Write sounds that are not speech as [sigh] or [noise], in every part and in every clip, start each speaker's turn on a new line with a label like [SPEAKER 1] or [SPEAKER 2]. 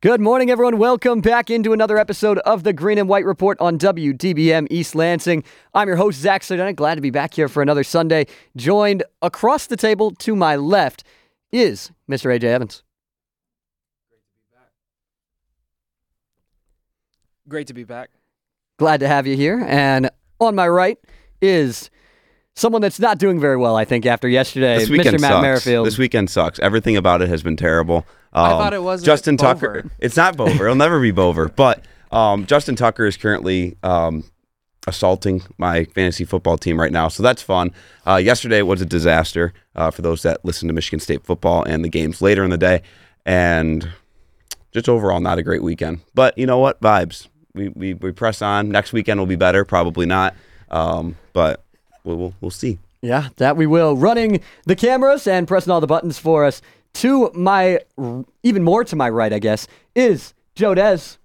[SPEAKER 1] Good morning, everyone. Welcome back into another episode of the Green and White Report on WDBM East Lansing. I'm your host, Zach Sardana. Glad to be back here for another Sunday. Joined across the table to my left is Mr. AJ Evans.
[SPEAKER 2] Great to be back.
[SPEAKER 1] Glad to have you here. And on my right is someone that's not doing very well, I think, after yesterday,
[SPEAKER 3] This weekend
[SPEAKER 1] Mr. Matt
[SPEAKER 3] sucks.
[SPEAKER 1] Merrifield.
[SPEAKER 3] This weekend sucks. Everything about it has been terrible. Um,
[SPEAKER 2] I thought it was
[SPEAKER 3] Justin
[SPEAKER 2] Bover.
[SPEAKER 3] Tucker. It's not Bover. It'll never be Bover. But um, Justin Tucker is currently um, assaulting my fantasy football team right now, so that's fun. Uh, yesterday was a disaster uh, for those that listen to Michigan State football and the games later in the day, and just overall not a great weekend. But you know what? Vibes. We we, we press on. Next weekend will be better. Probably not. Um, but we'll, we'll we'll see.
[SPEAKER 1] Yeah, that we will. Running the cameras and pressing all the buttons for us. To my, even more to my right, I guess, is Joe Dez.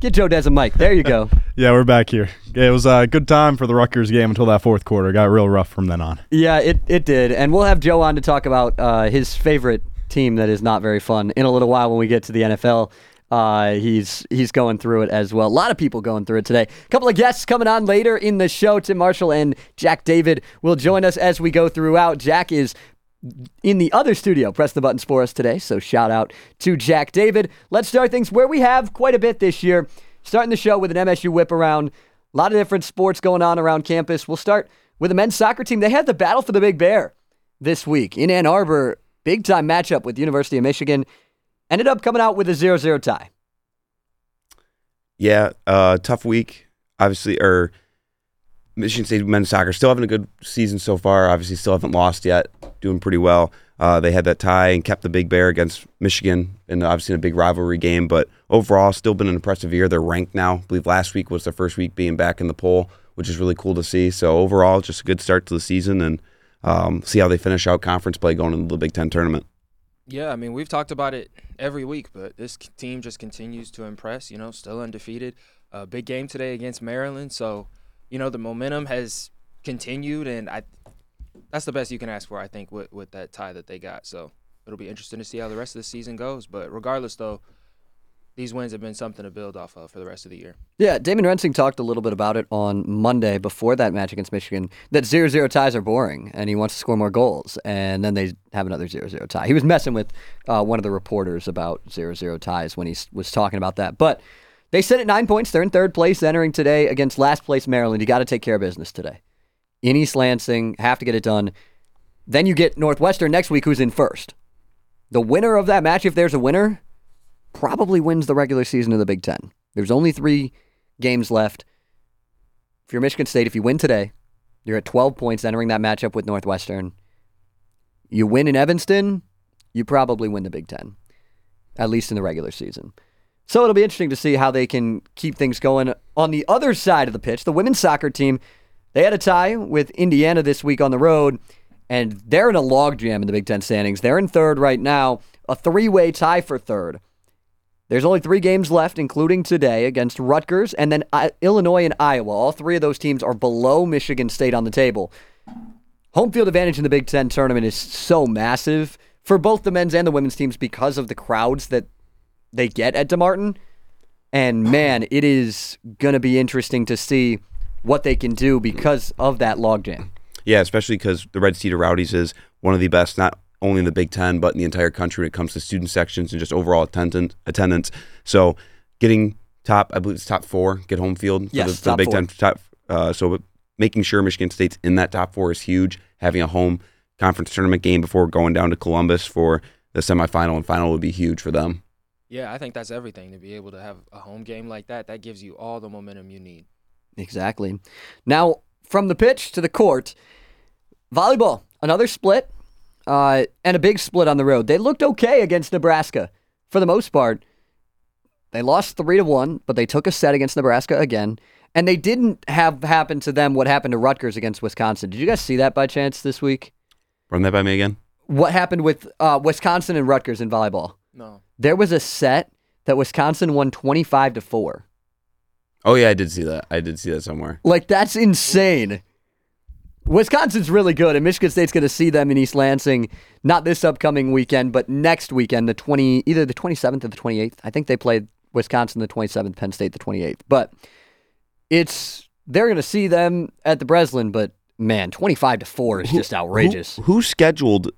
[SPEAKER 1] Get Joe Dez a mic. There you go.
[SPEAKER 4] Yeah, we're back here. It was a good time for the Rutgers game until that fourth quarter. It got real rough from then on.
[SPEAKER 1] yeah, it, it did. And we'll have Joe on to talk about uh, his favorite team that is not very fun in a little while when we get to the NFL. Uh, he's he's going through it as well. A lot of people going through it today. A couple of guests coming on later in the show. Tim Marshall and Jack David will join us as we go throughout. Jack is in the other studio press the buttons for us today. So shout out to Jack David. Let's start things where we have quite a bit this year. Starting the show with an MSU whip around. A lot of different sports going on around campus. We'll start with the men's soccer team. They had the battle for the Big Bear this week in Ann Arbor. Big time matchup with the University of Michigan. Ended up coming out with a 0 0 tie.
[SPEAKER 3] Yeah, uh, tough week. Obviously, or Michigan State men's soccer still having a good season so far. Obviously, still haven't lost yet. Doing pretty well. Uh, they had that tie and kept the Big Bear against Michigan, and obviously in a big rivalry game. But overall, still been an impressive year. They're ranked now. I believe last week was their first week being back in the poll, which is really cool to see. So overall, just a good start to the season, and um, see how they finish out conference play going into the Big Ten tournament.
[SPEAKER 2] Yeah, I mean, we've talked about it every week, but this c- team just continues to impress, you know, still undefeated. A big game today against Maryland, so you know, the momentum has continued and I that's the best you can ask for, I think, with with that tie that they got. So, it'll be interesting to see how the rest of the season goes, but regardless though, these wins have been something to build off of for the rest of the year.
[SPEAKER 1] Yeah, Damon Rensing talked a little bit about it on Monday before that match against Michigan that 0 0 ties are boring and he wants to score more goals. And then they have another 0 0 tie. He was messing with uh, one of the reporters about 0 0 ties when he s- was talking about that. But they sit at nine points. They're in third place entering today against last place Maryland. You got to take care of business today. In East Lansing, have to get it done. Then you get Northwestern next week, who's in first. The winner of that match, if there's a winner, probably wins the regular season of the Big Ten. There's only three games left. If you're Michigan State, if you win today, you're at 12 points entering that matchup with Northwestern. You win in Evanston, you probably win the Big Ten, at least in the regular season. So it'll be interesting to see how they can keep things going. On the other side of the pitch, the women's soccer team, they had a tie with Indiana this week on the road, and they're in a logjam in the Big Ten standings. They're in third right now, a three way tie for third. There's only three games left, including today against Rutgers and then I- Illinois and Iowa. All three of those teams are below Michigan State on the table. Home field advantage in the Big Ten tournament is so massive for both the men's and the women's teams because of the crowds that they get at DeMartin. And man, it is going to be interesting to see what they can do because of that logjam.
[SPEAKER 3] Yeah, especially because the Red Cedar Rowdies is one of the best, not only in the Big Ten, but in the entire country when it comes to student sections and just overall attendance. attendance. So getting top, I believe it's top four, get home field for
[SPEAKER 1] Yes,
[SPEAKER 3] the, for the
[SPEAKER 1] top
[SPEAKER 3] Big
[SPEAKER 1] four.
[SPEAKER 3] Ten. Top, uh, so making sure Michigan State's in that top four is huge. Having a home conference tournament game before going down to Columbus for the semifinal and final would be huge for them.
[SPEAKER 2] Yeah, I think that's everything to be able to have a home game like that. That gives you all the momentum you need.
[SPEAKER 1] Exactly. Now, from the pitch to the court, volleyball, another split, uh, and a big split on the road. They looked okay against Nebraska for the most part. They lost three to one, but they took a set against Nebraska again, and they didn't have happen to them what happened to Rutgers against Wisconsin. Did you guys see that by chance this week?
[SPEAKER 3] Run that by me again.
[SPEAKER 1] What happened with uh, Wisconsin and Rutgers in volleyball?
[SPEAKER 2] No.
[SPEAKER 1] There was a set that Wisconsin won twenty-five to four.
[SPEAKER 3] Oh yeah, I did see that. I did see that somewhere.
[SPEAKER 1] Like that's insane. Wisconsin's really good, and Michigan State's going to see them in East Lansing not this upcoming weekend, but next weekend, the twenty either the twenty seventh or the twenty eighth. I think they played Wisconsin the twenty seventh, Penn State the twenty eighth. But it's they're going to see them at the Breslin, but man, twenty five to four is just outrageous.
[SPEAKER 3] Who, who scheduled?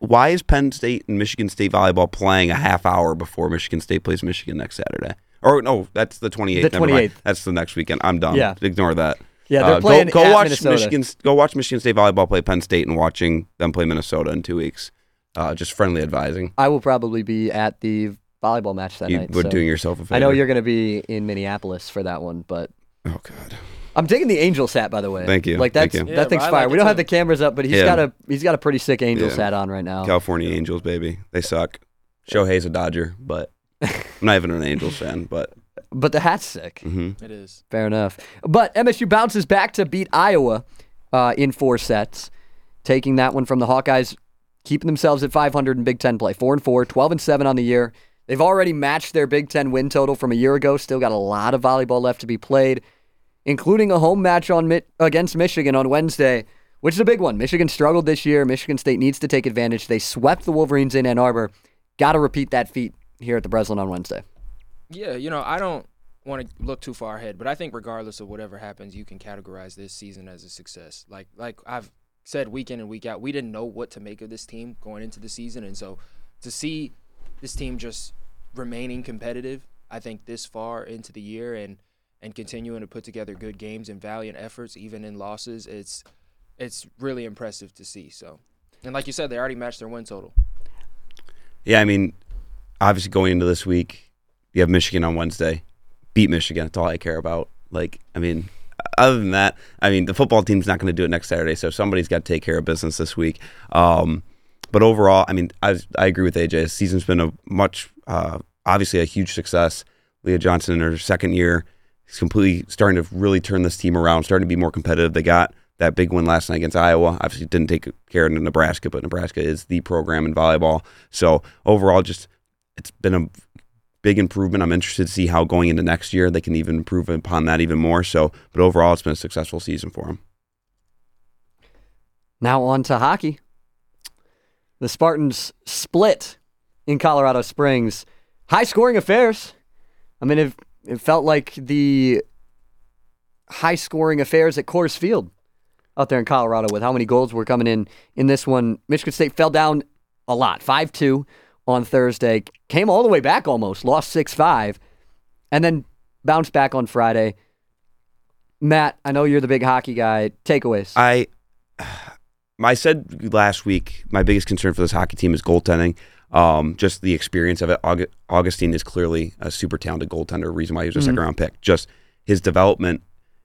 [SPEAKER 3] Why is Penn State and Michigan State volleyball playing a half hour before Michigan State plays Michigan next Saturday? Or no, that's the twenty eighth.
[SPEAKER 1] The 28th.
[SPEAKER 3] That's the next weekend. I'm dumb.
[SPEAKER 1] Yeah.
[SPEAKER 3] ignore that.
[SPEAKER 1] Yeah, they're
[SPEAKER 3] Uh, go-
[SPEAKER 1] playing
[SPEAKER 3] Go,
[SPEAKER 1] at
[SPEAKER 3] watch
[SPEAKER 1] Minnesota.
[SPEAKER 3] Michigan. Go watch Michigan State volleyball play Penn State and watching them play Minnesota in two weeks. Uh, just friendly advising.
[SPEAKER 1] I will probably be at the volleyball match that
[SPEAKER 3] You
[SPEAKER 1] night.
[SPEAKER 3] were
[SPEAKER 1] so-
[SPEAKER 3] doing yourself a favor.
[SPEAKER 1] I know you're going to be in Minneapolis for that one, but
[SPEAKER 3] Oh God.
[SPEAKER 1] I'm taking the angel hat by the way.
[SPEAKER 3] Thank you,
[SPEAKER 1] Like
[SPEAKER 3] thank
[SPEAKER 1] that's
[SPEAKER 3] you.
[SPEAKER 2] Yeah,
[SPEAKER 1] that thing's
[SPEAKER 2] I like
[SPEAKER 1] fire.
[SPEAKER 2] it
[SPEAKER 1] we don't
[SPEAKER 2] too.
[SPEAKER 1] have the cameras up, but he's
[SPEAKER 3] Yeah.
[SPEAKER 1] got a he's got a pretty sick angel
[SPEAKER 3] Yeah.
[SPEAKER 1] hat on right now.
[SPEAKER 3] California Angels, baby. They suck. Shohei's a Dodger,
[SPEAKER 1] [laughs]
[SPEAKER 3] but I'm not even an Angels fan. But
[SPEAKER 1] But the hat's sick.
[SPEAKER 3] hmm
[SPEAKER 2] It is.
[SPEAKER 1] Fair enough. But MSU bounces back to beat Iowa uh, in four sets, taking that one from the Hawkeyes, keeping themselves at 500 in Big Ten play. Four and four, 12 and seven on the year. They've already matched their Big Ten win total from a year ago. Still got a lot of volleyball left to be played, including a home match on Mi- against Michigan on Wednesday, which is a big one. Michigan struggled this year. Michigan State needs to take advantage. They swept the Wolverines in Ann Arbor. Got to repeat that feat here at the Breslin on Wednesday.
[SPEAKER 2] Yeah, you know, I don't want to look too far ahead, but I think regardless of whatever happens, you can categorize this season as a success. Like like I've said week in and week out, we didn't know what to make of this team going into the season, and so to see this team just remaining competitive, I think this far into the year and and continuing to put together good games and valiant efforts even in losses, it's it's really impressive to see. So, and like you said, they already matched their win total.
[SPEAKER 3] Yeah, I mean, obviously going into this week, you have Michigan on Wednesday. Beat Michigan. That's all I care about. Like, I mean, other than that, I mean, the football team's not going to do it next Saturday, so somebody's got to take care of business this week. Um, but overall, I mean, I, I agree with AJ. The season's been a much, uh, obviously, a huge success. Leah Johnson in her second year is completely starting to really turn this team around, starting to be more competitive. They got that big win last night against Iowa. Obviously, didn't take care of Nebraska, but Nebraska is the program in volleyball. So overall, just it's been a big improvement. I'm interested to see how going into next year they can even improve upon that even more. So, but overall, it's been a successful season for them.
[SPEAKER 1] Now on to hockey. The Spartans split in Colorado Springs. High scoring affairs. I mean, it, it felt like the high scoring affairs at Coors Field out there in Colorado with how many goals were coming in in this one. Michigan State fell down a lot, 5 2 on Thursday, came all the way back almost, lost 6 5, and then bounced back on Friday. Matt, I know you're the big hockey guy. Takeaways.
[SPEAKER 3] I, [sighs] I said last week my biggest concern for this hockey team is goaltending. Um, just the experience of it. Aug- Augustine is clearly a super talented goaltender. Reason why he was a
[SPEAKER 1] Mm-hmm.
[SPEAKER 3] second round pick. Just his development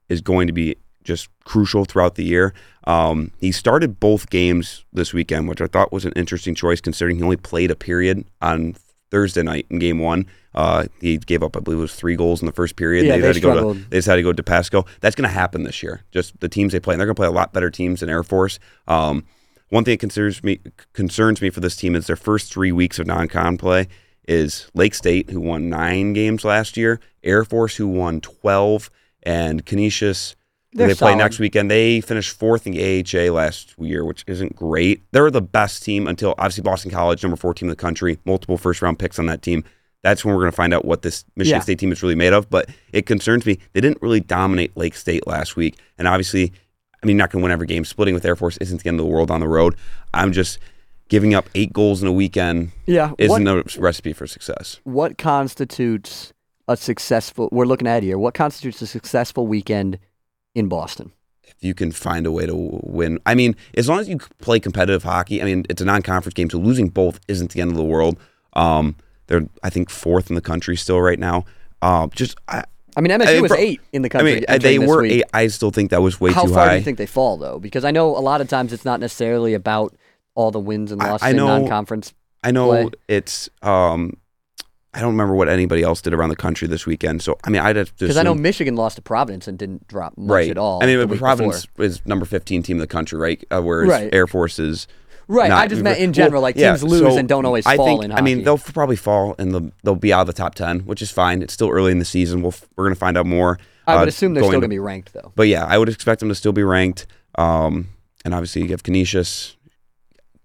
[SPEAKER 3] is going to be just crucial throughout the year. Um, he started both games this weekend, which I thought was an interesting choice considering he only played a period on Thursday night in game one. Uh, he gave up, I believe, it was three goals in the first period.
[SPEAKER 1] Yeah, they
[SPEAKER 3] had to go to
[SPEAKER 1] struggled.
[SPEAKER 3] they just had to go to Pasco. That's going to happen this year. Just the teams they play, and they're going to play a lot better teams than Air Force. Um, one thing that concerns me concerns me for this team is their first three weeks of non-con play is Lake State, who won nine games last year, Air Force, who won twelve, and Canisius. who
[SPEAKER 1] They're
[SPEAKER 3] they play
[SPEAKER 1] solid.
[SPEAKER 3] next weekend. They finished fourth in the AHA last year, which isn't great. They were the best team until obviously Boston College, number four team in the country, multiple first round picks on that team. That's when we're going to find out what this Michigan
[SPEAKER 1] Yeah.
[SPEAKER 3] State team is really made of. But it concerns me. They didn't really dominate Lake State last week. And obviously, I mean, you're not going to win every game. Splitting with Air Force isn't the end of the world on the road. I'm just giving up eight goals in a weekend
[SPEAKER 1] yeah.
[SPEAKER 3] isn't a recipe for success.
[SPEAKER 1] what constitutes a successful we're looking at here what constitutes a successful weekend in boston
[SPEAKER 3] If you can find a way to win, I mean, as long as you play competitive hockey, I mean, it's a non conference game, so losing both isn't the end of the world. Um, they're, I think, fourth in the country still right now. Um, just, I,
[SPEAKER 1] i mean msu
[SPEAKER 3] I mean,
[SPEAKER 1] was
[SPEAKER 3] bro-
[SPEAKER 1] eight in the
[SPEAKER 3] I
[SPEAKER 1] country
[SPEAKER 3] mean, uh,
[SPEAKER 1] entering
[SPEAKER 3] they
[SPEAKER 1] this
[SPEAKER 3] were
[SPEAKER 1] week.
[SPEAKER 3] eight. I still think that was way
[SPEAKER 1] how
[SPEAKER 3] too
[SPEAKER 1] far
[SPEAKER 3] high.
[SPEAKER 1] do you think they fall though because i know a lot of times it's not necessarily about all the wins and
[SPEAKER 3] I-
[SPEAKER 1] losses
[SPEAKER 3] I know-
[SPEAKER 1] in non-conference
[SPEAKER 3] I know
[SPEAKER 1] play.
[SPEAKER 3] it's. Um, I don't remember what anybody else did around the country this weekend. So I mean, I'd have to.
[SPEAKER 1] because i know
[SPEAKER 3] assume-
[SPEAKER 1] michigan lost to providence and didn't drop much
[SPEAKER 3] right
[SPEAKER 1] at all
[SPEAKER 3] I
[SPEAKER 1] the
[SPEAKER 3] mean,
[SPEAKER 1] week
[SPEAKER 3] Providence
[SPEAKER 1] before.
[SPEAKER 3] is number fifteen team in the country, right? Uh, whereas
[SPEAKER 1] Right.
[SPEAKER 3] Air Force is.
[SPEAKER 1] right
[SPEAKER 3] not-
[SPEAKER 1] i just meant in
[SPEAKER 3] Well,
[SPEAKER 1] general like
[SPEAKER 3] yeah,
[SPEAKER 1] teams lose
[SPEAKER 3] so
[SPEAKER 1] and don't always
[SPEAKER 3] I
[SPEAKER 1] fall
[SPEAKER 3] think,
[SPEAKER 1] in
[SPEAKER 3] I mean,
[SPEAKER 1] hockey.
[SPEAKER 3] they'll f- probably fall and the, they'll be out of the top ten, which is fine. It's still early in the season. We'll f- we're going to find out more.
[SPEAKER 1] i would
[SPEAKER 3] uh,
[SPEAKER 1] assume they're
[SPEAKER 3] going
[SPEAKER 1] still
[SPEAKER 3] to-
[SPEAKER 1] going to be ranked though
[SPEAKER 3] But yeah, I would expect them to still be ranked. Um, and obviously you have Canisius.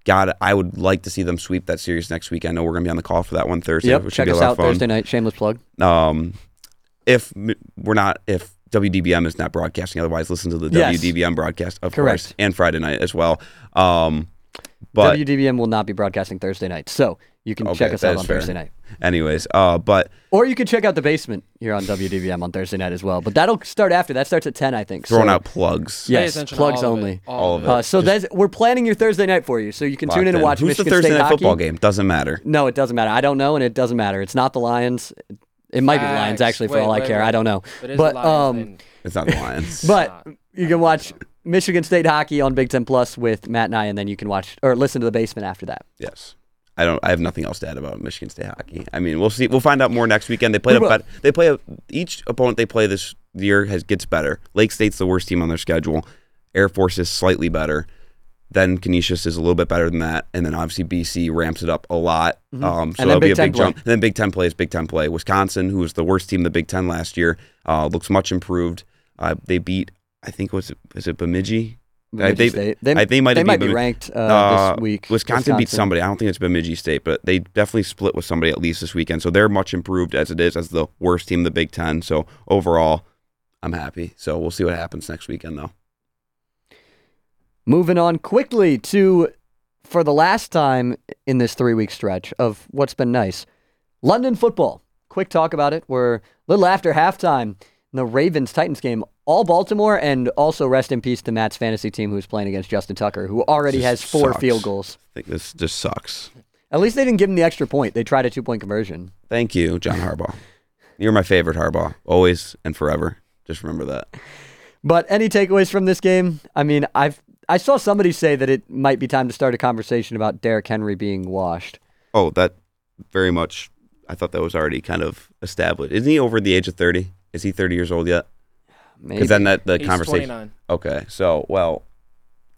[SPEAKER 3] God, I would like to see them sweep that series next week. I know we're going to be on the call for that one Thursday.
[SPEAKER 1] yep.
[SPEAKER 3] which
[SPEAKER 1] Check
[SPEAKER 3] should be a
[SPEAKER 1] us
[SPEAKER 3] lot of
[SPEAKER 1] out
[SPEAKER 3] fun.
[SPEAKER 1] Thursday night. Shameless plug.
[SPEAKER 3] Um, if m- we're not, if WDBM is not broadcasting, otherwise listen to the
[SPEAKER 1] Yes.
[SPEAKER 3] WDBM broadcast, of
[SPEAKER 1] Correct.
[SPEAKER 3] course, and Friday night as well. Um, but
[SPEAKER 1] WDBM will not be broadcasting Thursday night, so you can
[SPEAKER 3] Okay,
[SPEAKER 1] check us
[SPEAKER 3] that
[SPEAKER 1] out
[SPEAKER 3] is
[SPEAKER 1] on
[SPEAKER 3] fair.
[SPEAKER 1] Thursday night.
[SPEAKER 3] anyways, uh, but
[SPEAKER 1] Or you can check out the basement here on WDBM on Thursday night as well. But that'll start after. That starts at ten, I think.
[SPEAKER 3] throwing
[SPEAKER 1] so,
[SPEAKER 3] out plugs.
[SPEAKER 2] Pay
[SPEAKER 1] Yes,
[SPEAKER 2] attention to
[SPEAKER 1] plugs
[SPEAKER 2] all of it,
[SPEAKER 1] only.
[SPEAKER 3] All of
[SPEAKER 1] Uh, so that's, we're planning your Thursday night for you, so you can tune in and watch
[SPEAKER 3] Who's
[SPEAKER 1] Michigan
[SPEAKER 3] the Thursday
[SPEAKER 1] State
[SPEAKER 3] night
[SPEAKER 1] hockey.
[SPEAKER 3] football game? Doesn't matter.
[SPEAKER 1] No, it doesn't matter. I don't know, and it doesn't matter. It's not the Lions. It might be the Lions,
[SPEAKER 2] Facts.
[SPEAKER 1] actually, for
[SPEAKER 2] Wait,
[SPEAKER 1] all I
[SPEAKER 2] wait,
[SPEAKER 1] care.
[SPEAKER 2] wait.
[SPEAKER 1] I don't know.
[SPEAKER 2] It is
[SPEAKER 1] But
[SPEAKER 2] a Lions
[SPEAKER 1] um,
[SPEAKER 2] thing.
[SPEAKER 3] It's not the Lions.
[SPEAKER 1] [laughs] but
[SPEAKER 2] not.
[SPEAKER 1] you can watch Michigan State hockey on Big Ten Plus with Matt and I, and then you can watch or listen to the basement after that.
[SPEAKER 3] yes. I don't. I have nothing else to add about Michigan State hockey. I mean, we'll see. We'll find out more next weekend. They play.
[SPEAKER 1] We
[SPEAKER 3] a
[SPEAKER 1] will.
[SPEAKER 3] bet- They play. A, each opponent they play this year has gets better. Lake State's the worst team on their schedule. Air Force is slightly better. Then Canisius is a little bit better than that, and then obviously BC ramps it up a lot. Um, so
[SPEAKER 1] Mm-hmm. then
[SPEAKER 3] that'll be
[SPEAKER 1] Big
[SPEAKER 3] a
[SPEAKER 1] Ten
[SPEAKER 3] big
[SPEAKER 1] play.
[SPEAKER 3] jump. And then Big Ten play is Big Ten play. Wisconsin, who was the worst team in the Big Ten last year, uh, looks much improved. Uh, they beat. I think was it, was it Bemidji? I-
[SPEAKER 1] Michigan
[SPEAKER 3] they-
[SPEAKER 1] State. They,
[SPEAKER 3] I- they might have beat
[SPEAKER 1] be
[SPEAKER 3] Bemid-
[SPEAKER 1] ranked uh,
[SPEAKER 3] Uh,
[SPEAKER 1] this week.
[SPEAKER 3] Wisconsin, beat somebody. I don't think it's Bemidji State, but they definitely split with somebody at least this weekend. So they're much improved as it is as the worst team in the Big Ten. So overall, I'm happy. So we'll see what happens next weekend though.
[SPEAKER 1] Moving on quickly to, for the last time in this three week stretch of what's been nice, London football. Quick talk about it. We're a little after halftime in the Ravens Titans game. All Baltimore, and also rest in peace to Matt's fantasy team who's playing against Justin Tucker, who already
[SPEAKER 3] This
[SPEAKER 1] has four
[SPEAKER 3] sucks.
[SPEAKER 1] field goals.
[SPEAKER 3] I think this just sucks.
[SPEAKER 1] At least they didn't give him the extra point. They tried a two point conversion.
[SPEAKER 3] Thank you, John Harbaugh. You're my favorite Harbaugh, always and forever. Just remember that.
[SPEAKER 1] But any takeaways from this game? I mean, I've I saw somebody say that it might be time to start a conversation about Derrick Henry being washed.
[SPEAKER 3] Oh, that very much. I thought that was already kind of established. Isn't he over the age of thirty? Is he thirty years old yet?
[SPEAKER 1] Maybe.
[SPEAKER 3] Because then that the
[SPEAKER 2] He's
[SPEAKER 3] conversation.
[SPEAKER 2] 29.
[SPEAKER 3] Okay, so well,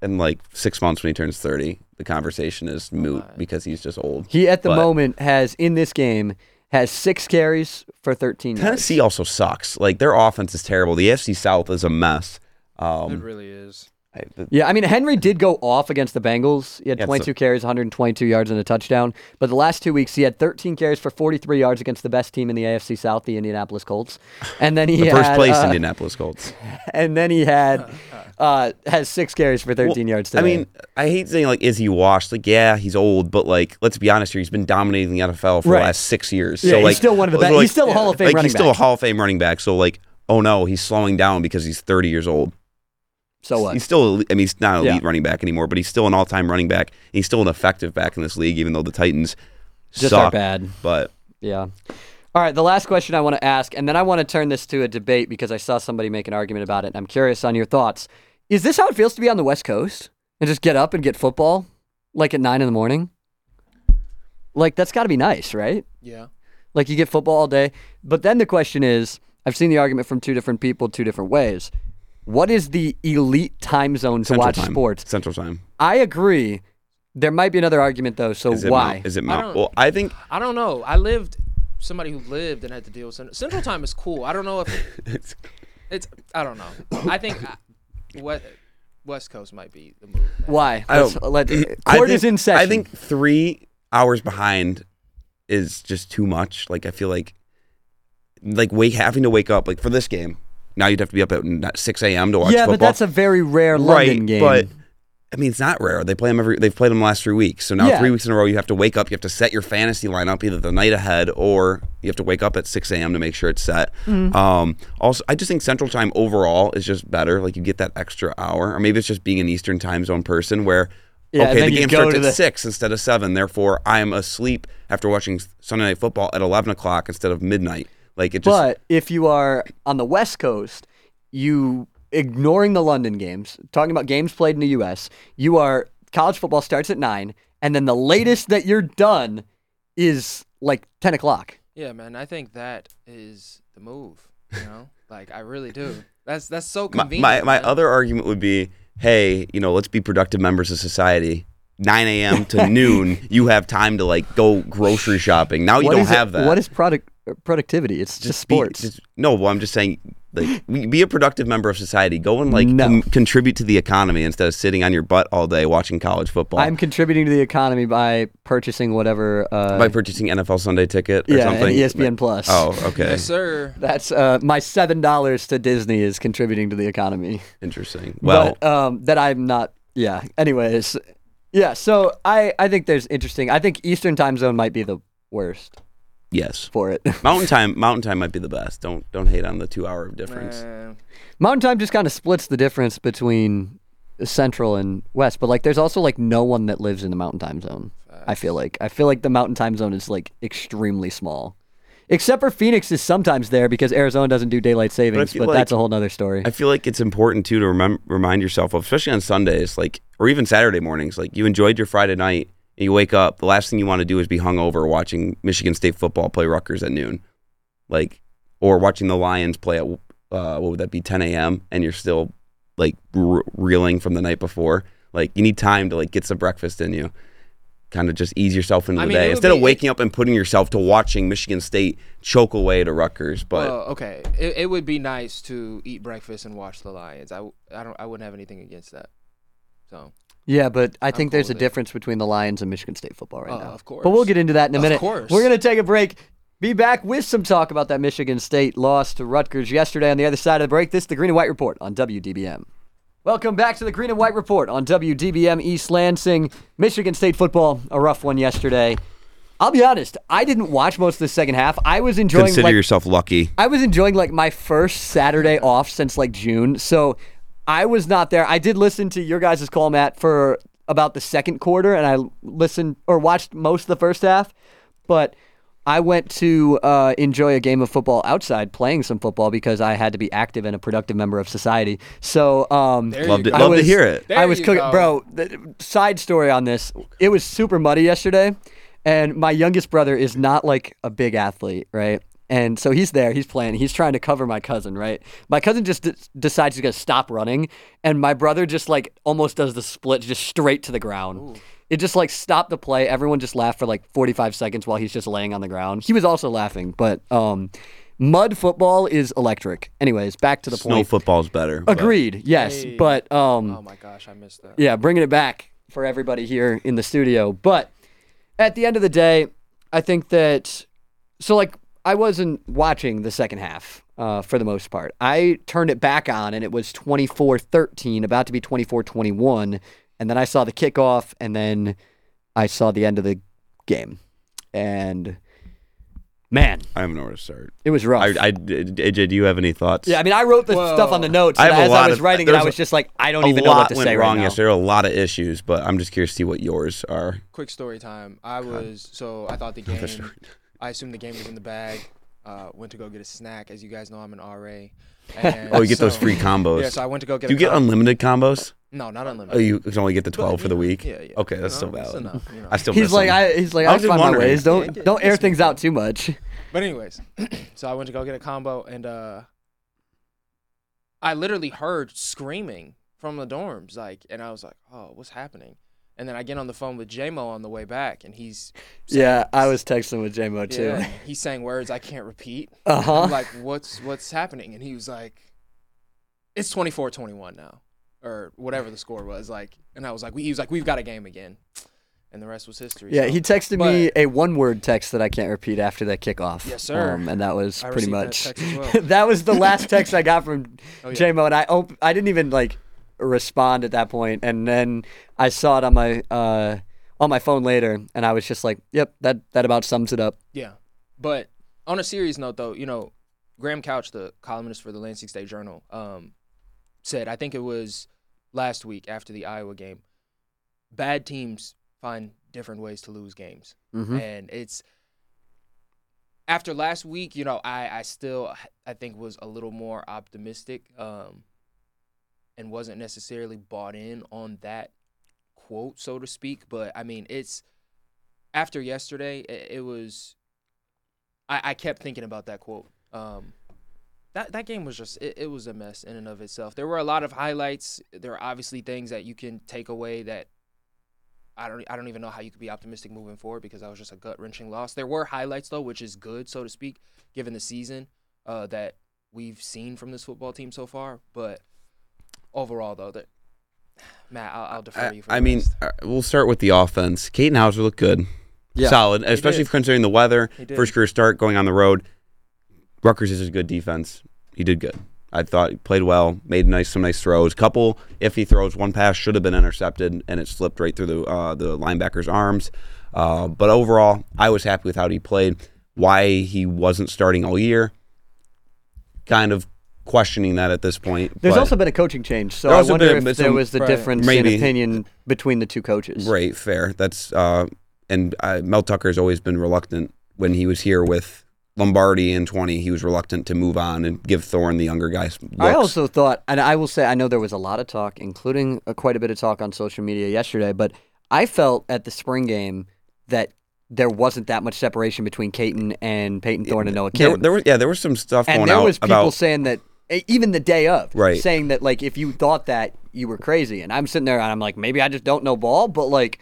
[SPEAKER 3] in like six months when he turns thirty, the conversation is moot because he's just old.
[SPEAKER 1] He at the
[SPEAKER 3] But-
[SPEAKER 1] moment has in this game has six carries for 13 yards.
[SPEAKER 3] Tennessee also sucks. Like their offense is terrible. The AFC South is a mess.
[SPEAKER 2] it
[SPEAKER 3] Um,
[SPEAKER 2] really is.
[SPEAKER 3] I, the,
[SPEAKER 1] Yeah, I mean Henry did go off against the Bengals. He had
[SPEAKER 3] Yeah, it's
[SPEAKER 1] 22 carries, 122 yards and a touchdown. But the last 2 weeks he had 13 carries for 43 yards against the best team in the AFC South, the Indianapolis Colts. And then he
[SPEAKER 3] [laughs] the first
[SPEAKER 1] had,
[SPEAKER 3] place
[SPEAKER 1] uh, [laughs]
[SPEAKER 3] Indianapolis Colts.
[SPEAKER 1] and then he had uh has 6 carries for 13
[SPEAKER 3] Well,
[SPEAKER 1] yards today.
[SPEAKER 3] I mean, I hate saying like, is he washed? Like, yeah, he's old, but like, let's be honest here, he's been dominating the NFL for
[SPEAKER 1] Right.
[SPEAKER 3] the last six years.
[SPEAKER 1] Yeah,
[SPEAKER 3] so
[SPEAKER 1] he's
[SPEAKER 3] like,
[SPEAKER 1] still one of the best-
[SPEAKER 3] so, like-
[SPEAKER 1] he's still a Hall of Fame
[SPEAKER 3] like,
[SPEAKER 1] running
[SPEAKER 3] He's still a
[SPEAKER 1] back.
[SPEAKER 3] Hall of Fame running back. So like, oh no, he's slowing down because he's thirty years old.
[SPEAKER 1] so what?
[SPEAKER 3] He's still, I mean, he's not an elite
[SPEAKER 1] Yeah.
[SPEAKER 3] running back anymore, but he's still an all-time running back. He's still an effective back in this league, even though the Titans
[SPEAKER 1] Just
[SPEAKER 3] suck.
[SPEAKER 1] are bad.
[SPEAKER 3] But
[SPEAKER 1] Yeah. All right, the last question I want to ask, and then I want to turn this to a debate because I saw somebody make an argument about it, and I'm curious on your thoughts. Is this how it feels to be on the West Coast and just get up and get football like at nine in the morning? Like, that's got to be nice, right?
[SPEAKER 2] Yeah.
[SPEAKER 1] Like, you get football all day. But then the question is I've seen the argument from two different people, two different ways. What is the elite time zone to
[SPEAKER 3] Central
[SPEAKER 1] watch
[SPEAKER 3] time.
[SPEAKER 1] sports?
[SPEAKER 3] Central Time.
[SPEAKER 1] I agree. There might be another argument, though. So,
[SPEAKER 3] Is it
[SPEAKER 1] why?
[SPEAKER 3] Mount, is it
[SPEAKER 2] I
[SPEAKER 3] Mount?
[SPEAKER 2] don't-
[SPEAKER 3] well, I think
[SPEAKER 2] I don't know. I lived somebody who lived and had to deal with Central, Central Time is cool. I don't know if
[SPEAKER 3] [laughs] it's,
[SPEAKER 2] it's. I don't know. I think I, what West Coast might be the move. man.
[SPEAKER 1] why?
[SPEAKER 3] I
[SPEAKER 1] Let's-
[SPEAKER 3] don't-
[SPEAKER 1] let-
[SPEAKER 3] [clears throat] I
[SPEAKER 1] court
[SPEAKER 3] think,
[SPEAKER 1] is in session.
[SPEAKER 3] I think three hours behind is just too much. Like I feel like, like wake having to wake up like for this game. Now you'd have to be up at n- six a.m. to watch.
[SPEAKER 1] yeah,
[SPEAKER 3] football.
[SPEAKER 1] but that's a very rare London
[SPEAKER 3] right,
[SPEAKER 1] game.
[SPEAKER 3] But I mean, it's not rare. They play them every. They've played them last three weeks. So now
[SPEAKER 1] Yeah.
[SPEAKER 3] three weeks in a row, you have to wake up. You have to set your fantasy lineup either the night ahead or you have to wake up at six a.m. to make sure it's set.
[SPEAKER 1] Mm-hmm.
[SPEAKER 3] Um, also, I just think Central Time overall is just better. Like you get that extra hour, or maybe it's just being an Eastern Time Zone person where.
[SPEAKER 1] Yeah, and
[SPEAKER 3] okay,
[SPEAKER 1] then
[SPEAKER 3] the
[SPEAKER 1] you
[SPEAKER 3] game
[SPEAKER 1] go
[SPEAKER 3] starts
[SPEAKER 1] to
[SPEAKER 3] at
[SPEAKER 1] the-
[SPEAKER 3] six instead of seven. Therefore, I'm asleep after watching Sunday Night Football at eleven o'clock instead of midnight. Like it just
[SPEAKER 1] but if you are on the West Coast, you ignoring the London games, talking about games played in the U.S., you are college football starts at nine, and then the latest that you're done is like ten o'clock.
[SPEAKER 2] Yeah, man. I think that is the move. You know, like I really do. That's that's so
[SPEAKER 3] my,
[SPEAKER 2] convenient.
[SPEAKER 3] my, my
[SPEAKER 2] man.
[SPEAKER 3] other argument would be hey you know let's be productive members of society 9 a.m to noon you have time to like go grocery shopping now Oh, you
[SPEAKER 1] What
[SPEAKER 3] don't
[SPEAKER 1] is it-
[SPEAKER 3] have that
[SPEAKER 1] What is product productivity? It's just,
[SPEAKER 3] Be-
[SPEAKER 1] sports.
[SPEAKER 3] just- no well i'm just saying Like, we- be a productive member of society. Go and like
[SPEAKER 1] No.
[SPEAKER 3] con- contribute to the economy instead of sitting on your butt all day watching college football
[SPEAKER 1] I'm contributing to the economy by purchasing whatever. Uh,
[SPEAKER 3] by purchasing NFL Sunday ticket or
[SPEAKER 1] yeah, and E ESPN
[SPEAKER 3] something.
[SPEAKER 1] Plus.
[SPEAKER 3] Oh, okay.
[SPEAKER 2] Yes, sir.
[SPEAKER 1] That's uh, my seven dollars to Disney is contributing to the economy.
[SPEAKER 3] Interesting. Well,
[SPEAKER 1] but, um, that I'm not. Yeah. Anyways, yeah. So I I think there's interesting. I think Eastern time zone might be the worst
[SPEAKER 3] yes.
[SPEAKER 1] for it. [laughs]
[SPEAKER 3] Mountain time, mountain time might be the best. Don't don't hate on the two hour difference.
[SPEAKER 2] Man.
[SPEAKER 1] Mountain time just kind of splits the difference between central and west, but like there's also like no one that lives in the mountain time zone. I feel like I feel like the mountain time zone is like extremely small. Except for Phoenix is sometimes there because Arizona doesn't do daylight savings,
[SPEAKER 3] feel
[SPEAKER 1] but,
[SPEAKER 3] like-
[SPEAKER 1] that's a whole nother story.
[SPEAKER 3] I feel like it's important too to remem- remind yourself of, especially on Sundays, like or even Saturday mornings. Like you enjoyed your Friday night, and you wake up. The last thing you want to do is be hungover watching Michigan State football play Rutgers at noon, like or watching the Lions play at uh, what would that be 10 a.m. and you're still like re- reeling from the night before. Like you need time to like get some breakfast in you. Kind of just ease yourself into
[SPEAKER 2] I
[SPEAKER 3] the
[SPEAKER 2] mean, it
[SPEAKER 3] day
[SPEAKER 2] would
[SPEAKER 3] instead of
[SPEAKER 2] be-
[SPEAKER 3] waking up and putting yourself to watching Michigan State choke away to Rutgers. But
[SPEAKER 2] well, okay, it, it would be nice to eat breakfast and watch the Lions. I, w- I don't I wouldn't have anything against that. So
[SPEAKER 1] Yeah, but I
[SPEAKER 2] I'm
[SPEAKER 1] think
[SPEAKER 2] cool
[SPEAKER 1] there's a
[SPEAKER 2] with it.
[SPEAKER 1] difference between the Lions and Michigan State football right
[SPEAKER 2] Oh,
[SPEAKER 1] now.
[SPEAKER 2] of course.
[SPEAKER 1] But we'll get into that in a
[SPEAKER 2] Of
[SPEAKER 1] minute.
[SPEAKER 2] course.
[SPEAKER 1] We're going to take a break. Be back with some talk about that Michigan State loss to Rutgers yesterday on the other side of the break. This is the Green and White Report on WDBM. Welcome back to the Green and White Report on WDBM East Lansing. Michigan State football, a rough one yesterday. I'll be honest, I didn't watch most of the second half. I was enjoying
[SPEAKER 3] consider
[SPEAKER 1] like,
[SPEAKER 3] yourself lucky.
[SPEAKER 1] I was enjoying like my first Saturday off since like June. So I was not there. I did listen to your guys' call, Matt, for about the second quarter, and I listened or watched most of the first half. But I went to uh, enjoy a game of football outside, playing some football because I had to be active and a productive member of society. So um,
[SPEAKER 2] There
[SPEAKER 3] Loved
[SPEAKER 2] you go.
[SPEAKER 3] it.
[SPEAKER 1] I
[SPEAKER 3] Love to
[SPEAKER 1] was-
[SPEAKER 3] hear it.
[SPEAKER 1] I
[SPEAKER 2] There
[SPEAKER 1] was
[SPEAKER 2] you
[SPEAKER 1] cooking,
[SPEAKER 2] go.
[SPEAKER 1] bro. th- side story on this: it was super muddy yesterday, and my youngest brother is not like a big athlete, right? And so he's there, he's playing, he's trying to cover my cousin, right? My cousin just d- decides he's gonna stop running, and my brother just like almost does the split, just straight to the ground. It just like stopped the play. Everyone just laughed for like 45 seconds while he's just laying on the ground. He was also laughing, but um, mud football is electric. Anyways, back to the
[SPEAKER 3] Snow
[SPEAKER 1] point.
[SPEAKER 3] football's better. but-
[SPEAKER 1] Agreed. Yes,
[SPEAKER 2] Hey.
[SPEAKER 1] but um,
[SPEAKER 3] Hmm.
[SPEAKER 2] oh my gosh, I missed that.
[SPEAKER 1] yeah, bringing it back for everybody here in the studio. But at the end of the day, I think that so like I wasn't watching the second half uh, for the most part. I turned it back on and it was 24-13, about to be 24-21, and then I saw the kickoff and then I saw the end of the game. And man,
[SPEAKER 3] I don't know where to start.
[SPEAKER 1] it was rough.
[SPEAKER 3] I, I, AJ, do you have any thoughts?
[SPEAKER 1] Oh. yeah, I mean, I wrote the
[SPEAKER 2] Whoa.
[SPEAKER 1] stuff on the notes,
[SPEAKER 3] I
[SPEAKER 1] and
[SPEAKER 3] have a
[SPEAKER 1] as I
[SPEAKER 3] lot
[SPEAKER 1] was
[SPEAKER 3] of-
[SPEAKER 1] writing it, I
[SPEAKER 3] there's
[SPEAKER 1] was
[SPEAKER 3] a-
[SPEAKER 1] just like, I don't
[SPEAKER 3] a
[SPEAKER 1] even know
[SPEAKER 3] lot
[SPEAKER 1] what to
[SPEAKER 3] went
[SPEAKER 1] say right
[SPEAKER 3] wrong
[SPEAKER 1] now.
[SPEAKER 3] yesterday. There are a lot of issues, but I'm just curious to see what yours are.
[SPEAKER 2] Quick story time. I was so I thought
[SPEAKER 3] [laughs]
[SPEAKER 2] the game. I assumed the game was in the bag. Uh, went to go get a snack. As you guys know, I'm an RA. And
[SPEAKER 3] [laughs] Oh, you get those
[SPEAKER 2] so-
[SPEAKER 3] free combos.
[SPEAKER 2] Yeah, so I went to go get.
[SPEAKER 3] do
[SPEAKER 2] a
[SPEAKER 3] you get
[SPEAKER 2] com-
[SPEAKER 3] unlimited combos?
[SPEAKER 2] no, not unlimited.
[SPEAKER 3] Oh, you can only get the
[SPEAKER 2] But,
[SPEAKER 3] 12 for
[SPEAKER 2] you
[SPEAKER 3] the
[SPEAKER 2] know,
[SPEAKER 3] week.
[SPEAKER 2] Yeah, yeah.
[SPEAKER 3] Okay, that's
[SPEAKER 2] No,
[SPEAKER 3] still
[SPEAKER 2] that's
[SPEAKER 3] valid.
[SPEAKER 2] enough, you know.
[SPEAKER 3] I still
[SPEAKER 1] He's
[SPEAKER 3] miss
[SPEAKER 1] like,
[SPEAKER 3] them.
[SPEAKER 1] I, he's like,
[SPEAKER 3] I
[SPEAKER 1] I,
[SPEAKER 3] was just
[SPEAKER 1] find my
[SPEAKER 3] wondering.
[SPEAKER 1] ways. Don't
[SPEAKER 2] Yeah,
[SPEAKER 1] don't
[SPEAKER 2] yeah,
[SPEAKER 1] air
[SPEAKER 2] it's
[SPEAKER 1] things
[SPEAKER 2] me.
[SPEAKER 1] out too
[SPEAKER 2] [laughs]
[SPEAKER 1] much. [laughs]
[SPEAKER 2] But anyways, [clears throat] so I went to go get a combo, and uh, I literally heard screaming from the dorms, like, and I was like, "Oh, what's happening?" And then I get on the phone with JMO on the way back, and he's saying-
[SPEAKER 1] Yeah, I was texting with JMO too. [laughs]
[SPEAKER 2] yeah, he's saying words I can't repeat.
[SPEAKER 1] Uh
[SPEAKER 2] I'm
[SPEAKER 1] huh.
[SPEAKER 2] like, "What's what's happening?" And he was like, "It's 24-21 now, or whatever the score was." Like, and I was like, "We," he was like, "We've got a game again," and the rest was history.
[SPEAKER 1] Yeah,
[SPEAKER 2] so-
[SPEAKER 1] he texted me a one-word text that I can't repeat after that kickoff. Um,
[SPEAKER 2] Yes, sir.
[SPEAKER 1] and that was
[SPEAKER 2] I
[SPEAKER 1] pretty
[SPEAKER 2] received that
[SPEAKER 1] much [laughs]
[SPEAKER 2] text as well.
[SPEAKER 1] that was the last text I got from
[SPEAKER 2] [laughs] Oh, yeah.
[SPEAKER 1] JMO, and I op- I didn't even like respond at that point, and then I saw it on my uh, on my phone later, and I was just like, "Yep, that that about sums it up."
[SPEAKER 2] Yeah. But on a serious note, though, you know, Graham Couch, the columnist for the Lansing State Journal, um, said, I think it was last week after the Iowa game, bad teams find different ways to lose games.
[SPEAKER 1] Mhm.
[SPEAKER 2] And it's after last week, you know, I, I still, I think, was a little more optimistic um, and wasn't necessarily bought in on that quote, so to speak. But I mean, it's after yesterday, it, it was. I, I kept thinking about that quote. Um, that that game was just it, it was a mess in and of itself. There were a lot of highlights. There are obviously things that you can take away that I don't I don't even know how you could be optimistic moving forward because that was just a gut wrenching loss. There were highlights though, which is good so to speak, given the season uh, that we've seen from this football team so far. But overall, though, that [sighs] Matt, I'll, I'll defer
[SPEAKER 3] I,
[SPEAKER 2] to you. For
[SPEAKER 3] I
[SPEAKER 2] the
[SPEAKER 3] mean,
[SPEAKER 2] rest.
[SPEAKER 3] uh, we'll start with the offense. Caden Hauser looked good,
[SPEAKER 1] Yeah.
[SPEAKER 3] solid, especially
[SPEAKER 2] did.
[SPEAKER 3] considering the weather.
[SPEAKER 2] He did.
[SPEAKER 3] First career start going on the road. Rutgers is a good defense. He did good. I thought he played well, made nice some nice throws. Couple iffy throws. One pass should have been intercepted, and it slipped right through the uh, the linebacker's arms. Uh, but overall, I was happy with how he played. Why he wasn't starting all year, kind of questioning that at this point.
[SPEAKER 1] There's
[SPEAKER 3] but-
[SPEAKER 1] also been a coaching change, so
[SPEAKER 3] There's
[SPEAKER 1] I
[SPEAKER 3] also
[SPEAKER 1] wonder
[SPEAKER 3] been a-
[SPEAKER 1] if
[SPEAKER 3] been
[SPEAKER 1] there
[SPEAKER 3] some-
[SPEAKER 1] was the
[SPEAKER 2] Right.
[SPEAKER 1] difference
[SPEAKER 3] Maybe.
[SPEAKER 1] in opinion between the two coaches.
[SPEAKER 3] Right, fair. That's uh, and uh, Mel Tucker's always been reluctant when he was here with Lombardi in twenty. He was reluctant to move on and give Thorne the younger guys. Looks.
[SPEAKER 1] I also thought, and I will say, I know there was a lot of talk, including uh, quite a bit of talk on social media yesterday, but I felt at the spring game that there wasn't that much separation between Caton and Peyton Thorne and Noah Kim.
[SPEAKER 3] there, there was yeah, there was some stuff
[SPEAKER 1] and
[SPEAKER 3] going
[SPEAKER 1] there
[SPEAKER 3] out
[SPEAKER 1] was people
[SPEAKER 3] about
[SPEAKER 1] saying that e- even the day of
[SPEAKER 3] Right.
[SPEAKER 1] saying that like if you thought that you were crazy and i'm sitting there and i'm like maybe i just don't know ball but like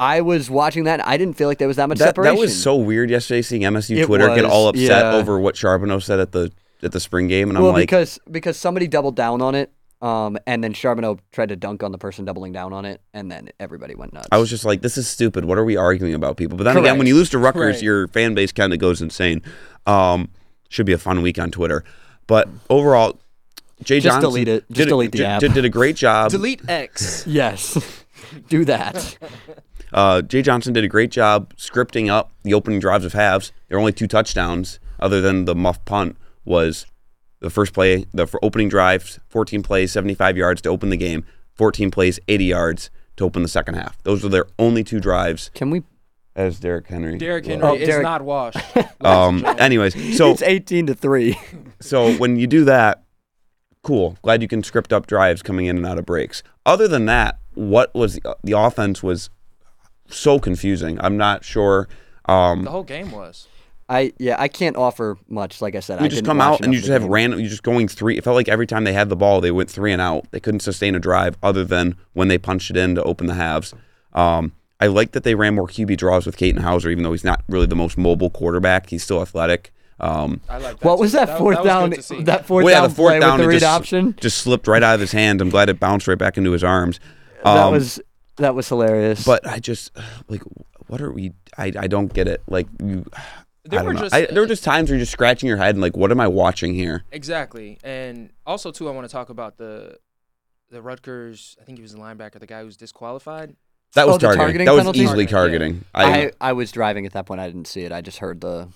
[SPEAKER 1] i was watching that and i didn't feel like there was that much
[SPEAKER 3] that.
[SPEAKER 1] separation
[SPEAKER 3] That was so weird yesterday seeing MSU
[SPEAKER 1] It
[SPEAKER 3] Twitter get
[SPEAKER 1] was,
[SPEAKER 3] all upset
[SPEAKER 1] yeah.
[SPEAKER 3] over what Charbonneau said at the at the spring game, and
[SPEAKER 1] well
[SPEAKER 3] I'm like,
[SPEAKER 1] because because somebody doubled down on it um and then charbonneau tried to dunk on the person doubling down on it and then everybody went nuts
[SPEAKER 3] I was just like, this is stupid. What are we arguing about, people? But then again,
[SPEAKER 1] Correct.
[SPEAKER 3] when you lose to Rutgers,
[SPEAKER 2] Right.
[SPEAKER 3] your fan base kind of goes insane. Um, should be a fun week on Twitter. But overall, Jay
[SPEAKER 1] Just
[SPEAKER 3] Johnson
[SPEAKER 1] delete it. Just
[SPEAKER 3] did, a-
[SPEAKER 1] delete the
[SPEAKER 3] did,
[SPEAKER 1] app.
[SPEAKER 3] Did, did a great job.
[SPEAKER 2] delete X.
[SPEAKER 3] [laughs]
[SPEAKER 1] yes [laughs] do that
[SPEAKER 3] Uh, Jay Johnson did a great job scripting up the opening drives of halves. There were only two touchdowns, other than the muff punt was the first play, the f- opening drives, 14 plays, 75 yards to open the game, 14 plays, 80 yards to open the second half. Those were their only two drives
[SPEAKER 1] can we
[SPEAKER 3] as Derrick Henry.
[SPEAKER 2] Derrick
[SPEAKER 3] was-
[SPEAKER 2] Henry
[SPEAKER 1] Oh,
[SPEAKER 2] is
[SPEAKER 1] Derrick-
[SPEAKER 2] not washed.
[SPEAKER 3] [laughs] Um, anyways, so
[SPEAKER 1] it's 18 to 3
[SPEAKER 3] so when you do that, cool. Glad you can script up drives coming in and out of breaks. Other than that, what was the, the offense was so confusing. I'm not sure. Um,
[SPEAKER 2] the whole game was.
[SPEAKER 1] i yeah i can't offer much like i said
[SPEAKER 3] you
[SPEAKER 1] i
[SPEAKER 3] just
[SPEAKER 1] didn't
[SPEAKER 3] come
[SPEAKER 1] watch
[SPEAKER 3] out and
[SPEAKER 1] enough
[SPEAKER 3] you
[SPEAKER 1] of
[SPEAKER 3] just
[SPEAKER 1] the
[SPEAKER 3] have
[SPEAKER 1] game.
[SPEAKER 3] random. You just going three. It felt like every time they had the ball, they went three and out. They couldn't sustain a drive other than when they punched it in to open the halves. Um, I like that they ran more QB draws with Caden Hauser, even though he's not really the most mobile quarterback. He's still athletic. Um,
[SPEAKER 2] I like that.
[SPEAKER 1] what
[SPEAKER 2] too.
[SPEAKER 1] was that, fourth
[SPEAKER 2] was good
[SPEAKER 1] down?
[SPEAKER 2] to see.
[SPEAKER 1] That fourth
[SPEAKER 3] well, yeah,
[SPEAKER 1] down
[SPEAKER 3] the fourth
[SPEAKER 1] play
[SPEAKER 3] down
[SPEAKER 1] with the
[SPEAKER 3] it
[SPEAKER 1] read
[SPEAKER 3] just,
[SPEAKER 1] option.
[SPEAKER 3] just slipped right out of his hand. I'm glad it bounced right back into his arms. Um,
[SPEAKER 1] that was that was hilarious.
[SPEAKER 3] but I just like, what are we? I, I don't get it. Like you,
[SPEAKER 2] There
[SPEAKER 3] I
[SPEAKER 2] were
[SPEAKER 3] don't know.
[SPEAKER 2] just
[SPEAKER 3] I- there were just times where you're just scratching your head and like, what am I watching here?
[SPEAKER 2] Exactly, and also too, I want to talk about the the Rutgers. I think he was the linebacker, the guy who's disqualified.
[SPEAKER 3] That was
[SPEAKER 1] Oh, the
[SPEAKER 3] targeting.
[SPEAKER 1] targeting
[SPEAKER 3] That was
[SPEAKER 1] penalty?
[SPEAKER 3] easily
[SPEAKER 2] Targeting,
[SPEAKER 3] targeting. I,
[SPEAKER 1] I, I was driving at that point. I didn't see it. I just heard the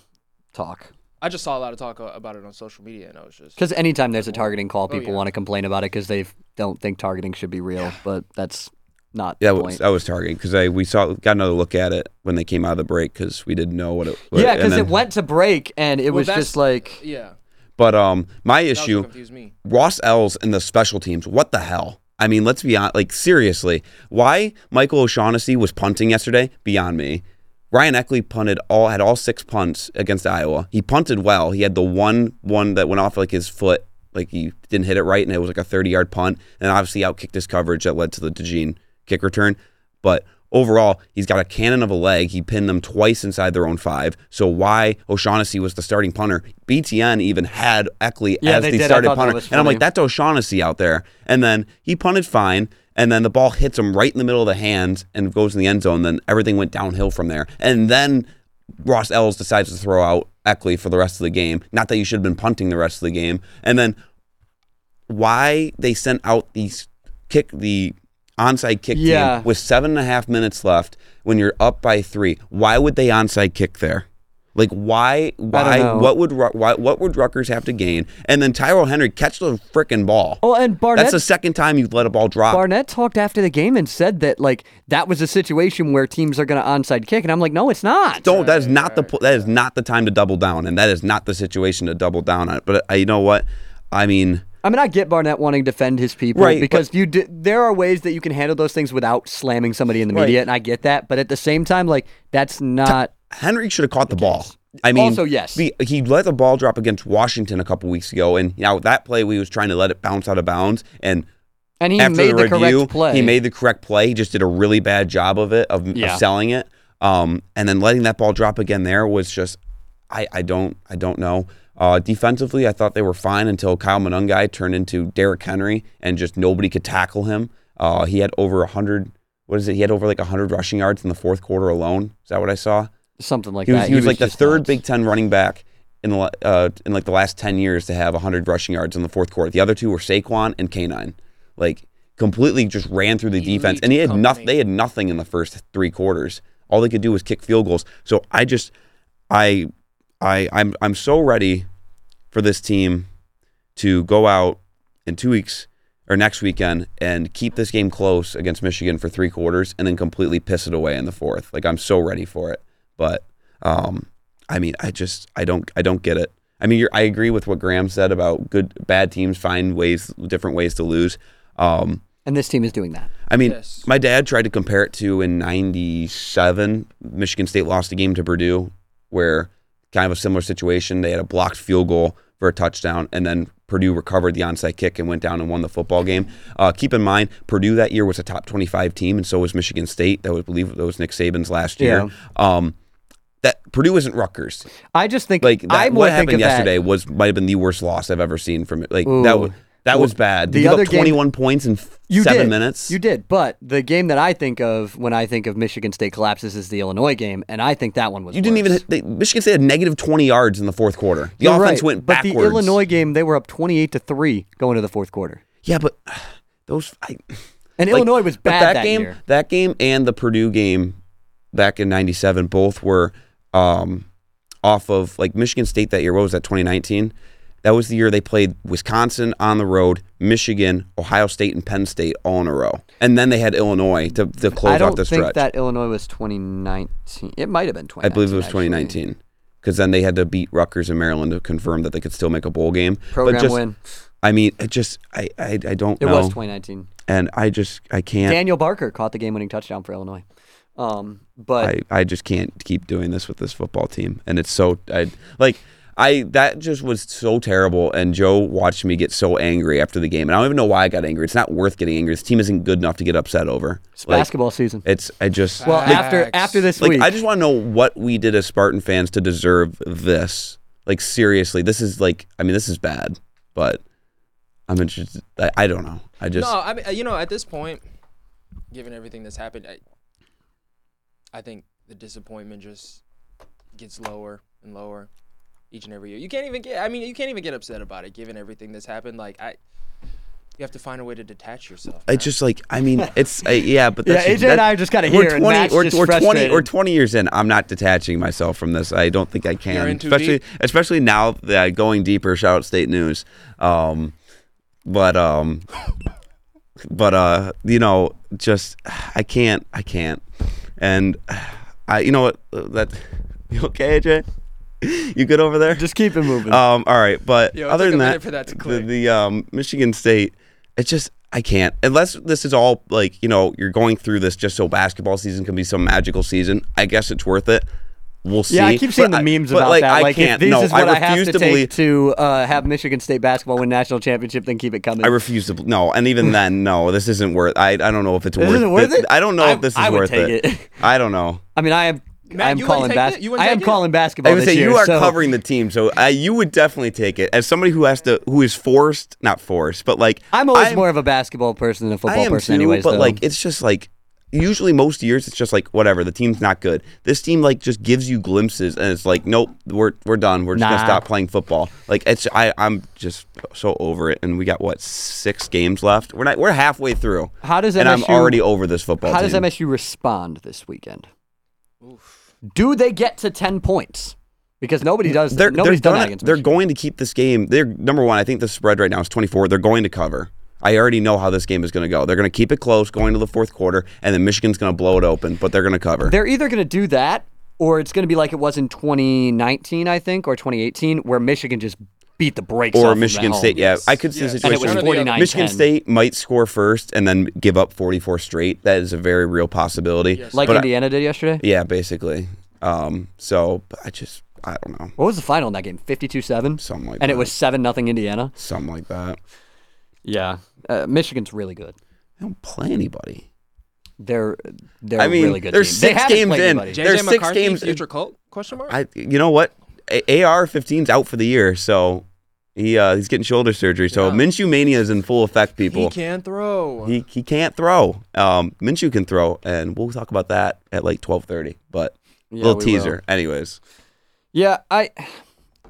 [SPEAKER 1] talk.
[SPEAKER 2] I just saw a lot of talk a- about it on social media, and I was just
[SPEAKER 1] Because anytime there's a targeting call,
[SPEAKER 2] Oh,
[SPEAKER 1] people
[SPEAKER 2] yeah.
[SPEAKER 1] want to complain about it because they don't think targeting should be real. But that's not
[SPEAKER 3] that
[SPEAKER 1] the
[SPEAKER 3] was
[SPEAKER 1] point.
[SPEAKER 3] that was targeting because I we saw got another look at it when they came out of the break because we didn't know what it. What,
[SPEAKER 1] yeah,
[SPEAKER 3] and
[SPEAKER 1] because
[SPEAKER 3] then-
[SPEAKER 1] it went to break and it
[SPEAKER 2] Well,
[SPEAKER 1] was
[SPEAKER 2] that's-
[SPEAKER 1] just like
[SPEAKER 2] yeah.
[SPEAKER 3] But um, my
[SPEAKER 2] That was what
[SPEAKER 3] issue
[SPEAKER 2] confused me.
[SPEAKER 3] Ross Ells and the special teams. What the hell? I mean, let's be on. Like seriously, why Michael O'Shaughnessy was punting yesterday? Beyond me. Ryan Eckley punted all had all six punts against Iowa. He punted well. He had the one one that went off like his foot, like he didn't hit it right, and it was like a thirty yard punt. And obviously outkicked his coverage that led to the DeGene kick return. But overall, he's got a cannon of a leg. He pinned them twice inside their own five. So why O'Shaughnessy was the starting punter? BTN even had Eckley
[SPEAKER 1] Yeah,
[SPEAKER 3] as
[SPEAKER 1] they
[SPEAKER 3] the
[SPEAKER 1] did. I
[SPEAKER 3] starting
[SPEAKER 1] thought that
[SPEAKER 3] punter,
[SPEAKER 1] was
[SPEAKER 3] and I'm
[SPEAKER 1] funny.
[SPEAKER 3] like, that's O'Shaughnessy out there. And then he punted fine, and then the ball hits him right in the middle of the hands and goes in the end zone. Then everything went downhill from there. And then Ross Ellis decides to throw out Eckley for the rest of the game. Not that you should have been punting the rest of the game. And then why they sent out these kick the onside kick
[SPEAKER 1] Yeah.
[SPEAKER 3] team with seven and a half minutes left when you're up by three. Why would they onside kick there? Like why? Why?
[SPEAKER 1] know.
[SPEAKER 3] What would Ru- why, what would Rutgers have to gain? And then Tyrell Henry catch the frickin' ball.
[SPEAKER 1] oh, and Barnett
[SPEAKER 3] That's the second time you've let a ball drop.
[SPEAKER 1] Barnett talked after the game and said that like that was a situation where teams are going to onside kick, and I'm like, no, it's not.
[SPEAKER 3] Don't. That is not the. pl- That is not the time to double down, and that is not the situation to double down on it. But uh, you know what? I mean,
[SPEAKER 1] I mean, I get Barnett wanting to defend his people
[SPEAKER 3] Right,
[SPEAKER 1] because you do, there are ways that you can handle those things without slamming somebody in the
[SPEAKER 3] Right.
[SPEAKER 1] media, and I get that. But at the same time, like that's not.
[SPEAKER 3] Henry should have caught the ball. I mean,
[SPEAKER 1] Also, yes.
[SPEAKER 3] he, he let the ball drop against Washington a couple weeks ago, and now that play we was trying to let it bounce out of bounds, and
[SPEAKER 1] And he
[SPEAKER 3] after
[SPEAKER 1] made the,
[SPEAKER 3] the, review,
[SPEAKER 1] correct play.
[SPEAKER 3] he made the correct play. He just did a really bad job of it, of, of
[SPEAKER 1] Yeah.
[SPEAKER 3] selling it, um, and then letting that ball drop again there was just, I, I don't, I don't know. Uh, defensively, I thought they were fine until Kyle Manungai turned into Derrick Henry and just nobody could tackle him. Uh, he had over 100, what is it? He had over like 100 rushing yards in the fourth quarter alone. Is that what I saw?
[SPEAKER 1] Something like
[SPEAKER 3] he was,
[SPEAKER 1] that.
[SPEAKER 3] He, was, like the
[SPEAKER 1] just
[SPEAKER 3] third
[SPEAKER 1] nuts.
[SPEAKER 3] Big Ten running back in the la- uh, in like the last ten years to have 100 rushing yards in the fourth quarter. The other two were Saquon and K9. Like completely just ran through the
[SPEAKER 2] Elite
[SPEAKER 3] defense, and he had nothing.
[SPEAKER 2] company.
[SPEAKER 3] They had nothing in the first three quarters. All they could do was kick field goals. So I just I I I'm I'm so ready for this team to go out in two weeks or next weekend and keep this game close against Michigan for three quarters and then completely piss it away in the fourth. Like I'm so ready for it. But um, I mean, I just I don't I don't get it. I mean, you're, I agree with what Graham said about good bad teams find ways different ways to lose. Um,
[SPEAKER 1] And this team is doing that.
[SPEAKER 3] I mean,
[SPEAKER 2] Yes.
[SPEAKER 3] my dad tried to compare it to in '97, Michigan State lost a game to Purdue, where kind of a similar situation. They had a blocked field goal for a touchdown, and then Purdue recovered the onside kick and went down and won the football game. Uh, keep in mind, Purdue that year was a top 25 team, and so was Michigan State. That was, I believe, that was Nick Saban's last year. Um, that Purdue isn't Rutgers.
[SPEAKER 1] I just think
[SPEAKER 3] Like that,
[SPEAKER 1] I would
[SPEAKER 3] what
[SPEAKER 1] think
[SPEAKER 3] happened
[SPEAKER 1] of that-
[SPEAKER 3] yesterday was might have been the worst loss I've ever seen from it. Like
[SPEAKER 1] Ooh.
[SPEAKER 3] that was that was bad. They
[SPEAKER 1] the
[SPEAKER 3] give
[SPEAKER 1] other
[SPEAKER 3] up
[SPEAKER 1] game-
[SPEAKER 3] 21 points in f-
[SPEAKER 1] You
[SPEAKER 3] seven
[SPEAKER 1] did.
[SPEAKER 3] minutes.
[SPEAKER 1] You did, but the game that I think of when I think of Michigan State collapses is the Illinois game, and I think that one was.
[SPEAKER 3] You didn't
[SPEAKER 1] worse.
[SPEAKER 3] even. They, Michigan State had negative 20 yards in the fourth quarter. The
[SPEAKER 1] You're right,
[SPEAKER 3] offense went
[SPEAKER 1] but
[SPEAKER 3] backwards.
[SPEAKER 1] the Illinois game, they were up twenty-eight to three going to the fourth quarter,
[SPEAKER 3] Yeah, but [sighs] those. I,
[SPEAKER 1] and
[SPEAKER 3] like,
[SPEAKER 1] Illinois was
[SPEAKER 3] but
[SPEAKER 1] bad that,
[SPEAKER 3] game.
[SPEAKER 1] year.
[SPEAKER 3] That game and the Purdue game back in '97 both were um, off of like Michigan State that year. What was that? 2019. That was the year they played Wisconsin on the road, Michigan, Ohio State, and Penn State all in a row, and then they had Illinois to, to
[SPEAKER 1] I
[SPEAKER 3] close
[SPEAKER 1] don't
[SPEAKER 3] out the
[SPEAKER 1] think
[SPEAKER 3] stretch.
[SPEAKER 1] that Illinois was twenty nineteen. It might have been twenty.
[SPEAKER 3] I believe it was 2019 because then they had to beat Rutgers and Maryland to confirm that they could still make a bowl game. But
[SPEAKER 1] Program
[SPEAKER 3] just-
[SPEAKER 1] win.
[SPEAKER 3] I mean, it just I I, I don't
[SPEAKER 1] It
[SPEAKER 3] know,
[SPEAKER 1] was twenty nineteen.
[SPEAKER 3] and I just I can't.
[SPEAKER 1] Daniel Barker caught the game-winning touchdown for Illinois, um, but
[SPEAKER 3] I, I just can't keep doing this with this football team, and it's so I like I that just was so terrible. And Joe watched me get so angry after the game, and I don't even know why I got angry. It's not worth getting angry. This team isn't good enough to get upset over.
[SPEAKER 1] it's
[SPEAKER 3] Like,
[SPEAKER 1] basketball season.
[SPEAKER 3] it's I just
[SPEAKER 1] well,
[SPEAKER 2] Like-
[SPEAKER 1] after after this
[SPEAKER 3] like
[SPEAKER 1] week,
[SPEAKER 3] I just want to know what we did as Spartan fans to deserve this. Like seriously, this is like I mean this is bad, but I'm interested. I, I don't know. I just
[SPEAKER 2] no, I mean, uh, you know, at this point, given everything that's happened, I, I think the disappointment just gets lower and lower each and every year. You can't even get. I mean, you can't even get upset about it, given everything that's happened. Like I, you have to find a way to detach yourself.
[SPEAKER 3] I
[SPEAKER 2] man.
[SPEAKER 3] just like I mean
[SPEAKER 1] [laughs]
[SPEAKER 3] it's uh, yeah, but
[SPEAKER 1] Yeah,
[SPEAKER 3] that's
[SPEAKER 1] AJ and I are just kinda
[SPEAKER 3] we're
[SPEAKER 1] here, and Matt's
[SPEAKER 3] we're,
[SPEAKER 1] just
[SPEAKER 3] we're twenty we're
[SPEAKER 1] frustrated.
[SPEAKER 3] twenty years in. I'm not detaching myself from this. I don't think I can,
[SPEAKER 2] in too
[SPEAKER 3] especially
[SPEAKER 2] deep?
[SPEAKER 3] especially now that going deeper. Shout out State News, um, but um, but uh, you know, just I can't, I can't, and I you know what that [laughs] you okay, AJ? You good over there?
[SPEAKER 1] just keep it moving.
[SPEAKER 3] Um, all right, but
[SPEAKER 2] Yo, it
[SPEAKER 3] other
[SPEAKER 2] took
[SPEAKER 3] than
[SPEAKER 2] a
[SPEAKER 3] that,
[SPEAKER 2] minute for that to
[SPEAKER 3] the,
[SPEAKER 2] click.
[SPEAKER 3] the um, Michigan State, it's just I can't unless this is all like you know you're going through this just so basketball season can be some magical season. I guess it's worth it. We'll see.
[SPEAKER 1] Yeah, I keep seeing the
[SPEAKER 3] But
[SPEAKER 1] memes
[SPEAKER 3] but,
[SPEAKER 1] about
[SPEAKER 3] like,
[SPEAKER 1] that.
[SPEAKER 3] I
[SPEAKER 1] like,
[SPEAKER 3] can't.
[SPEAKER 1] if this
[SPEAKER 3] no,
[SPEAKER 1] is what
[SPEAKER 3] I
[SPEAKER 1] I, have
[SPEAKER 3] refuse
[SPEAKER 1] to,
[SPEAKER 3] to believe.
[SPEAKER 1] take to uh, have Michigan State basketball win national championship, then keep it coming.
[SPEAKER 3] I refuse to. bel- No,
[SPEAKER 1] [laughs]
[SPEAKER 3] and even then, no. This isn't worth. I I don't know if it's worth.
[SPEAKER 1] isn't worth
[SPEAKER 3] thi-
[SPEAKER 1] it?
[SPEAKER 3] I don't know
[SPEAKER 1] I-
[SPEAKER 3] if this is
[SPEAKER 1] I would
[SPEAKER 3] worth
[SPEAKER 1] take it.
[SPEAKER 3] I
[SPEAKER 1] [laughs]
[SPEAKER 3] don't know.
[SPEAKER 1] I mean, I am.
[SPEAKER 2] Matt,
[SPEAKER 1] I am
[SPEAKER 2] you wouldn't
[SPEAKER 1] calling
[SPEAKER 2] take
[SPEAKER 1] bas-
[SPEAKER 2] it? You wouldn't
[SPEAKER 1] I am
[SPEAKER 2] take it?
[SPEAKER 1] calling basketball
[SPEAKER 3] I would
[SPEAKER 1] this
[SPEAKER 3] say
[SPEAKER 1] year.
[SPEAKER 3] you are
[SPEAKER 1] so-
[SPEAKER 3] covering the team, so uh, you would definitely take it as somebody who has to, who is forced, not forced, but like
[SPEAKER 1] I'm always more of a basketball person than a football person, anyways.
[SPEAKER 3] but
[SPEAKER 1] though.
[SPEAKER 3] like it's just like usually most years it's just like whatever the team's not good. This team like just gives you glimpses and it's like nope we're we're done we're just
[SPEAKER 1] Nah.
[SPEAKER 3] gonna stop playing football. Like it's I I'm just so over it and we got what six games left. We're not we're halfway through.
[SPEAKER 1] How does
[SPEAKER 3] and I'm
[SPEAKER 1] MSU
[SPEAKER 3] already over this football.
[SPEAKER 1] how does
[SPEAKER 3] team.
[SPEAKER 1] MSU respond this weekend? Do they get to ten points? Because nobody does.
[SPEAKER 3] Mm, they're
[SPEAKER 1] nobody's
[SPEAKER 3] they're
[SPEAKER 1] done that
[SPEAKER 3] gonna-
[SPEAKER 1] against
[SPEAKER 3] they're
[SPEAKER 1] Michigan.
[SPEAKER 3] going to keep this game. They're number one. I think the spread right now is 24. They're going to cover. I already know how this game is going to go. They're going to keep it close going to the fourth quarter, and then Michigan's going to blow it open, but they're going to cover.
[SPEAKER 1] They're either going to do that, or it's going to be like it was in 2019, I think, or 2018, where Michigan just beat the brakes off
[SPEAKER 3] or
[SPEAKER 1] of them at
[SPEAKER 3] Michigan
[SPEAKER 1] home.
[SPEAKER 3] State. Yeah, I could see
[SPEAKER 2] Yes.
[SPEAKER 3] the
[SPEAKER 1] And it was
[SPEAKER 3] situation.
[SPEAKER 2] One or the other.
[SPEAKER 1] 49
[SPEAKER 3] Michigan State might score first and then give up 44 straight. That is a very real possibility.
[SPEAKER 1] like
[SPEAKER 3] But I-
[SPEAKER 1] Indiana did yesterday.
[SPEAKER 3] yeah, basically. Um, so but I just I don't know
[SPEAKER 1] What was the final in that game? 52 7?
[SPEAKER 3] Something like
[SPEAKER 1] And it
[SPEAKER 3] that.
[SPEAKER 1] was 7 nothing Indiana?
[SPEAKER 3] something like that.
[SPEAKER 1] Yeah. Uh, Michigan's really good.
[SPEAKER 3] They don't play anybody.
[SPEAKER 1] They're they're
[SPEAKER 3] I mean,
[SPEAKER 1] really good.
[SPEAKER 3] they're
[SPEAKER 1] team. they
[SPEAKER 3] six
[SPEAKER 1] haven't
[SPEAKER 3] games
[SPEAKER 1] played
[SPEAKER 3] in.
[SPEAKER 1] anybody.
[SPEAKER 2] JJ
[SPEAKER 3] there's six
[SPEAKER 2] McCarthy,
[SPEAKER 3] games-
[SPEAKER 2] future cult question mark.
[SPEAKER 3] I you know what AR 15's out for the year, so he uh, he's getting shoulder surgery. So
[SPEAKER 2] Yeah.
[SPEAKER 3] Minshew mania is in full effect, people.
[SPEAKER 2] He can throw.
[SPEAKER 3] He, he can't throw. Um, Minshew can throw, and we'll talk about that at like 12:30. But
[SPEAKER 1] Yeah,
[SPEAKER 3] little
[SPEAKER 1] we will.
[SPEAKER 3] teaser, anyways.
[SPEAKER 1] Yeah, I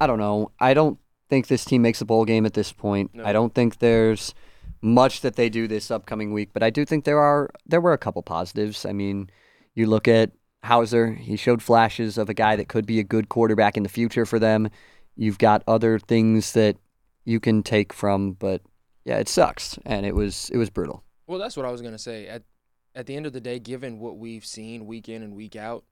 [SPEAKER 1] I don't know. I don't think this team makes a bowl game at this point. I don't think there's much that they do this upcoming week, but I do think there are there were a couple positives. I mean, you look at Hauser, he showed flashes of a guy that could be a good quarterback in the future for them. You've got other things that you can take from, but yeah, it sucks and it was it was brutal.
[SPEAKER 2] Well, that's what I was gonna say. At at the end of the day, given what we've seen week in and week out,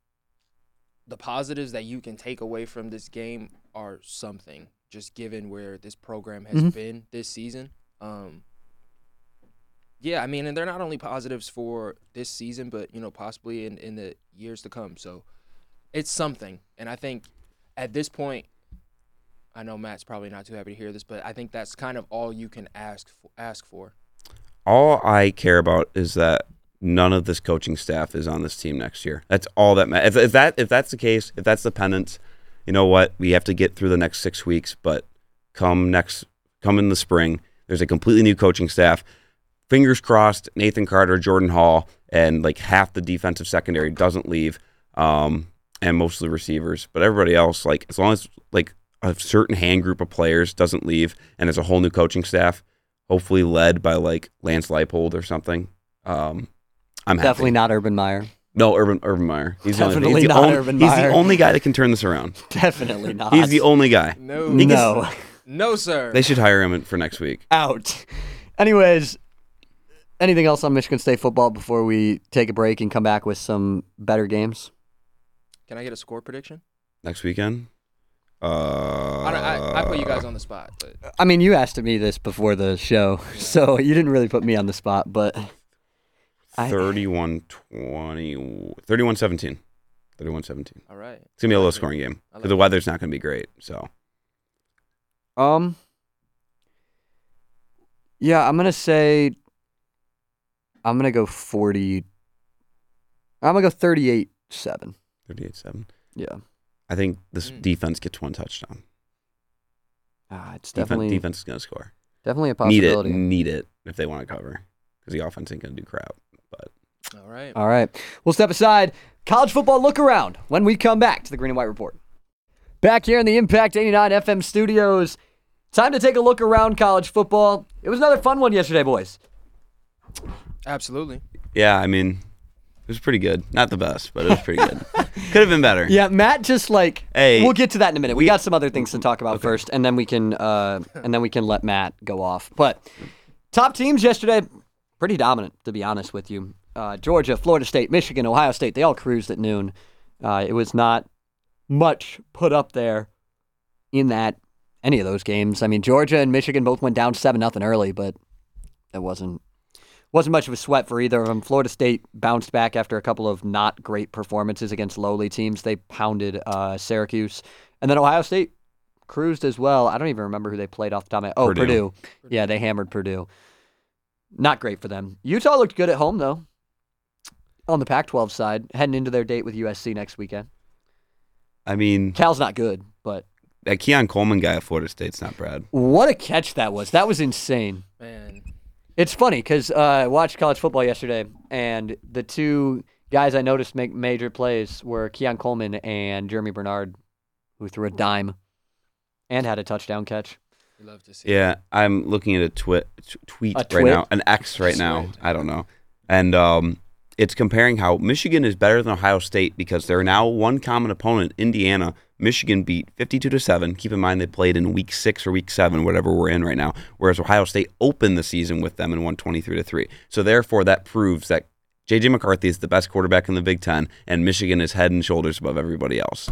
[SPEAKER 2] the positives that you can take away from this game are something. Just given where this program has
[SPEAKER 1] Mhm.
[SPEAKER 2] been this season, um, yeah, I mean, and they're not only positives for this season, but you know, possibly in in the years to come. So it's something, and I think at this point. I know Matt's probably not too happy to hear this, but I think that's kind of all you can ask for, ask for.
[SPEAKER 3] all I care about is that none of this coaching staff is on this team next year. That's all that matters. If, if that if that's the case, if that's the penance, you know what? We have to get through the next six weeks. But come next, come in the spring, there's a completely new coaching staff. Fingers crossed, Nathan Carter, Jordan Hall, and like half the defensive secondary doesn't leave, um, and most of the receivers. But everybody else, like as long as like a certain hand group of players doesn't leave, and it's a whole new coaching staff, hopefully led by like Lance Leipold or something. Um, I'm happy.
[SPEAKER 1] Definitely not Urban Meyer. [laughs]
[SPEAKER 3] no Urban Urban Meyer. He's the only-
[SPEAKER 1] Definitely
[SPEAKER 3] he's the
[SPEAKER 1] not
[SPEAKER 3] only-
[SPEAKER 1] Urban
[SPEAKER 3] He's
[SPEAKER 1] Meyer.
[SPEAKER 3] the only guy that can turn this around.
[SPEAKER 1] Definitely
[SPEAKER 3] [laughs]
[SPEAKER 1] not.
[SPEAKER 3] He's the only guy.
[SPEAKER 2] No,
[SPEAKER 3] He gets-
[SPEAKER 1] no.
[SPEAKER 2] no, sir.
[SPEAKER 3] They should hire him for next week.
[SPEAKER 1] out. Anyways, anything else on Michigan State football before we take a break and come back with some better games?
[SPEAKER 2] Can I get a score prediction?
[SPEAKER 3] Next weekend. Uh,
[SPEAKER 2] I, don't, I, I put you guys on the spot, but
[SPEAKER 1] I mean, you asked me this before the show, [laughs] so you didn't really put me on the spot, but I-
[SPEAKER 3] 31 20, 31 17. 31 17.
[SPEAKER 2] all right.
[SPEAKER 3] It's going to be a low scoring game.
[SPEAKER 2] I like
[SPEAKER 3] The
[SPEAKER 2] it.
[SPEAKER 3] weather's not going to be great. So
[SPEAKER 1] um Yeah, I'm going to say I'm going to go 40 I'm going to go 38-7.
[SPEAKER 3] 38 7.
[SPEAKER 1] Yeah.
[SPEAKER 3] I think this
[SPEAKER 2] Mm.
[SPEAKER 3] defense gets one touchdown.
[SPEAKER 1] Ah, it's
[SPEAKER 3] Defense,
[SPEAKER 1] definitely
[SPEAKER 3] defense is going to score.
[SPEAKER 1] definitely a
[SPEAKER 3] Need it.
[SPEAKER 1] possibility.
[SPEAKER 3] Need it if they want to cover because the offense ain't going to do crap. But
[SPEAKER 2] All right.
[SPEAKER 1] All right. We'll step aside. College football look around when we come back to the Green and White Report. Back here in the Impact 89 FM studios. Time to take a look around college football. It was another fun one yesterday, boys.
[SPEAKER 2] Absolutely.
[SPEAKER 3] yeah, I mean, it was pretty good. Not the best, but it was pretty
[SPEAKER 1] [laughs]
[SPEAKER 3] good. Could have been better.
[SPEAKER 1] Yeah, Matt just like
[SPEAKER 3] Hey,
[SPEAKER 1] we'll get to that in a minute. We, got some other things to talk about first, and then we can uh, and then we can let Matt go off. But top teams yesterday, pretty dominant to be honest with you. Uh, Georgia, Florida State, Michigan, Ohio State, they all cruised at noon. Uh, it was not much put up there in that any of those games. I mean, Georgia and Michigan both went down seven nothing early, but that wasn't wasn't much of a sweat for either of them. Florida State bounced back after a couple of not great performances against lowly teams. They pounded uh, Syracuse, and then Ohio State cruised as well. I don't even remember who they played off the top of my Oh, Purdue.
[SPEAKER 3] Purdue.
[SPEAKER 1] Yeah, they hammered Purdue. Not great for them. Utah looked good at home though. On the Pac-12 side, heading into their date with USC next weekend.
[SPEAKER 3] I mean,
[SPEAKER 1] Cal's not good, but
[SPEAKER 3] that Keon Coleman guy at Florida State's not bad.
[SPEAKER 1] what a catch that was! That was insane.
[SPEAKER 2] Man,
[SPEAKER 1] It's funny because uh, I watched college football yesterday, and the two guys I noticed make major plays were Keon Coleman and Jeremy Bernard, who threw a dime and had a touchdown catch.
[SPEAKER 2] you love to see. it.
[SPEAKER 3] Yeah, I'm looking at a twi- t- tweet
[SPEAKER 1] A
[SPEAKER 3] right
[SPEAKER 1] twit?
[SPEAKER 3] now, an X right now.
[SPEAKER 2] Twit.
[SPEAKER 3] I don't know, and um, it's comparing how Michigan is better than Ohio State because they're now one common opponent, Indiana. Michigan beat 52 to seven. Keep in mind they played in week six or week seven, whatever we're in right now. Whereas Ohio State opened the season with them and won 23 to three. So therefore, that proves that JJ McCarthy is the best quarterback in the Big Ten, and Michigan is head and shoulders above everybody else.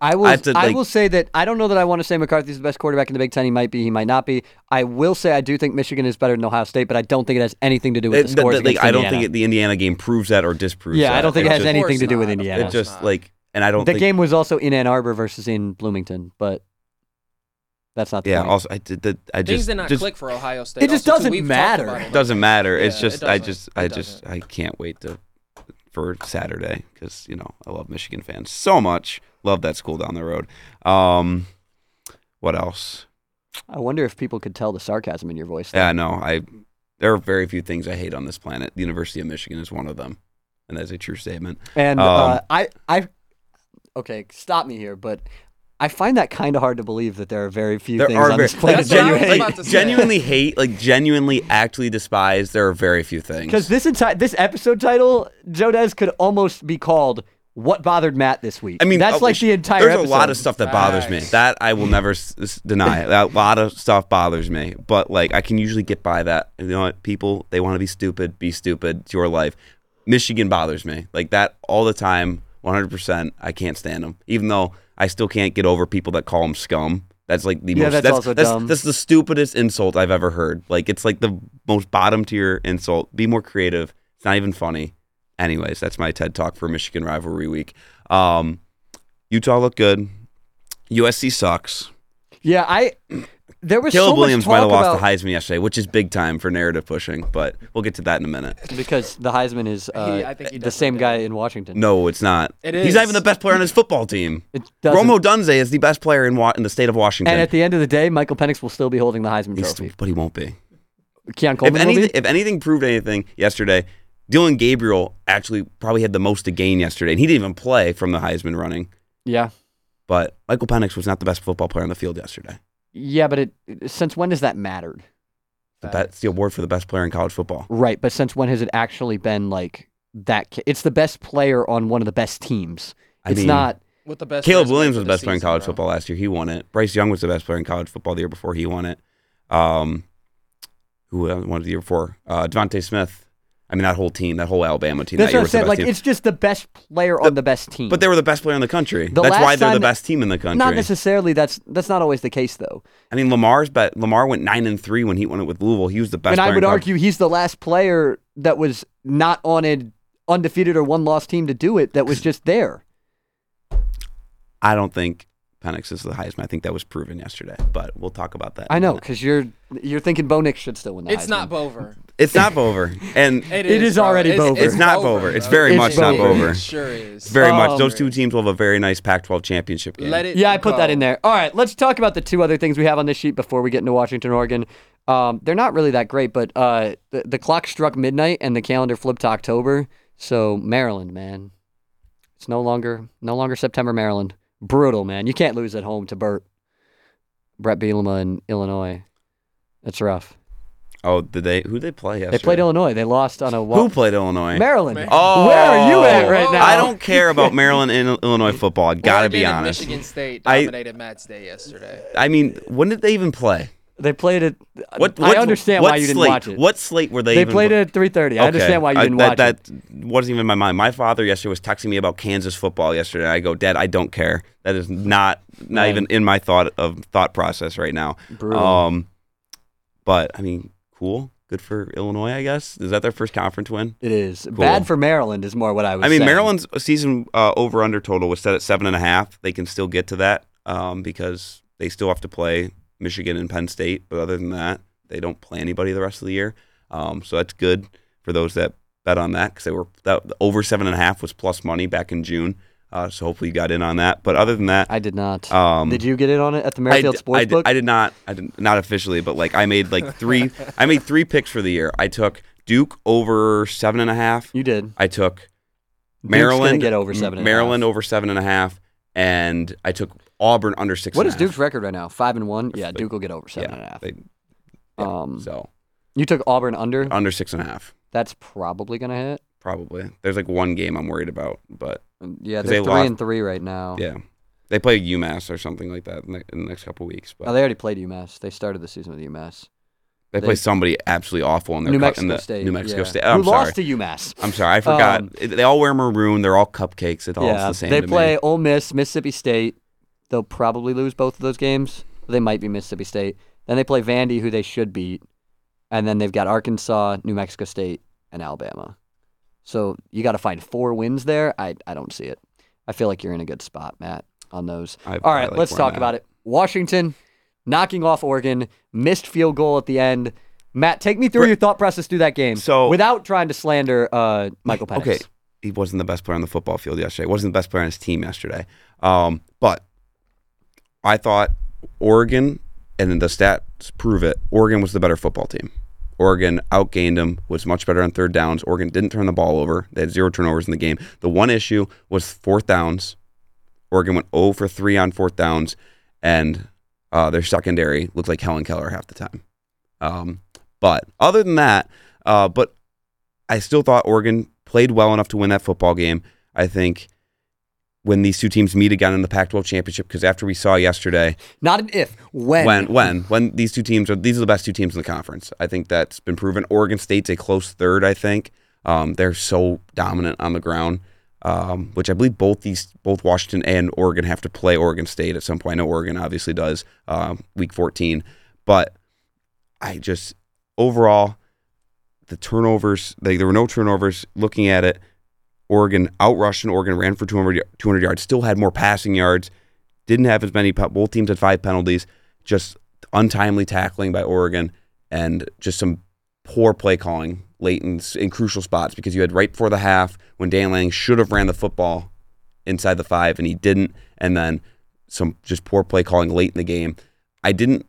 [SPEAKER 1] I will.
[SPEAKER 3] I
[SPEAKER 1] I,
[SPEAKER 3] have to, like-
[SPEAKER 1] will say that I don't know that I want to say McCarthy's the best quarterback in the Big Ten. He might be. He might not be. I will say I do think Michigan is better than Ohio State, but I don't think it has anything to do with
[SPEAKER 3] It-
[SPEAKER 1] the
[SPEAKER 3] th-
[SPEAKER 1] scores
[SPEAKER 3] th- like,
[SPEAKER 1] against
[SPEAKER 3] I don't
[SPEAKER 1] Indiana.
[SPEAKER 3] think it, the Indiana game proves that or disproves.
[SPEAKER 1] Yeah,
[SPEAKER 3] that.
[SPEAKER 1] I don't think it
[SPEAKER 3] It's
[SPEAKER 1] has
[SPEAKER 3] just-
[SPEAKER 2] Of
[SPEAKER 1] anything
[SPEAKER 2] course
[SPEAKER 1] to do with
[SPEAKER 2] not. Of
[SPEAKER 1] Indiana.
[SPEAKER 2] Yeah,
[SPEAKER 3] It
[SPEAKER 2] it's
[SPEAKER 3] just
[SPEAKER 2] not.
[SPEAKER 3] like, and I don't
[SPEAKER 1] the
[SPEAKER 3] think.
[SPEAKER 1] game was also in Ann Arbor versus in Bloomington, but that's not the
[SPEAKER 3] yeah.
[SPEAKER 1] point.
[SPEAKER 3] Also, I did. that- I
[SPEAKER 2] Things
[SPEAKER 3] just
[SPEAKER 2] did not
[SPEAKER 3] just
[SPEAKER 2] click for Ohio State.
[SPEAKER 1] just
[SPEAKER 2] also, too.
[SPEAKER 1] doesn't
[SPEAKER 2] We've talked
[SPEAKER 1] matter.
[SPEAKER 2] about it.
[SPEAKER 3] doesn't matter. it's
[SPEAKER 2] Yeah,
[SPEAKER 3] just
[SPEAKER 2] it
[SPEAKER 3] I
[SPEAKER 2] doesn't.
[SPEAKER 3] just
[SPEAKER 2] It
[SPEAKER 3] I just
[SPEAKER 2] doesn't.
[SPEAKER 3] I can't wait to for Saturday because you know I love Michigan fans so much. Love that school down the road. Um, what else?
[SPEAKER 1] I wonder if people could tell the sarcasm in your voice.
[SPEAKER 3] Yeah, no, I. There are very few things I hate on this planet. The University of Michigan is one of them, and that's a true statement.
[SPEAKER 1] And uh,
[SPEAKER 3] Um,
[SPEAKER 1] I, I, okay, stop me here, but I find that kind of hard to believe that there are very few things on this
[SPEAKER 3] [laughs]
[SPEAKER 1] planet
[SPEAKER 2] That's
[SPEAKER 1] that
[SPEAKER 2] what I
[SPEAKER 1] you
[SPEAKER 2] was
[SPEAKER 1] hate.
[SPEAKER 2] about to
[SPEAKER 3] genuinely,
[SPEAKER 2] say.
[SPEAKER 3] genuinely hate, like genuinely, actually despise. There are very few things.
[SPEAKER 1] Because this entire this episode title, Jodez could almost be called "What Bothered Matt This Week."
[SPEAKER 3] I mean,
[SPEAKER 1] that's
[SPEAKER 3] uh,
[SPEAKER 1] like the entire.
[SPEAKER 3] There's
[SPEAKER 1] episode.
[SPEAKER 3] a lot of stuff that bothers me.
[SPEAKER 2] Facts.
[SPEAKER 3] That I will never s- s- deny. That lot of stuff bothers me. But like, I can usually get by that. You know what? People they want to be stupid. Be stupid. It's your life. Michigan bothers me like that all the time. 100. percent I can't stand them. Even though I still can't get over people that call them scum. That's like the
[SPEAKER 1] Yeah,
[SPEAKER 3] most.
[SPEAKER 1] that's also
[SPEAKER 3] that's,
[SPEAKER 1] dumb.
[SPEAKER 3] that's the stupidest insult I've ever heard. Like it's like the most bottom tier insult. Be more creative. It's not even funny. Anyways, that's my TED talk for Michigan rivalry week. Um, Utah looked good. USC sucks.
[SPEAKER 1] Yeah, I. There was
[SPEAKER 3] Caleb
[SPEAKER 1] so much
[SPEAKER 3] Williams
[SPEAKER 1] talk
[SPEAKER 3] might have lost
[SPEAKER 1] about
[SPEAKER 3] the Heisman yesterday, which is big time for narrative pushing, but we'll get to that in a minute.
[SPEAKER 1] because the Heisman is uh,
[SPEAKER 2] He- I think he
[SPEAKER 1] the
[SPEAKER 2] definitely
[SPEAKER 1] same
[SPEAKER 2] did.
[SPEAKER 1] guy in Washington.
[SPEAKER 3] No, it's not.
[SPEAKER 2] It
[SPEAKER 3] He's not
[SPEAKER 2] is.
[SPEAKER 3] even the best player on his football team.
[SPEAKER 1] It doesn't-
[SPEAKER 3] Romo Dunze is the best player in wa- in the state of Washington.
[SPEAKER 1] And at the end of the day, Michael Penix will still be holding the Heisman
[SPEAKER 3] He's-
[SPEAKER 1] Trophy.
[SPEAKER 3] but he won't be.
[SPEAKER 1] Keon
[SPEAKER 3] If
[SPEAKER 1] Coleman will
[SPEAKER 3] anything,
[SPEAKER 1] be?
[SPEAKER 3] if anything proved anything yesterday, Dylan Gabriel actually probably had the most to gain yesterday, and he didn't even play from the Heisman running.
[SPEAKER 1] Yeah,
[SPEAKER 3] But Michael Penix was not the best football player on the field yesterday.
[SPEAKER 1] yeah, but it, since when has that mattered?
[SPEAKER 3] But that's the award for the best player in college football.
[SPEAKER 1] Right, but since when has it actually been like that? Ki- it's the best player on one of the best teams.
[SPEAKER 3] I
[SPEAKER 1] It's
[SPEAKER 3] mean-
[SPEAKER 1] not.
[SPEAKER 2] With the best
[SPEAKER 3] Caleb
[SPEAKER 2] resume
[SPEAKER 3] Williams
[SPEAKER 2] for
[SPEAKER 3] was the best player in
[SPEAKER 2] season,
[SPEAKER 3] college
[SPEAKER 2] bro.
[SPEAKER 3] football last year. He won it. Bryce Young was the best player in college football the year before. He won it. Um, who else won it the year before? Uh, Devontae Smith. I mean, that whole team, that whole Alabama team.
[SPEAKER 1] That's
[SPEAKER 3] that year
[SPEAKER 1] what I'm
[SPEAKER 3] was the
[SPEAKER 1] saying.
[SPEAKER 3] best
[SPEAKER 1] Like,
[SPEAKER 3] team.
[SPEAKER 1] it's just the best player on the best team.
[SPEAKER 3] but they were the best player in the country.
[SPEAKER 1] The
[SPEAKER 3] that's why
[SPEAKER 1] last
[SPEAKER 3] they're the
[SPEAKER 1] time-
[SPEAKER 3] best team in the country.
[SPEAKER 1] Not necessarily. That's that's not always the case though.
[SPEAKER 3] I mean, Lamar's bet. Lamar went nine and three when he won it with Louisville. He was the best.
[SPEAKER 1] and I
[SPEAKER 3] player
[SPEAKER 1] would
[SPEAKER 3] in college-
[SPEAKER 1] argue he's the last player that was not on an undefeated or one loss team to do it. That was just there.
[SPEAKER 3] I don't think Penix is the Heisman. I think that was proven yesterday. But we'll talk about that. in
[SPEAKER 1] I
[SPEAKER 3] a
[SPEAKER 1] know
[SPEAKER 3] minute.
[SPEAKER 1] because you're you're thinking Bo Nix should still win the
[SPEAKER 2] It's
[SPEAKER 1] Heisman.
[SPEAKER 2] not Bover.
[SPEAKER 3] it's not over, and
[SPEAKER 1] It
[SPEAKER 2] It is,
[SPEAKER 1] is
[SPEAKER 2] bro.
[SPEAKER 1] already
[SPEAKER 2] [laughs] it's,
[SPEAKER 1] Bover.
[SPEAKER 3] It's not Bover.
[SPEAKER 2] Bover.
[SPEAKER 3] It's
[SPEAKER 2] bro.
[SPEAKER 3] very
[SPEAKER 1] much not
[SPEAKER 2] Bover.
[SPEAKER 1] Bover.
[SPEAKER 2] It sure is.
[SPEAKER 3] very much.
[SPEAKER 1] Um,
[SPEAKER 3] Those two teams will have a very nice Pac-12 championship game.
[SPEAKER 2] Let it
[SPEAKER 1] Yeah, I put that
[SPEAKER 2] go.
[SPEAKER 1] in there. All right, let's talk about the two other things we have on this sheet before we get into Washington, Oregon. Um, they're not really that great, but uh, the, the clock struck midnight and the calendar flipped to October. So Maryland, man, it's no longer no longer September, Maryland. Brutal, man. You can't lose at home to Burt, Brett Bielema in Illinois. That's rough.
[SPEAKER 3] Oh, did they? Who did they play yesterday?
[SPEAKER 1] They played Illinois. They lost on a wa-
[SPEAKER 3] Who played Illinois?
[SPEAKER 1] Maryland.
[SPEAKER 2] Maryland.
[SPEAKER 3] Oh,
[SPEAKER 1] where are you at right
[SPEAKER 2] Oh.
[SPEAKER 1] now?
[SPEAKER 3] I don't care
[SPEAKER 1] [laughs]
[SPEAKER 3] about Maryland and Illinois football. I
[SPEAKER 2] Well,
[SPEAKER 3] gotta
[SPEAKER 2] I
[SPEAKER 3] be
[SPEAKER 2] did if
[SPEAKER 3] honest.
[SPEAKER 2] Michigan State
[SPEAKER 3] I-
[SPEAKER 2] dominated Matt's day yesterday.
[SPEAKER 3] I mean, when did they even play?
[SPEAKER 1] They played it.
[SPEAKER 3] What?
[SPEAKER 1] I
[SPEAKER 3] what-
[SPEAKER 1] understand
[SPEAKER 3] what
[SPEAKER 1] why you didn't
[SPEAKER 3] slate-
[SPEAKER 1] watch it.
[SPEAKER 3] What slate were they?
[SPEAKER 1] They
[SPEAKER 3] even
[SPEAKER 1] played
[SPEAKER 3] pl-
[SPEAKER 1] it at 3:30. I
[SPEAKER 3] Okay.
[SPEAKER 1] understand why you
[SPEAKER 3] I-
[SPEAKER 1] didn't
[SPEAKER 3] that,
[SPEAKER 1] watch it.
[SPEAKER 3] that wasn't even in my mind. My father yesterday was texting me about Kansas football yesterday. I go, Dad, I don't care. That is not not
[SPEAKER 1] Right.
[SPEAKER 3] even in my thought of thought process right now.
[SPEAKER 1] Brutal.
[SPEAKER 3] Um, but I mean, cool. Good for Illinois, I guess. Is that their first conference win?
[SPEAKER 1] It is bad
[SPEAKER 3] Cool.
[SPEAKER 1] for Maryland. Is more what I was.
[SPEAKER 3] I mean,
[SPEAKER 1] saying.
[SPEAKER 3] Maryland's season uh, over under total was set at seven and a half. They can still get to that um, because they still have to play Michigan and Penn State. But other than that, they don't play anybody the rest of the year. Um, so that's good for those that bet on that because they were that, over seven and a half was plus money back in June. Uh, so hopefully you got in on that. But other than that,
[SPEAKER 1] I did not.
[SPEAKER 3] um,
[SPEAKER 1] did you get in on it at the
[SPEAKER 3] I,
[SPEAKER 1] Merrifield
[SPEAKER 3] d- I,
[SPEAKER 1] Sportsbook?
[SPEAKER 3] did, I did not. I did not officially, but like I made like three. I made three picks for the year. I took Duke over seven and a half.
[SPEAKER 1] you did.
[SPEAKER 3] I took
[SPEAKER 1] Duke's gonna
[SPEAKER 3] Maryland
[SPEAKER 1] get over seven. and a half.
[SPEAKER 3] Maryland over seven and a half, and I took Auburn under six.
[SPEAKER 1] What
[SPEAKER 3] and
[SPEAKER 1] is
[SPEAKER 3] a half.
[SPEAKER 1] Duke's record right now? Five and one. Yeah, Duke will get over seven
[SPEAKER 3] Yeah,
[SPEAKER 1] and a half.
[SPEAKER 3] they-
[SPEAKER 1] Um,
[SPEAKER 3] so Uh,
[SPEAKER 1] you took Auburn under.
[SPEAKER 3] under six and a half,
[SPEAKER 1] That's probably gonna hit.
[SPEAKER 3] probably. There's like one game I'm worried about, but
[SPEAKER 1] And Yeah,
[SPEAKER 3] 'Cause
[SPEAKER 1] they're
[SPEAKER 3] they
[SPEAKER 1] three
[SPEAKER 3] lost-
[SPEAKER 1] and three right now.
[SPEAKER 3] yeah, they play UMass or something like that in the, in the next couple weeks. But
[SPEAKER 1] Oh, they already played UMass. They started the season with UMass.
[SPEAKER 3] they,
[SPEAKER 1] they-
[SPEAKER 3] play somebody absolutely awful in their
[SPEAKER 1] New
[SPEAKER 3] cu-
[SPEAKER 1] Mexico
[SPEAKER 3] in the,
[SPEAKER 1] State.
[SPEAKER 3] New Mexico
[SPEAKER 1] yeah.
[SPEAKER 3] State. Oh, I'm
[SPEAKER 1] Who
[SPEAKER 3] sorry.
[SPEAKER 1] lost to UMass?
[SPEAKER 3] I'm sorry, I forgot.
[SPEAKER 1] Um,
[SPEAKER 3] It- they all wear maroon. They're all cupcakes. It all looks
[SPEAKER 1] yeah,
[SPEAKER 3] the same.
[SPEAKER 1] they
[SPEAKER 3] to me.
[SPEAKER 1] play Ole Miss, Mississippi State. They'll probably lose both of those games. They might be Mississippi State. Then they play Vandy, who they should beat, and then they've got Arkansas, New Mexico State, and Alabama. So you got to find four wins there. I I don't see it. I feel like you're in a good spot, Matt, on those.
[SPEAKER 3] I-
[SPEAKER 1] All
[SPEAKER 3] I
[SPEAKER 1] right,
[SPEAKER 3] like
[SPEAKER 1] let's
[SPEAKER 3] where
[SPEAKER 1] talk
[SPEAKER 3] I'm
[SPEAKER 1] about it. Washington knocking off Oregon, missed field goal at the end. Matt, take me through
[SPEAKER 3] Re-
[SPEAKER 1] your thought process through that game.
[SPEAKER 3] So-
[SPEAKER 1] without trying to slander uh, Michael Penix.
[SPEAKER 3] Okay, he wasn't the best player on the football field yesterday. wasn't the best player on his team yesterday. Um, but I thought Oregon, and then the stats prove it. Oregon was the better football team. Oregon outgained them, was much better on third downs. Oregon didn't turn the ball over. They had zero turnovers in the game. The one issue was fourth downs. Oregon went 0 for 3 on fourth downs, and uh, their secondary looked like Helen Keller half the time. Um, but other than that, uh, but I still thought Oregon played well enough to win that football game. I think when these two teams meet again in the Pac-12 championship, because after we saw yesterday,
[SPEAKER 1] Not an if, when.
[SPEAKER 3] when when when these two teams are these are the best two teams in the conference. I think that's been proven. Oregon State's a close third. I think um, they're so dominant on the ground, um, which I believe both these both Washington and Oregon have to play Oregon State at some point. I know Oregon obviously does um, week fourteen, but I just overall the turnovers. They, there were no turnovers. Looking at it, Oregon outrushed and Oregon ran for 200, y- 200 yards. Still had more passing yards. Didn't have as many. pe- Both teams had five penalties. Just untimely tackling by Oregon and just some poor play calling late in, s- in crucial spots because you had right before the half when Dan Lanning should have ran the football inside the five and he didn't, and then some just poor play calling late in the game. I didn't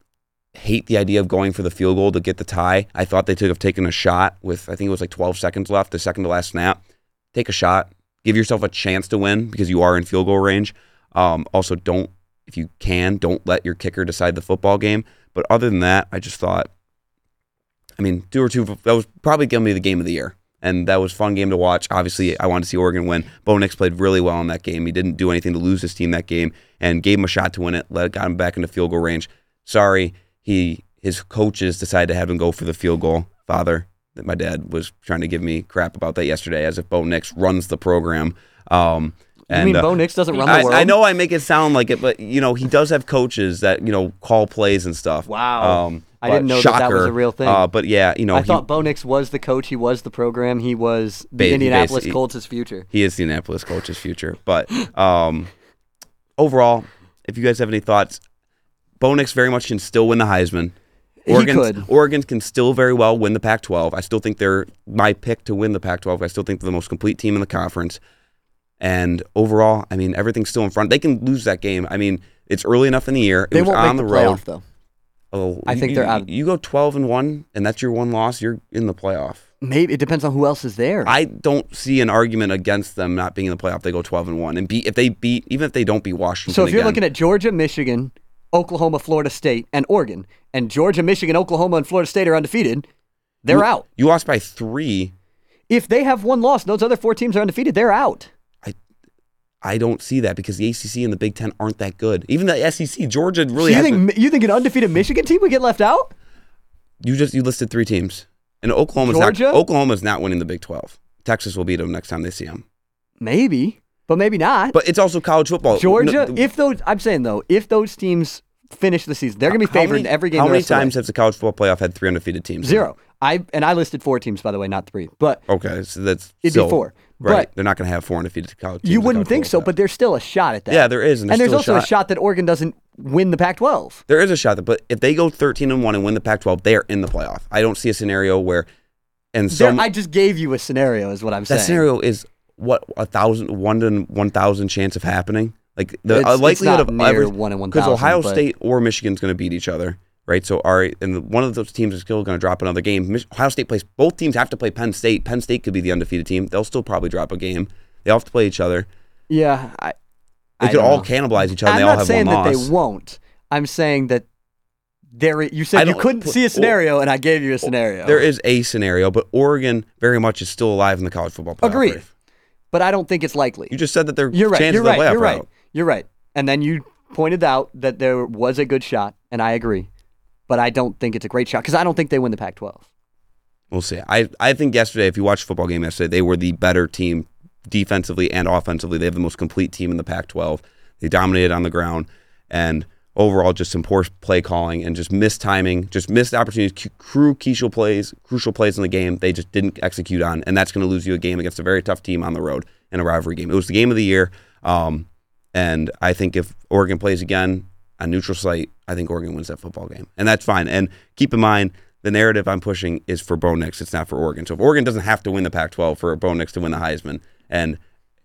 [SPEAKER 3] hate the idea of going for the field goal to get the tie. I thought they should have taken a shot with I think it was like 12 seconds left, the second to last snap. Take a shot, give yourself a chance to win because you are in field goal range. Um, also, don't if you can, don't let your kicker decide the football game. But other than that, I just thought, I mean, two or two that was probably going to be the game of the year. And that was a fun game to watch. Obviously, I wanted to see Oregon win. Bo Nix played really well in that game. He didn't do anything to lose his team that game, and gave him a shot to win it. Let got him back into field goal range sorry he his coaches decided to have him go for the field goal father that my dad was trying to give me crap about that yesterday as if bo nix runs the program um
[SPEAKER 1] You
[SPEAKER 3] and
[SPEAKER 1] mean
[SPEAKER 3] uh,
[SPEAKER 1] Bo Nix doesn't run the
[SPEAKER 3] I,
[SPEAKER 1] world?
[SPEAKER 3] I know I make it sound like it, but you know he does have coaches that you know call plays and stuff. Um,
[SPEAKER 1] Wow. I
[SPEAKER 3] but
[SPEAKER 1] didn't know that that was a real thing.
[SPEAKER 3] Uh, but yeah, you know
[SPEAKER 1] I
[SPEAKER 3] he,
[SPEAKER 1] thought Bo Nix was the coach. He was the program. He was the
[SPEAKER 3] Ba-
[SPEAKER 1] Indianapolis
[SPEAKER 3] basically-
[SPEAKER 1] Colts' future.
[SPEAKER 3] he is the Annapolis coach's future. But um, overall, if you guys have any thoughts, Bo Nix very much can still win the Heisman.
[SPEAKER 1] He
[SPEAKER 3] Oregon,
[SPEAKER 1] could.
[SPEAKER 3] Oregon can still very well win the Pac-12. I still think they're my pick to win the Pac-12. I still think they're the most complete team in the conference. And overall, I mean, everything's still in front. They can lose that game. I mean, it's early enough in the year. It
[SPEAKER 1] They
[SPEAKER 3] was
[SPEAKER 1] won't
[SPEAKER 3] on
[SPEAKER 1] make the,
[SPEAKER 3] road.
[SPEAKER 1] playoff though.
[SPEAKER 3] Oh,
[SPEAKER 1] I
[SPEAKER 3] you-
[SPEAKER 1] think they're
[SPEAKER 3] you-
[SPEAKER 1] out.
[SPEAKER 3] You go 12 and one, and that's your one loss. You're in the playoff.
[SPEAKER 1] Maybe it depends on who else is there.
[SPEAKER 3] I don't see an argument against them not being in the playoff. They go twelve and one, and beat if they beat even if they don't beat Washington.
[SPEAKER 1] so if you're
[SPEAKER 3] again,
[SPEAKER 1] looking at Georgia, Michigan, Oklahoma, Florida State, and Oregon, and Georgia, Michigan, Oklahoma, and Florida State are undefeated, they're
[SPEAKER 3] you,
[SPEAKER 1] out.
[SPEAKER 3] You lost by three.
[SPEAKER 1] If they have one loss, and those other four teams are undefeated. They're out.
[SPEAKER 3] I don't see that because the ACC and the Big Ten aren't that good. Even the SEC, Georgia really.
[SPEAKER 1] so you
[SPEAKER 3] has
[SPEAKER 1] think you think an undefeated Michigan team would get left out?
[SPEAKER 3] you just you listed three teams, and Oklahoma's
[SPEAKER 1] Georgia?
[SPEAKER 3] not. Oklahoma's not winning the Big Twelve. Texas will beat them next time they see them.
[SPEAKER 1] Maybe, but maybe not.
[SPEAKER 3] But it's also college football.
[SPEAKER 1] Georgia,
[SPEAKER 3] Oh, No-
[SPEAKER 1] if those, I'm saying though, if those teams finish the season, they're going to be
[SPEAKER 3] how
[SPEAKER 1] favored in
[SPEAKER 3] many-
[SPEAKER 1] every game.
[SPEAKER 3] How
[SPEAKER 1] the
[SPEAKER 3] many
[SPEAKER 1] rest of the way.
[SPEAKER 3] times has the college football playoff had three undefeated teams?
[SPEAKER 1] Zero. I and I listed four teams by the way, not three. But
[SPEAKER 3] Okay, so that's
[SPEAKER 1] It'd be
[SPEAKER 3] still-
[SPEAKER 1] four,
[SPEAKER 3] Right,
[SPEAKER 1] but-
[SPEAKER 3] they're not going to have four undefeated college. teams
[SPEAKER 1] you
[SPEAKER 3] in the
[SPEAKER 1] wouldn't
[SPEAKER 3] college
[SPEAKER 1] think so.
[SPEAKER 3] football playoff.
[SPEAKER 1] But there's still a shot at that.
[SPEAKER 3] Yeah, there is, and
[SPEAKER 1] and,
[SPEAKER 3] there's
[SPEAKER 1] there's
[SPEAKER 3] still a
[SPEAKER 1] also
[SPEAKER 3] shot.
[SPEAKER 1] that Oregon doesn't win the Pac-12.
[SPEAKER 3] There is a shot that, but if they go 13 and 1 and win the Pac 12, they are in the playoff. I don't see a scenario where, and so
[SPEAKER 1] There- I just gave you a scenario, is what I'm
[SPEAKER 3] that
[SPEAKER 1] saying.
[SPEAKER 3] scenario is what a thousand, one to 1,000 chance of happening. Like the
[SPEAKER 1] It's-
[SPEAKER 3] uh,
[SPEAKER 1] it's
[SPEAKER 3] likelihood
[SPEAKER 1] not
[SPEAKER 3] of
[SPEAKER 1] near
[SPEAKER 3] every
[SPEAKER 1] one in
[SPEAKER 3] because
[SPEAKER 1] 1,000,
[SPEAKER 3] Ohio
[SPEAKER 1] but-
[SPEAKER 3] State or Michigan's going to beat each other, right? So, all right, and the- one of those teams is still going to drop another game. Mich- Ohio State plays both teams have to play Penn State. Penn State could be the undefeated team. They'll still probably drop a game. They all have to play each other.
[SPEAKER 1] Yeah, I,
[SPEAKER 3] They
[SPEAKER 1] I
[SPEAKER 3] could
[SPEAKER 1] don't
[SPEAKER 3] all
[SPEAKER 1] know.
[SPEAKER 3] cannibalize each other.
[SPEAKER 1] I'm
[SPEAKER 3] and they all
[SPEAKER 1] not
[SPEAKER 3] have
[SPEAKER 1] saying
[SPEAKER 3] one
[SPEAKER 1] that
[SPEAKER 3] loss.
[SPEAKER 1] they won't. I'm saying that there. You
[SPEAKER 3] I
[SPEAKER 1] said you
[SPEAKER 3] don't-
[SPEAKER 1] couldn't see a
[SPEAKER 3] well,
[SPEAKER 1] scenario, and I gave you a scenario.
[SPEAKER 3] There is a scenario, but Oregon very much is still alive in the college football playoff.
[SPEAKER 1] Agreed.
[SPEAKER 3] race.
[SPEAKER 1] but I don't think it's likely.
[SPEAKER 3] You just said that their
[SPEAKER 1] You're right.
[SPEAKER 3] chances
[SPEAKER 1] You're
[SPEAKER 3] of
[SPEAKER 1] right.
[SPEAKER 3] the playoff
[SPEAKER 1] You're right.
[SPEAKER 3] route.
[SPEAKER 1] You're right. And then you pointed out that there was a good shot, and I agree. But I don't think it's a great shot because I don't think they win the Pac-12.
[SPEAKER 3] We'll see. I, I think yesterday, if you watched the football game yesterday, they were the better team defensively and offensively. They have the most complete team in the Pac-12. They dominated on the ground, and overall, just some poor play calling and just missed timing, just missed opportunities, cu- cru- crucial plays, crucial plays in the game. They just didn't execute on, and that's going to lose you a game against a very tough team on the road in a rivalry game. It was the game of the year, um, and I think if Oregon plays again on neutral site, I think Oregon wins that football game, and that's fine. And keep in mind. The narrative I'm pushing is for Bo Nix. It's not for Oregon. So if Oregon doesn't have to win the Pac-12 for Bo Nix to win the Heisman, and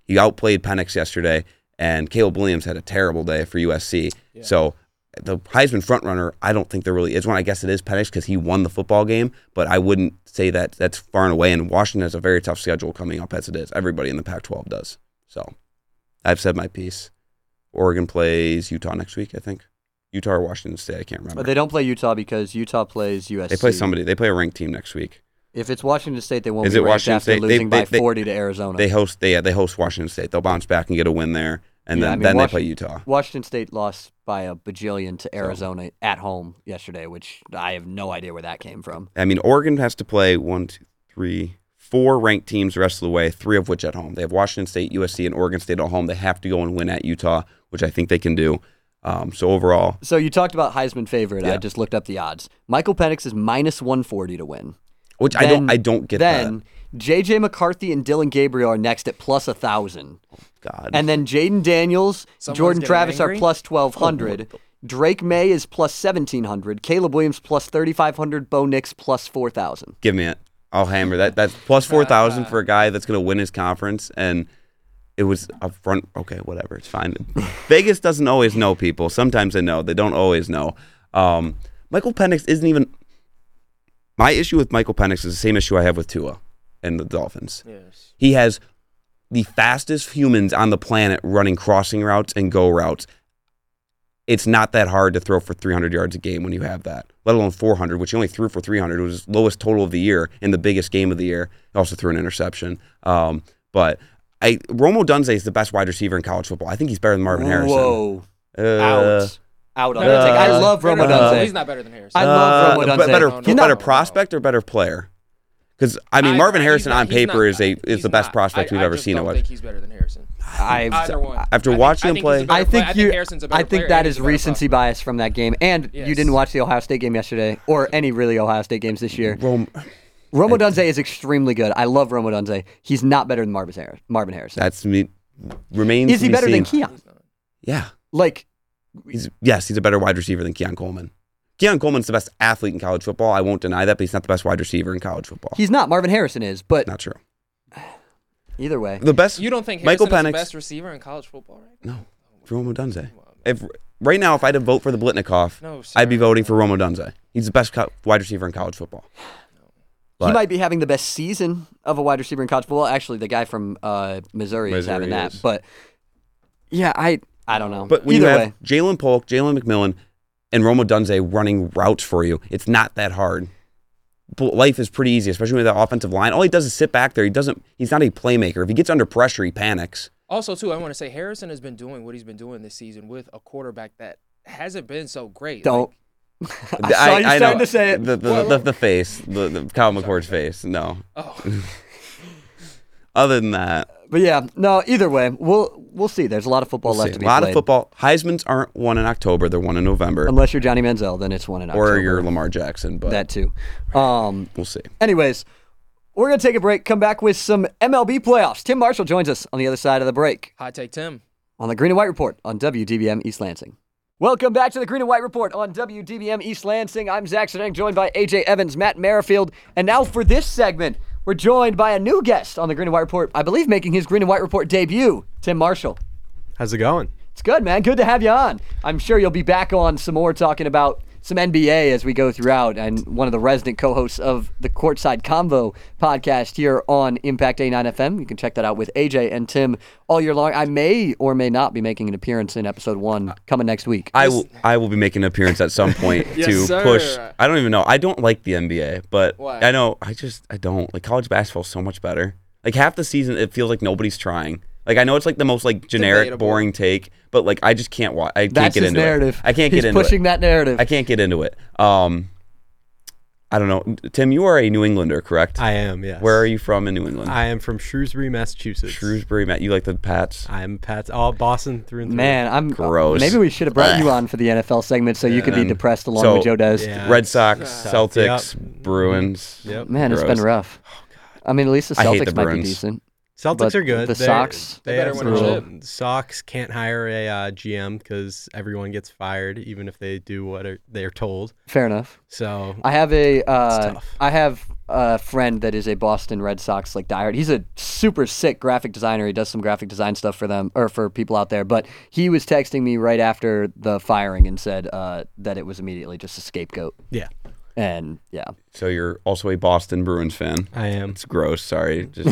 [SPEAKER 3] he outplayed Penix yesterday. And Caleb Williams had a terrible day for USC. So the Heisman frontrunner, I don't think there really is one. I guess it is Penix because he won the football game, but I wouldn't say that that's far and away. And Washington has a very tough schedule coming up as it is. Everybody in the Pac-12 does. So I've said my piece. Oregon plays Utah next week, I think. Utah or Washington State, I can't remember.
[SPEAKER 1] But Oh, they don't play Utah because Utah plays USC.
[SPEAKER 3] They play somebody. They play a ranked team next week.
[SPEAKER 1] If it's Washington State, they won't
[SPEAKER 3] Is
[SPEAKER 1] be
[SPEAKER 3] it
[SPEAKER 1] ranked
[SPEAKER 3] Washington
[SPEAKER 1] after
[SPEAKER 3] State? They-
[SPEAKER 1] losing
[SPEAKER 3] they-
[SPEAKER 1] by
[SPEAKER 3] they-
[SPEAKER 1] 40 to Arizona.
[SPEAKER 3] They host. They yeah, they host Washington State. They'll bounce back and get a win there, and
[SPEAKER 1] Yeah,
[SPEAKER 3] then,
[SPEAKER 1] I mean,
[SPEAKER 3] then they
[SPEAKER 1] Wash-
[SPEAKER 3] play Utah.
[SPEAKER 1] Washington State lost by a bajillion to Arizona at home yesterday, which I have no idea where that came from.
[SPEAKER 3] I mean, Oregon has to play one, two, three, four ranked teams the rest of the way. Three of which at home. They have Washington State, USC, and Oregon State at home. They have to go and win at Utah, which I think they can do. Um, so overall,
[SPEAKER 1] So you talked about Heisman favorite. I
[SPEAKER 3] Yeah.
[SPEAKER 1] just looked up the odds. Michael Penix is minus 140 to win.
[SPEAKER 3] which I don't. I don't get
[SPEAKER 1] then, J.J. McCarthy and Dylan Gabriel are next at plus 1,000.
[SPEAKER 3] that. God.
[SPEAKER 1] And then Jaden Daniels,
[SPEAKER 2] Someone's
[SPEAKER 1] Jordan
[SPEAKER 2] getting
[SPEAKER 1] Travis
[SPEAKER 2] angry?
[SPEAKER 1] are plus 1,200. Drake May is plus 1,700. Caleb Williams plus 3,500. Bo Nix plus 4,000.
[SPEAKER 3] give me it. I'll hammer that. That's plus four thousand for a guy that's going to win his conference, and it was up front. Okay, whatever, it's fine. Vegas doesn't always know people. Sometimes they know. They don't always know. Um, Michael Penix isn't even. My issue with Michael Penix is the same issue I have with Tua and the Dolphins.
[SPEAKER 2] Yes.
[SPEAKER 3] He has the fastest humans on the planet running crossing routes and go routes. It's not that hard to throw for 300 yards a game when you have that, let alone 400, which he only threw for 300. It was his lowest total of the year in the biggest game of the year. He also threw an interception. Um, but I, Romo Dunze is the best wide receiver in college football. I think he's better than Marvin Harrison.
[SPEAKER 1] Whoa.
[SPEAKER 3] Uh,
[SPEAKER 1] out. Out on
[SPEAKER 2] No, no,
[SPEAKER 1] that
[SPEAKER 2] no,
[SPEAKER 1] take. I
[SPEAKER 2] no,
[SPEAKER 1] love
[SPEAKER 2] no,
[SPEAKER 1] Romo
[SPEAKER 2] no, no,
[SPEAKER 1] Dunze.
[SPEAKER 2] He's not better than Harrison.
[SPEAKER 1] I love
[SPEAKER 3] Uh,
[SPEAKER 1] Romo
[SPEAKER 3] but
[SPEAKER 1] Dunze.
[SPEAKER 3] better,
[SPEAKER 2] No, no,
[SPEAKER 3] he's better
[SPEAKER 2] no.
[SPEAKER 3] prospect or better player? Because I mean,
[SPEAKER 2] I-
[SPEAKER 3] Marvin
[SPEAKER 2] he's
[SPEAKER 3] Harrison
[SPEAKER 2] not-
[SPEAKER 3] on
[SPEAKER 2] he's not-
[SPEAKER 3] paper is a is
[SPEAKER 2] he's
[SPEAKER 3] the best
[SPEAKER 2] not.
[SPEAKER 3] prospect
[SPEAKER 2] I-
[SPEAKER 3] we've
[SPEAKER 2] I
[SPEAKER 3] ever
[SPEAKER 2] just
[SPEAKER 3] seen.
[SPEAKER 2] don't
[SPEAKER 3] at
[SPEAKER 2] think he's better than Harrison.
[SPEAKER 1] I've,
[SPEAKER 2] Either one.
[SPEAKER 3] after
[SPEAKER 2] I think-
[SPEAKER 3] watching
[SPEAKER 2] I
[SPEAKER 3] him
[SPEAKER 2] think he's a
[SPEAKER 3] play-
[SPEAKER 2] better
[SPEAKER 1] I
[SPEAKER 2] player.
[SPEAKER 1] think you.
[SPEAKER 2] Harrison's a better
[SPEAKER 1] I think
[SPEAKER 2] player
[SPEAKER 1] that
[SPEAKER 2] and
[SPEAKER 1] is
[SPEAKER 2] he's a better
[SPEAKER 1] recency
[SPEAKER 2] prospect.
[SPEAKER 1] bias from that game, and you
[SPEAKER 2] Yes.
[SPEAKER 1] didn't watch the Ohio State game yesterday, or any really Ohio State games this year.
[SPEAKER 3] [laughs] Rome,
[SPEAKER 1] Romo Dunze is extremely good. I love Romo Dunze. He's not better than Marvin, Har- Marvin Harrison.
[SPEAKER 3] That's me. Remains.
[SPEAKER 1] Is he
[SPEAKER 3] to be
[SPEAKER 1] better than
[SPEAKER 3] seen.
[SPEAKER 1] Keon?
[SPEAKER 3] Yeah.
[SPEAKER 1] Like,
[SPEAKER 3] He's yes, he's a better wide receiver than Keon Coleman. Keon Coleman's the best athlete in college football. I won't deny that, but he's not the best wide receiver in college football.
[SPEAKER 1] he's not. Marvin Harrison is, but
[SPEAKER 3] not true.
[SPEAKER 1] either way,
[SPEAKER 3] The best.
[SPEAKER 2] You don't think
[SPEAKER 3] Michael
[SPEAKER 2] Harrison is the
[SPEAKER 3] Penix-
[SPEAKER 2] best receiver in college football right now?
[SPEAKER 3] No, Romo Dunze. If right now, if I had to vote for the Blitnikoff,
[SPEAKER 2] No, sir.
[SPEAKER 3] I'd be voting for Romo Dunze. He's the best co- wide receiver in college football.
[SPEAKER 1] he
[SPEAKER 3] But-
[SPEAKER 1] might be having the best season of a wide receiver in college football. Actually, the guy from uh, Missouri, is
[SPEAKER 3] Missouri
[SPEAKER 1] having that.
[SPEAKER 3] is.
[SPEAKER 1] But yeah, I I don't know.
[SPEAKER 3] But when
[SPEAKER 1] either
[SPEAKER 3] you
[SPEAKER 1] way,
[SPEAKER 3] have Jalen Polk, Jalen McMillan, and Romo Dunze running routes for you, it's not that hard. But Life is pretty easy, especially with that offensive line. All he does is sit back there. He doesn't. He's not a playmaker. If he gets under pressure, he panics.
[SPEAKER 2] Also, too, I want to say Harrison has been doing what he's been doing this season with a quarterback that hasn't been so great.
[SPEAKER 3] [laughs]
[SPEAKER 1] don't. I
[SPEAKER 2] Like,
[SPEAKER 1] saw you starting
[SPEAKER 3] know.
[SPEAKER 1] to say it.
[SPEAKER 3] The, the, the, the face, the, the Kyle McCord's face. No. [laughs]
[SPEAKER 2] oh,
[SPEAKER 3] Other than that,
[SPEAKER 1] But yeah, no. Either way, we'll we'll see. There's a lot of football left
[SPEAKER 3] see,
[SPEAKER 1] to
[SPEAKER 3] a
[SPEAKER 1] be
[SPEAKER 3] lot
[SPEAKER 1] played.
[SPEAKER 3] of football. Heisman's aren't won in October. They're won in November,
[SPEAKER 1] Unless you're Johnny Manziel, then it's one and
[SPEAKER 3] or
[SPEAKER 1] October.
[SPEAKER 3] you're Lamar Jackson. But
[SPEAKER 1] that too. Um.
[SPEAKER 3] we'll see.
[SPEAKER 1] Anyways, we're gonna take a break. Come back with some MLB playoffs. Tim Marshall joins us on the other side of the break.
[SPEAKER 2] hot take Tim.
[SPEAKER 1] on the Green and White Report on WDBM East Lansing. Welcome back to the Green and White Report on WDBM East Lansing. I'm Zach Sinek, joined by AJ Evans, Matt Merrifield, and now for this segment, we're joined by a new guest on the Green and White Report. I believe making his Green and White Report debut, Tim Marshall.
[SPEAKER 5] How's it going?
[SPEAKER 1] It's good, man. Good to have you on. I'm sure you'll be back on some more talking about some NBA as we go throughout, and one of the resident co-hosts of the Courtside Convo podcast here on Impact A9 FM. You can check that out with AJ and Tim all year long. I may or may not be making an appearance in episode one coming next week.
[SPEAKER 3] I will. I will be making an appearance at some point
[SPEAKER 2] [laughs] Yes,
[SPEAKER 3] to
[SPEAKER 2] sir.
[SPEAKER 3] push. I don't even know. I don't like the NBA, but
[SPEAKER 2] Why?
[SPEAKER 3] I know. I just. I don't like college basketball. is So much better. Like half the season, it feels like nobody's trying. Like I know it's like the most like generic,
[SPEAKER 2] Debatable.
[SPEAKER 3] boring take, but like I just can't watch. I can't
[SPEAKER 1] That's
[SPEAKER 3] get
[SPEAKER 1] his
[SPEAKER 3] into
[SPEAKER 1] narrative.
[SPEAKER 3] it. I can't
[SPEAKER 1] He's
[SPEAKER 3] get into
[SPEAKER 1] pushing
[SPEAKER 3] it.
[SPEAKER 1] that narrative.
[SPEAKER 3] I can't get into it. Um, I don't know. Tim, you are a New Englander, correct?
[SPEAKER 5] I am, yes.
[SPEAKER 3] Where are you from in New England?
[SPEAKER 5] I am from Shrewsbury, Massachusetts.
[SPEAKER 3] Shrewsbury, Matt. You like the Pats?
[SPEAKER 5] I'm Pat's. Oh, Boston through and through.
[SPEAKER 1] Man, I'm
[SPEAKER 3] Gross.
[SPEAKER 1] Maybe we should have brought you on for the NFL segment so you could be
[SPEAKER 3] And
[SPEAKER 1] depressed along
[SPEAKER 3] so-
[SPEAKER 1] with Joe Des.
[SPEAKER 5] Yeah.
[SPEAKER 3] Red Sox,
[SPEAKER 5] Yep.
[SPEAKER 3] Celtics, Bruins.
[SPEAKER 5] Yep.
[SPEAKER 1] Man, it's been
[SPEAKER 3] Gross. Oh,
[SPEAKER 1] rough. I mean, at least the
[SPEAKER 3] I hate
[SPEAKER 1] Celtics
[SPEAKER 3] the
[SPEAKER 1] might be
[SPEAKER 3] Bruins.
[SPEAKER 1] decent.
[SPEAKER 5] Celtics
[SPEAKER 1] But
[SPEAKER 5] are good.
[SPEAKER 1] the
[SPEAKER 5] They're-
[SPEAKER 1] Sox-
[SPEAKER 2] They
[SPEAKER 5] They,
[SPEAKER 2] better
[SPEAKER 5] have
[SPEAKER 2] win
[SPEAKER 4] a
[SPEAKER 5] some- Sox can't hire a uh, GM because everyone gets fired, even if they do what are, they're told.
[SPEAKER 1] Fair enough.
[SPEAKER 5] So
[SPEAKER 1] I have a uh,
[SPEAKER 5] tough.
[SPEAKER 1] I have a friend that is a Boston Red Sox like diehard. He's a super sick graphic designer. He does some graphic design stuff for them or for people out there. But he was texting me right after the firing and said uh, that it was immediately just a scapegoat.
[SPEAKER 5] yeah,
[SPEAKER 1] And yeah,
[SPEAKER 3] So you're also a Boston Bruins fan.
[SPEAKER 5] I am.
[SPEAKER 3] It's
[SPEAKER 1] [laughs]
[SPEAKER 3] gross. Sorry. Just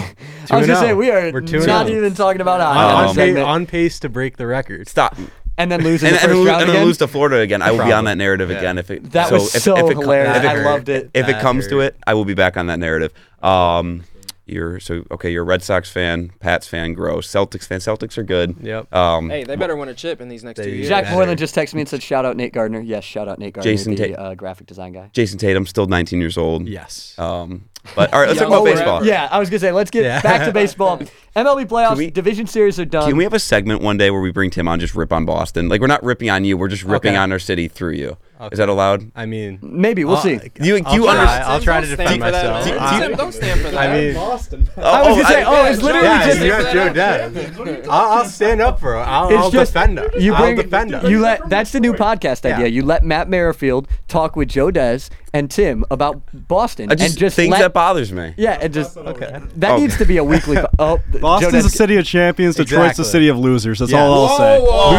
[SPEAKER 1] I was gonna
[SPEAKER 5] 2-0.
[SPEAKER 3] oh.
[SPEAKER 1] say we are
[SPEAKER 5] We're 2-0.
[SPEAKER 1] not even talking about
[SPEAKER 5] on,
[SPEAKER 1] hockey.
[SPEAKER 5] on,
[SPEAKER 1] segment.
[SPEAKER 5] pa- on pace to break the record.
[SPEAKER 3] stop.
[SPEAKER 1] and then lose in
[SPEAKER 3] And,
[SPEAKER 1] the
[SPEAKER 3] and,
[SPEAKER 1] first
[SPEAKER 3] lose,
[SPEAKER 1] round
[SPEAKER 3] and
[SPEAKER 1] again.
[SPEAKER 3] then lose to Florida again. I will be on that narrative again. If it
[SPEAKER 1] That was so
[SPEAKER 3] it co-
[SPEAKER 1] hilarious.
[SPEAKER 3] if it-
[SPEAKER 1] I loved it.
[SPEAKER 3] If it
[SPEAKER 5] That
[SPEAKER 3] comes to
[SPEAKER 5] hurt.
[SPEAKER 3] it, I will be back on that narrative. Um, you're so okay. You're a Red Sox fan, Pats fan, gross. Celtics fan. Celtics are good.
[SPEAKER 5] Yep.
[SPEAKER 3] Um,
[SPEAKER 2] Hey, they better win a chip in these next two
[SPEAKER 5] They-
[SPEAKER 2] years.
[SPEAKER 1] Jack
[SPEAKER 5] better.
[SPEAKER 1] Moylan just texted me and said, "Shout out Nate Gardner." Yes, shout out Nate Gardner,
[SPEAKER 3] Jason
[SPEAKER 1] the
[SPEAKER 3] Ta-
[SPEAKER 1] uh, graphic design guy.
[SPEAKER 3] Jason Tatum, still 19 years old.
[SPEAKER 5] Yes.
[SPEAKER 3] Um, but all right, let's
[SPEAKER 2] Yeah,
[SPEAKER 3] talk about
[SPEAKER 2] we're
[SPEAKER 3] baseball.
[SPEAKER 2] ever-
[SPEAKER 1] Oh, Yeah, I was gonna say, let's get
[SPEAKER 5] Yeah.
[SPEAKER 1] back to
[SPEAKER 3] [laughs]
[SPEAKER 1] baseball. MLB playoffs,
[SPEAKER 3] Can we-
[SPEAKER 1] division series are done.
[SPEAKER 3] Can we have a segment one day where we bring Tim on, just rip on Boston? Like we're not ripping on you, we're just ripping
[SPEAKER 5] Okay.
[SPEAKER 3] on our city through you. Is that allowed?
[SPEAKER 5] I mean,
[SPEAKER 1] Maybe we'll see.
[SPEAKER 5] I'll-
[SPEAKER 3] Do you- do
[SPEAKER 5] I'll
[SPEAKER 3] you
[SPEAKER 5] try-
[SPEAKER 3] understand-
[SPEAKER 5] I'll try to
[SPEAKER 2] Don't
[SPEAKER 5] defend
[SPEAKER 2] stand for that,
[SPEAKER 5] myself.
[SPEAKER 2] man.
[SPEAKER 5] I-
[SPEAKER 2] Tim, don't stand for that.
[SPEAKER 5] I mean,
[SPEAKER 1] I was gonna say, oh, it's literally
[SPEAKER 5] yeah,
[SPEAKER 1] just
[SPEAKER 5] you have Joe Dev. I'll, I'll stand up for her. I'll,
[SPEAKER 1] it's
[SPEAKER 5] I'll
[SPEAKER 1] just
[SPEAKER 5] defend her.
[SPEAKER 1] you
[SPEAKER 5] I'll
[SPEAKER 1] bring
[SPEAKER 5] defend her.
[SPEAKER 1] you let that's the new podcast
[SPEAKER 5] Yeah.
[SPEAKER 1] idea. You let Matt Merrifield talk with Joe Dez and Tim about Boston
[SPEAKER 3] I just,
[SPEAKER 1] and just
[SPEAKER 3] things
[SPEAKER 1] let,
[SPEAKER 3] that bothers me.
[SPEAKER 1] yeah, and just
[SPEAKER 5] Okay.
[SPEAKER 1] that
[SPEAKER 3] Oh.
[SPEAKER 1] needs to be a weekly. Po-
[SPEAKER 5] [laughs]
[SPEAKER 1] oh, th- Joe
[SPEAKER 4] Boston's
[SPEAKER 1] Dez-
[SPEAKER 4] the city of champions. Detroit's the
[SPEAKER 5] Exactly.
[SPEAKER 4] city of losers. That's
[SPEAKER 5] Yeah.
[SPEAKER 4] all I'll say.
[SPEAKER 2] whoa, whoa,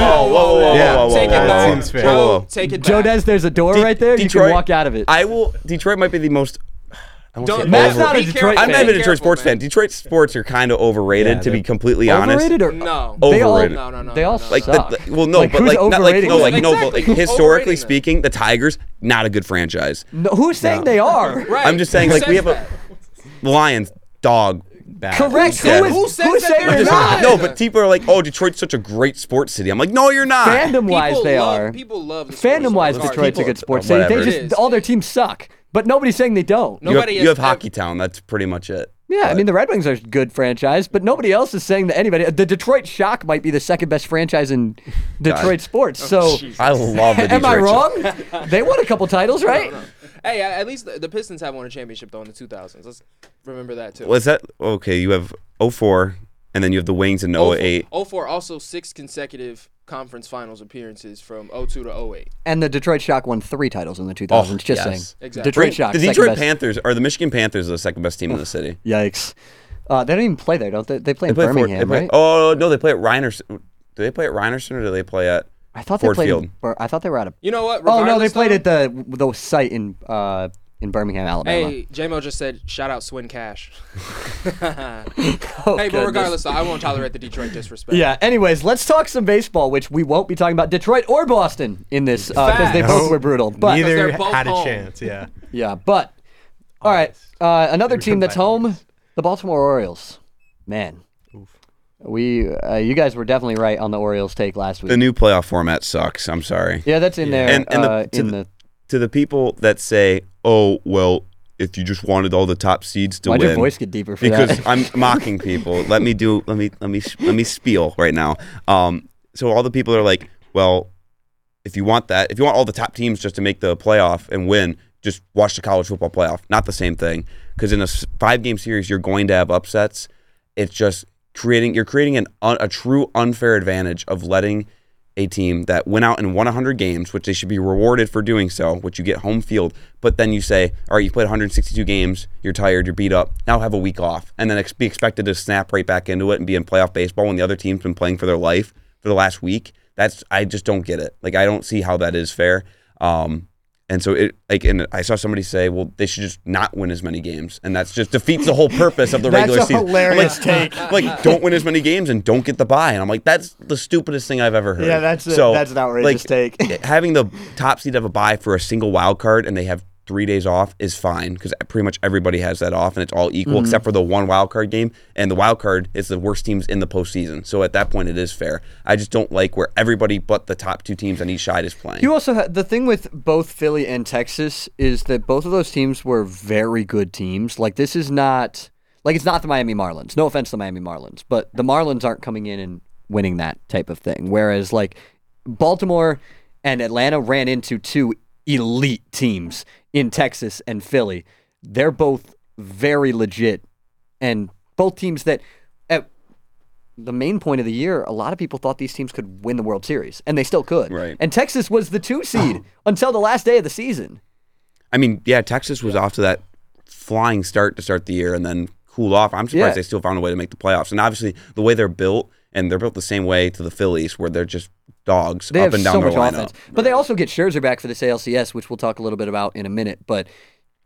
[SPEAKER 2] whoa,
[SPEAKER 5] Yeah.
[SPEAKER 2] whoa, whoa,
[SPEAKER 5] Take it
[SPEAKER 2] whoa,
[SPEAKER 5] back.
[SPEAKER 2] whoa.
[SPEAKER 5] Seems fair.
[SPEAKER 2] Joe,
[SPEAKER 3] Whoa, whoa.
[SPEAKER 2] Take it back.
[SPEAKER 1] Joe Dez, there's a door
[SPEAKER 3] De-
[SPEAKER 1] right there. you
[SPEAKER 3] Detroit-
[SPEAKER 1] can walk out of it.
[SPEAKER 3] I will. Detroit might be the most. I won't say
[SPEAKER 2] Don't,
[SPEAKER 1] Matt's
[SPEAKER 3] over-
[SPEAKER 1] not a
[SPEAKER 2] be
[SPEAKER 1] Detroit
[SPEAKER 2] careful.
[SPEAKER 1] fan.
[SPEAKER 3] I'm not even a Detroit
[SPEAKER 2] Careful,
[SPEAKER 3] sports
[SPEAKER 2] man.
[SPEAKER 3] fan. Detroit sports are kind of overrated,
[SPEAKER 5] Yeah,
[SPEAKER 3] to be
[SPEAKER 5] they're-
[SPEAKER 3] completely
[SPEAKER 1] overrated
[SPEAKER 3] honest.
[SPEAKER 1] or [laughs]
[SPEAKER 2] No.
[SPEAKER 1] They
[SPEAKER 3] Overrated.
[SPEAKER 1] All,
[SPEAKER 2] No, no, no,
[SPEAKER 1] They
[SPEAKER 2] no,
[SPEAKER 1] all
[SPEAKER 2] no, no.
[SPEAKER 3] Like,
[SPEAKER 1] suck.
[SPEAKER 3] the, the- well, no,
[SPEAKER 1] Like,
[SPEAKER 3] but
[SPEAKER 1] who's
[SPEAKER 3] like, not like,
[SPEAKER 1] overrating
[SPEAKER 3] no,
[SPEAKER 1] them?
[SPEAKER 3] like, no, but like,
[SPEAKER 2] Exactly. Who's
[SPEAKER 3] historically
[SPEAKER 2] overrating them?
[SPEAKER 3] speaking, the Tigers not a good franchise.
[SPEAKER 1] No, who's saying they are?
[SPEAKER 2] Right.
[SPEAKER 3] I'm just saying,
[SPEAKER 2] Who
[SPEAKER 3] like, we
[SPEAKER 2] says
[SPEAKER 3] have a-
[SPEAKER 2] that?
[SPEAKER 3] Lions, dog.
[SPEAKER 5] Bad.
[SPEAKER 1] Correct.
[SPEAKER 3] Yeah.
[SPEAKER 1] Who is [laughs]
[SPEAKER 2] Who
[SPEAKER 1] who's
[SPEAKER 2] says that
[SPEAKER 1] saying
[SPEAKER 2] they're
[SPEAKER 1] they're
[SPEAKER 2] not?
[SPEAKER 1] not?
[SPEAKER 3] [laughs] No, but people are like, oh, Detroit's such a great sports city. I'm like, no, you're not.
[SPEAKER 1] Fandom wise,
[SPEAKER 2] People
[SPEAKER 1] they
[SPEAKER 2] love-
[SPEAKER 1] are.
[SPEAKER 2] People love the sports.
[SPEAKER 1] Fandom wise,
[SPEAKER 2] Sorry.
[SPEAKER 1] Detroit's a
[SPEAKER 3] people-
[SPEAKER 1] good sports
[SPEAKER 3] uh,
[SPEAKER 1] city. They
[SPEAKER 3] whatever.
[SPEAKER 2] It
[SPEAKER 1] just
[SPEAKER 2] is.
[SPEAKER 1] all their teams suck, but nobody's saying they don't.
[SPEAKER 3] You have,
[SPEAKER 2] Nobody
[SPEAKER 3] you have
[SPEAKER 2] has ever-
[SPEAKER 3] Hockey Town. That's pretty much it.
[SPEAKER 1] Yeah, I mean the Red Wings are a good franchise, but nobody else is saying that anybody. The Detroit Shock might be the second best franchise
[SPEAKER 3] [laughs]
[SPEAKER 1] in Detroit sports. So,
[SPEAKER 3] Oh, I love
[SPEAKER 1] [laughs]
[SPEAKER 3] the
[SPEAKER 1] am I
[SPEAKER 3] Detroit Shock.
[SPEAKER 1] wrong?
[SPEAKER 3] [laughs]
[SPEAKER 1] they won a couple titles, right?
[SPEAKER 2] Hey, a- at least the, the Pistons have won a championship though in the 2000s. Let's remember that too.
[SPEAKER 3] Was that okay? You have 04, and then you have the Wings in 08.
[SPEAKER 2] 04, 04 also six consecutive conference finals appearances from 02 to 08.
[SPEAKER 1] And the Detroit Shock won three titles in the 2000s.
[SPEAKER 3] Oh,
[SPEAKER 1] just
[SPEAKER 3] yes.
[SPEAKER 1] saying,
[SPEAKER 2] Exactly.
[SPEAKER 1] Detroit Shock.
[SPEAKER 3] The
[SPEAKER 1] second
[SPEAKER 3] Detroit
[SPEAKER 1] best.
[SPEAKER 3] Panthers are the Michigan Panthers are the second best team in the city.
[SPEAKER 1] Yikes! Uh, they don't even play there, don't they? They play in
[SPEAKER 3] They play at Fort-
[SPEAKER 1] Birmingham,
[SPEAKER 3] they play-
[SPEAKER 1] right?
[SPEAKER 3] Oh no, they play at Reinerson. Do they play at Reinerson or do they play at?
[SPEAKER 1] I thought they
[SPEAKER 3] Ford
[SPEAKER 1] played.
[SPEAKER 3] Field.
[SPEAKER 1] In, Bir- I thought they were out of.
[SPEAKER 2] You know what?
[SPEAKER 1] Oh no, they
[SPEAKER 2] Regardless,
[SPEAKER 1] played
[SPEAKER 2] though-
[SPEAKER 1] at the the site in uh, in Birmingham, Alabama.
[SPEAKER 2] Hey, JMO just said, shout out Swin
[SPEAKER 3] [laughs]
[SPEAKER 2] Cash. [laughs]
[SPEAKER 1] Oh,
[SPEAKER 2] hey, but
[SPEAKER 1] goodness.
[SPEAKER 2] regardless, though, I won't tolerate the Detroit
[SPEAKER 3] [laughs]
[SPEAKER 2] disrespect.
[SPEAKER 1] Yeah. Anyways, let's talk some baseball, which we won't be talking about Detroit or Boston in this because they
[SPEAKER 2] Facts.
[SPEAKER 1] both were brutal. But
[SPEAKER 5] Neither
[SPEAKER 2] they're both
[SPEAKER 5] had a
[SPEAKER 2] home.
[SPEAKER 5] chance. Yeah.
[SPEAKER 1] yeah, but all right. Uh, another team that's home, the Baltimore Orioles. Man, we uh, you guys were definitely right on the Orioles take last week.
[SPEAKER 3] The new playoff format sucks. I'm sorry.
[SPEAKER 1] yeah, that's in there
[SPEAKER 3] And- and the-
[SPEAKER 1] uh,
[SPEAKER 3] to
[SPEAKER 1] in
[SPEAKER 3] the-
[SPEAKER 1] the.
[SPEAKER 3] To the people that say, "Oh well, if you just wanted all the top seeds to
[SPEAKER 1] Why'd
[SPEAKER 3] win."
[SPEAKER 1] your voice get deeper for
[SPEAKER 3] because
[SPEAKER 1] that?
[SPEAKER 3] I'm mocking people. Let me do. Let me. Let me. Let me spiel right now. Um. So all the people are like, well, if you want that, if you want all the top teams just to make the playoff and win, just watch the college football playoff. Not the same thing. Because in a five game series, you're going to have upsets. It's just creating. You're creating an un, a true unfair advantage of letting a team that went out and won 100 games, which they should be rewarded for doing so, which you get home field. But then you say, all right, you played 162 games, you're tired, you're beat up, now have a week off, and then ex- be expected to snap right back into it and be in playoff baseball when the other team's been playing for their life for the last week. That's I just don't get it. Like I don't see how that is fair. Um, and so it like and I saw somebody say, well, they should just not win as many games, and that's just defeats the whole purpose of the
[SPEAKER 1] That's
[SPEAKER 3] regular
[SPEAKER 1] a
[SPEAKER 3] season. [laughs] I'm
[SPEAKER 1] hilarious
[SPEAKER 3] like,
[SPEAKER 1] take.
[SPEAKER 3] I'm like don't win as many games and don't get the bye. And I'm like, that's the stupidest thing I've ever
[SPEAKER 1] [laughs]
[SPEAKER 3] heard.
[SPEAKER 1] Yeah, that's a- that's an outrageous take.
[SPEAKER 3] having the top seed have a bye for a single wild card and they have three days off is fine because pretty much everybody has that off and it's all equal
[SPEAKER 1] Mm-hmm.
[SPEAKER 3] except for the one wild card game. And the wild card is the worst teams in the postseason. So at that point, it is fair. I just don't like where everybody but the top two teams on each side is playing.
[SPEAKER 1] You also ha the thing with both Philly and Texas is that both of those teams were very good teams. Like this is not like it's not the Miami Marlins. No offense to the Miami Marlins, but the Marlins aren't coming in and winning that type of thing. Whereas like Baltimore and Atlanta ran into two elite teams in Texas and Philly. They're both very legit and both teams that at the main point of the year, a lot of people thought these teams could win the World Series, and they still could.
[SPEAKER 3] Right.
[SPEAKER 1] And Texas was the two
[SPEAKER 3] [laughs]
[SPEAKER 1] seed until the last day of the season.
[SPEAKER 3] I mean, yeah, Texas was off to that flying start to start the year and then cool off. I'm surprised
[SPEAKER 1] Yeah.
[SPEAKER 3] they still found a way to make the playoffs. And obviously, the way they're built, and they're built the same way to the Phillies, where they're just dogs
[SPEAKER 1] They
[SPEAKER 3] up
[SPEAKER 1] have
[SPEAKER 3] and down
[SPEAKER 1] so
[SPEAKER 3] their
[SPEAKER 1] much
[SPEAKER 3] lineup.
[SPEAKER 1] offense, but they also get Scherzer back for this ALCS, which we'll talk a little bit about in a minute. But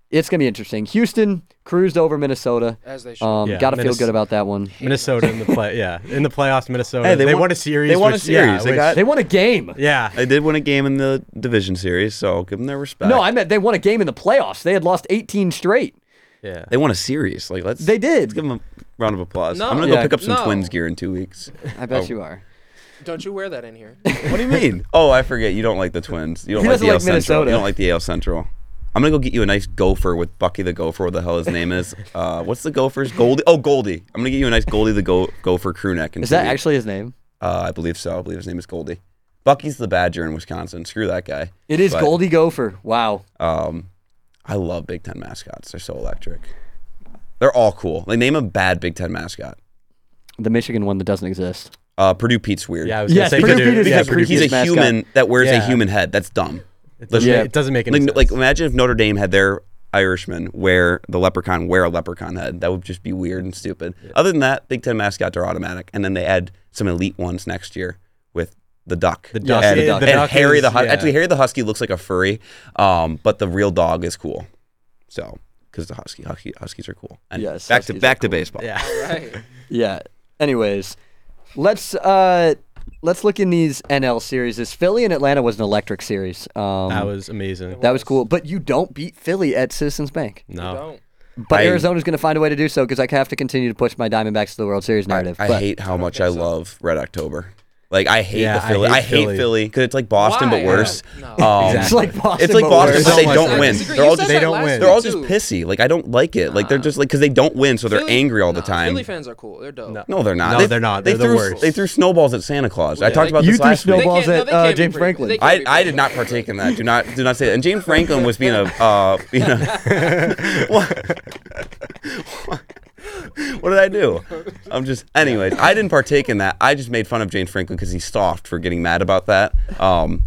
[SPEAKER 1] it's gonna be interesting. Houston cruised over Minnesota.
[SPEAKER 2] As they should.
[SPEAKER 1] Um,
[SPEAKER 5] Yeah,
[SPEAKER 1] got to feel
[SPEAKER 5] Minnes-
[SPEAKER 1] good about that one.
[SPEAKER 5] [laughs] Minnesota in the play, yeah, in the playoffs. Minnesota,
[SPEAKER 3] Hey,
[SPEAKER 5] they,
[SPEAKER 3] they won-
[SPEAKER 5] won a series.
[SPEAKER 3] they won a
[SPEAKER 5] which- yeah,
[SPEAKER 3] series. They
[SPEAKER 5] which-
[SPEAKER 3] got-
[SPEAKER 1] They won a game.
[SPEAKER 5] yeah.
[SPEAKER 3] They did win a game in the division series, so give them their respect.
[SPEAKER 1] No, I meant they won a game in the playoffs. They had lost 18
[SPEAKER 3] [laughs]
[SPEAKER 1] straight.
[SPEAKER 5] yeah.
[SPEAKER 3] they won a series. Like let's
[SPEAKER 1] They did.
[SPEAKER 3] Let's give them a round of applause.
[SPEAKER 2] No.
[SPEAKER 3] I'm gonna
[SPEAKER 1] Yeah.
[SPEAKER 3] go pick up some
[SPEAKER 2] No.
[SPEAKER 3] Twins gear in two weeks.
[SPEAKER 1] I bet you are.
[SPEAKER 2] Don't you wear that in here.
[SPEAKER 3] What do
[SPEAKER 1] [laughs]
[SPEAKER 3] you mean? oh, I forget. You don't like the Twins. You don't
[SPEAKER 1] He
[SPEAKER 3] like
[SPEAKER 1] doesn't
[SPEAKER 3] the
[SPEAKER 1] like
[SPEAKER 3] AL Central.
[SPEAKER 1] Minnesota.
[SPEAKER 3] You don't like the AL Central. I'm gonna go get you a nice gopher with Bucky the Gopher. What the hell his
[SPEAKER 1] [laughs]
[SPEAKER 3] name is? Uh, what's the Gopher's Goldie? Oh, Goldie. I'm gonna get you a nice Goldie the go- Gopher crew neck. in
[SPEAKER 1] Is
[SPEAKER 3] two
[SPEAKER 1] that
[SPEAKER 3] weeks.
[SPEAKER 1] actually his name?
[SPEAKER 3] Uh, I believe so. I believe his name is Goldie. Bucky's the Badger in Wisconsin. Screw that guy.
[SPEAKER 1] It is
[SPEAKER 3] But,
[SPEAKER 1] Goldie Gopher. Wow.
[SPEAKER 3] Um, I love Big Ten mascots. They're so electric. They're all cool. Like name a bad Big Ten mascot.
[SPEAKER 1] The Michigan one that doesn't exist.
[SPEAKER 3] Uh, Purdue Pete's weird.
[SPEAKER 5] Yeah, I was
[SPEAKER 1] Yes,
[SPEAKER 5] gonna say
[SPEAKER 1] Purdue
[SPEAKER 5] Purdue.
[SPEAKER 1] Peters
[SPEAKER 5] yeah,
[SPEAKER 1] is
[SPEAKER 3] because
[SPEAKER 1] the
[SPEAKER 5] Purdue.
[SPEAKER 3] he's a
[SPEAKER 1] Pete's mascot.
[SPEAKER 3] human that wears a
[SPEAKER 5] Yeah.
[SPEAKER 3] human head. That's dumb.
[SPEAKER 5] It doesn't,
[SPEAKER 1] Yeah.
[SPEAKER 5] make, it doesn't make any
[SPEAKER 3] Like,
[SPEAKER 5] sense.
[SPEAKER 3] like imagine if Notre Dame had their Irishmen wear the leprechaun wear a leprechaun head. That would just be weird and stupid. Other than that, Big Ten mascots are automatic, and then they add some elite ones next year with the duck.
[SPEAKER 5] The duck.
[SPEAKER 3] and,
[SPEAKER 1] Yeah, the duck.
[SPEAKER 3] and
[SPEAKER 5] The duck
[SPEAKER 3] Harry
[SPEAKER 5] is-
[SPEAKER 3] the hus-
[SPEAKER 5] yeah.
[SPEAKER 3] actually Harry the husky looks like a furry, um, but the real dog is cool. So because the husky, husky huskies are cool. And
[SPEAKER 1] Yes,
[SPEAKER 3] back to
[SPEAKER 1] huskies are
[SPEAKER 3] back to
[SPEAKER 1] cool.
[SPEAKER 3] baseball.
[SPEAKER 5] yeah.
[SPEAKER 2] right.
[SPEAKER 1] Yeah. Anyways, let's uh let's look in these NL series. This Philly and Atlanta was an electric series. Um,
[SPEAKER 5] That was amazing.
[SPEAKER 1] that was cool. But you don't beat Philly at Citizens Bank.
[SPEAKER 5] no.
[SPEAKER 2] Don't.
[SPEAKER 1] But
[SPEAKER 3] I-
[SPEAKER 1] Arizona's going to find a way to do so because I have to continue to push my Diamondbacks to the World Series narrative.
[SPEAKER 3] I
[SPEAKER 1] but
[SPEAKER 3] hate how much I love Red October. Like I hate
[SPEAKER 5] Yeah,
[SPEAKER 3] the
[SPEAKER 5] I
[SPEAKER 3] Philly.
[SPEAKER 5] hate
[SPEAKER 3] I hate,
[SPEAKER 5] Philly.
[SPEAKER 3] Philly because it's like Boston
[SPEAKER 2] Why?
[SPEAKER 3] but worse.
[SPEAKER 2] No.
[SPEAKER 1] [laughs]
[SPEAKER 3] Um,
[SPEAKER 1] it's like Boston.
[SPEAKER 3] It's like
[SPEAKER 1] but
[SPEAKER 3] Boston,
[SPEAKER 1] worse.
[SPEAKER 3] but they
[SPEAKER 5] There's so much
[SPEAKER 3] don't win.
[SPEAKER 5] disagree.
[SPEAKER 3] They're
[SPEAKER 2] You
[SPEAKER 3] all
[SPEAKER 2] said
[SPEAKER 3] just
[SPEAKER 5] that
[SPEAKER 3] they
[SPEAKER 5] last
[SPEAKER 3] don't win.
[SPEAKER 5] week,
[SPEAKER 3] They're all just
[SPEAKER 2] too.
[SPEAKER 3] pissy. Like I don't like it. Like they're just like because they don't win, so they're
[SPEAKER 2] Philly-
[SPEAKER 3] angry all the
[SPEAKER 2] nah,
[SPEAKER 3] time.
[SPEAKER 2] Philly fans are cool. They're dope.
[SPEAKER 5] No.
[SPEAKER 3] no, they're not.
[SPEAKER 5] No,
[SPEAKER 3] they,
[SPEAKER 5] they're not.
[SPEAKER 3] They
[SPEAKER 5] They're the
[SPEAKER 3] threw,
[SPEAKER 5] worst.
[SPEAKER 3] They threw snowballs at Santa Claus. I
[SPEAKER 2] Yeah,
[SPEAKER 3] talked
[SPEAKER 2] they-
[SPEAKER 3] about
[SPEAKER 1] You
[SPEAKER 3] this
[SPEAKER 1] threw
[SPEAKER 3] last week.
[SPEAKER 1] snowballs
[SPEAKER 2] They
[SPEAKER 1] at
[SPEAKER 2] can't- no, they
[SPEAKER 1] uh,
[SPEAKER 2] can't be
[SPEAKER 1] James
[SPEAKER 2] pretty-
[SPEAKER 1] Franklin.
[SPEAKER 2] they can't-
[SPEAKER 3] I, I did not partake in that. Do not do not say that. And James Franklin was being a uh, [laughs]
[SPEAKER 1] [laughs]
[SPEAKER 3] being a what? What did I do? I'm just anyways. I didn't partake in that. I just made fun of James Franklin because he's soft for getting mad about that. Um,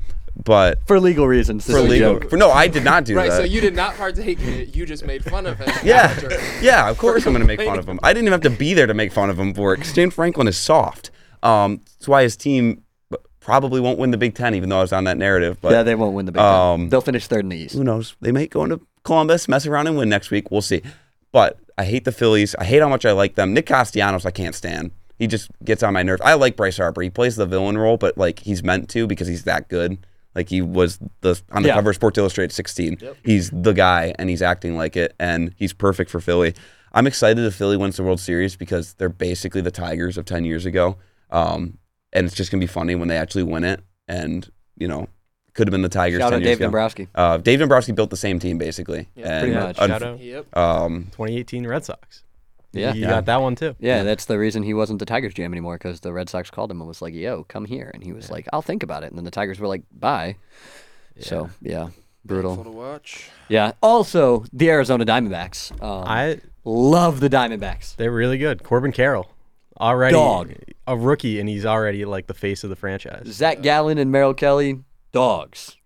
[SPEAKER 1] [laughs]
[SPEAKER 3] but
[SPEAKER 1] for legal reasons. This
[SPEAKER 3] for
[SPEAKER 1] is a
[SPEAKER 3] legal,
[SPEAKER 1] joke.
[SPEAKER 3] for, no, I did not do
[SPEAKER 2] Right,
[SPEAKER 3] that.
[SPEAKER 2] so you did not partake in it. You just made fun of him. after.
[SPEAKER 3] [laughs] Yeah, yeah. Of course, I'm gonna make fun of him. I didn't even have to be there to make fun of him for it. 'cause James Franklin is soft. Um, that's why his team probably won't win the Big Ten, even though I was on that narrative. But
[SPEAKER 1] yeah, they won't win the Big Ten.
[SPEAKER 3] Um,
[SPEAKER 1] They'll finish third in the East.
[SPEAKER 3] who knows? They might go into Columbus, mess around, and win next week. We'll see. But I hate the Phillies. I hate how much I like them. Nick Castellanos, I can't stand. He just gets on my nerves. I like Bryce Harper. He plays the villain role, but like he's meant to because he's that good. Like he was the on the
[SPEAKER 1] Yeah.
[SPEAKER 3] cover of Sports Illustrated 16. He's the guy, and he's acting like it, and he's perfect for Philly. I'm excited if Philly wins the World Series because they're basically the Tigers of 10 years ago. Um, and it's just gonna be funny when they actually win it. And you know, could have been the Tigers.
[SPEAKER 1] Shout
[SPEAKER 3] 10
[SPEAKER 1] out
[SPEAKER 3] years
[SPEAKER 1] Dave
[SPEAKER 3] ago.
[SPEAKER 1] Dombrowski.
[SPEAKER 3] Uh, Dave Dombrowski built the same team basically.
[SPEAKER 2] Yeah,
[SPEAKER 3] And
[SPEAKER 1] pretty much.
[SPEAKER 3] un-
[SPEAKER 5] Shout out
[SPEAKER 2] Yep.
[SPEAKER 3] Um,
[SPEAKER 5] 2018 Red Sox.
[SPEAKER 1] Yeah.
[SPEAKER 5] You
[SPEAKER 1] yeah.
[SPEAKER 5] got that one too.
[SPEAKER 1] that's the reason he wasn't the Tigers GM anymore because the Red Sox called him and was like, "Yo, come here," and he was like, "I'll think about it." And then the Tigers were like, "Bye." So yeah,
[SPEAKER 2] Full
[SPEAKER 1] brutal.
[SPEAKER 2] to watch.
[SPEAKER 1] Yeah. Also, the Arizona Diamondbacks. Um,
[SPEAKER 5] I
[SPEAKER 1] love the Diamondbacks.
[SPEAKER 5] they're really good. Corbin Carroll already
[SPEAKER 1] Dog.
[SPEAKER 5] a rookie and he's already like the face of the franchise.
[SPEAKER 1] Zach Gallen and Merrill Kelly, dogs.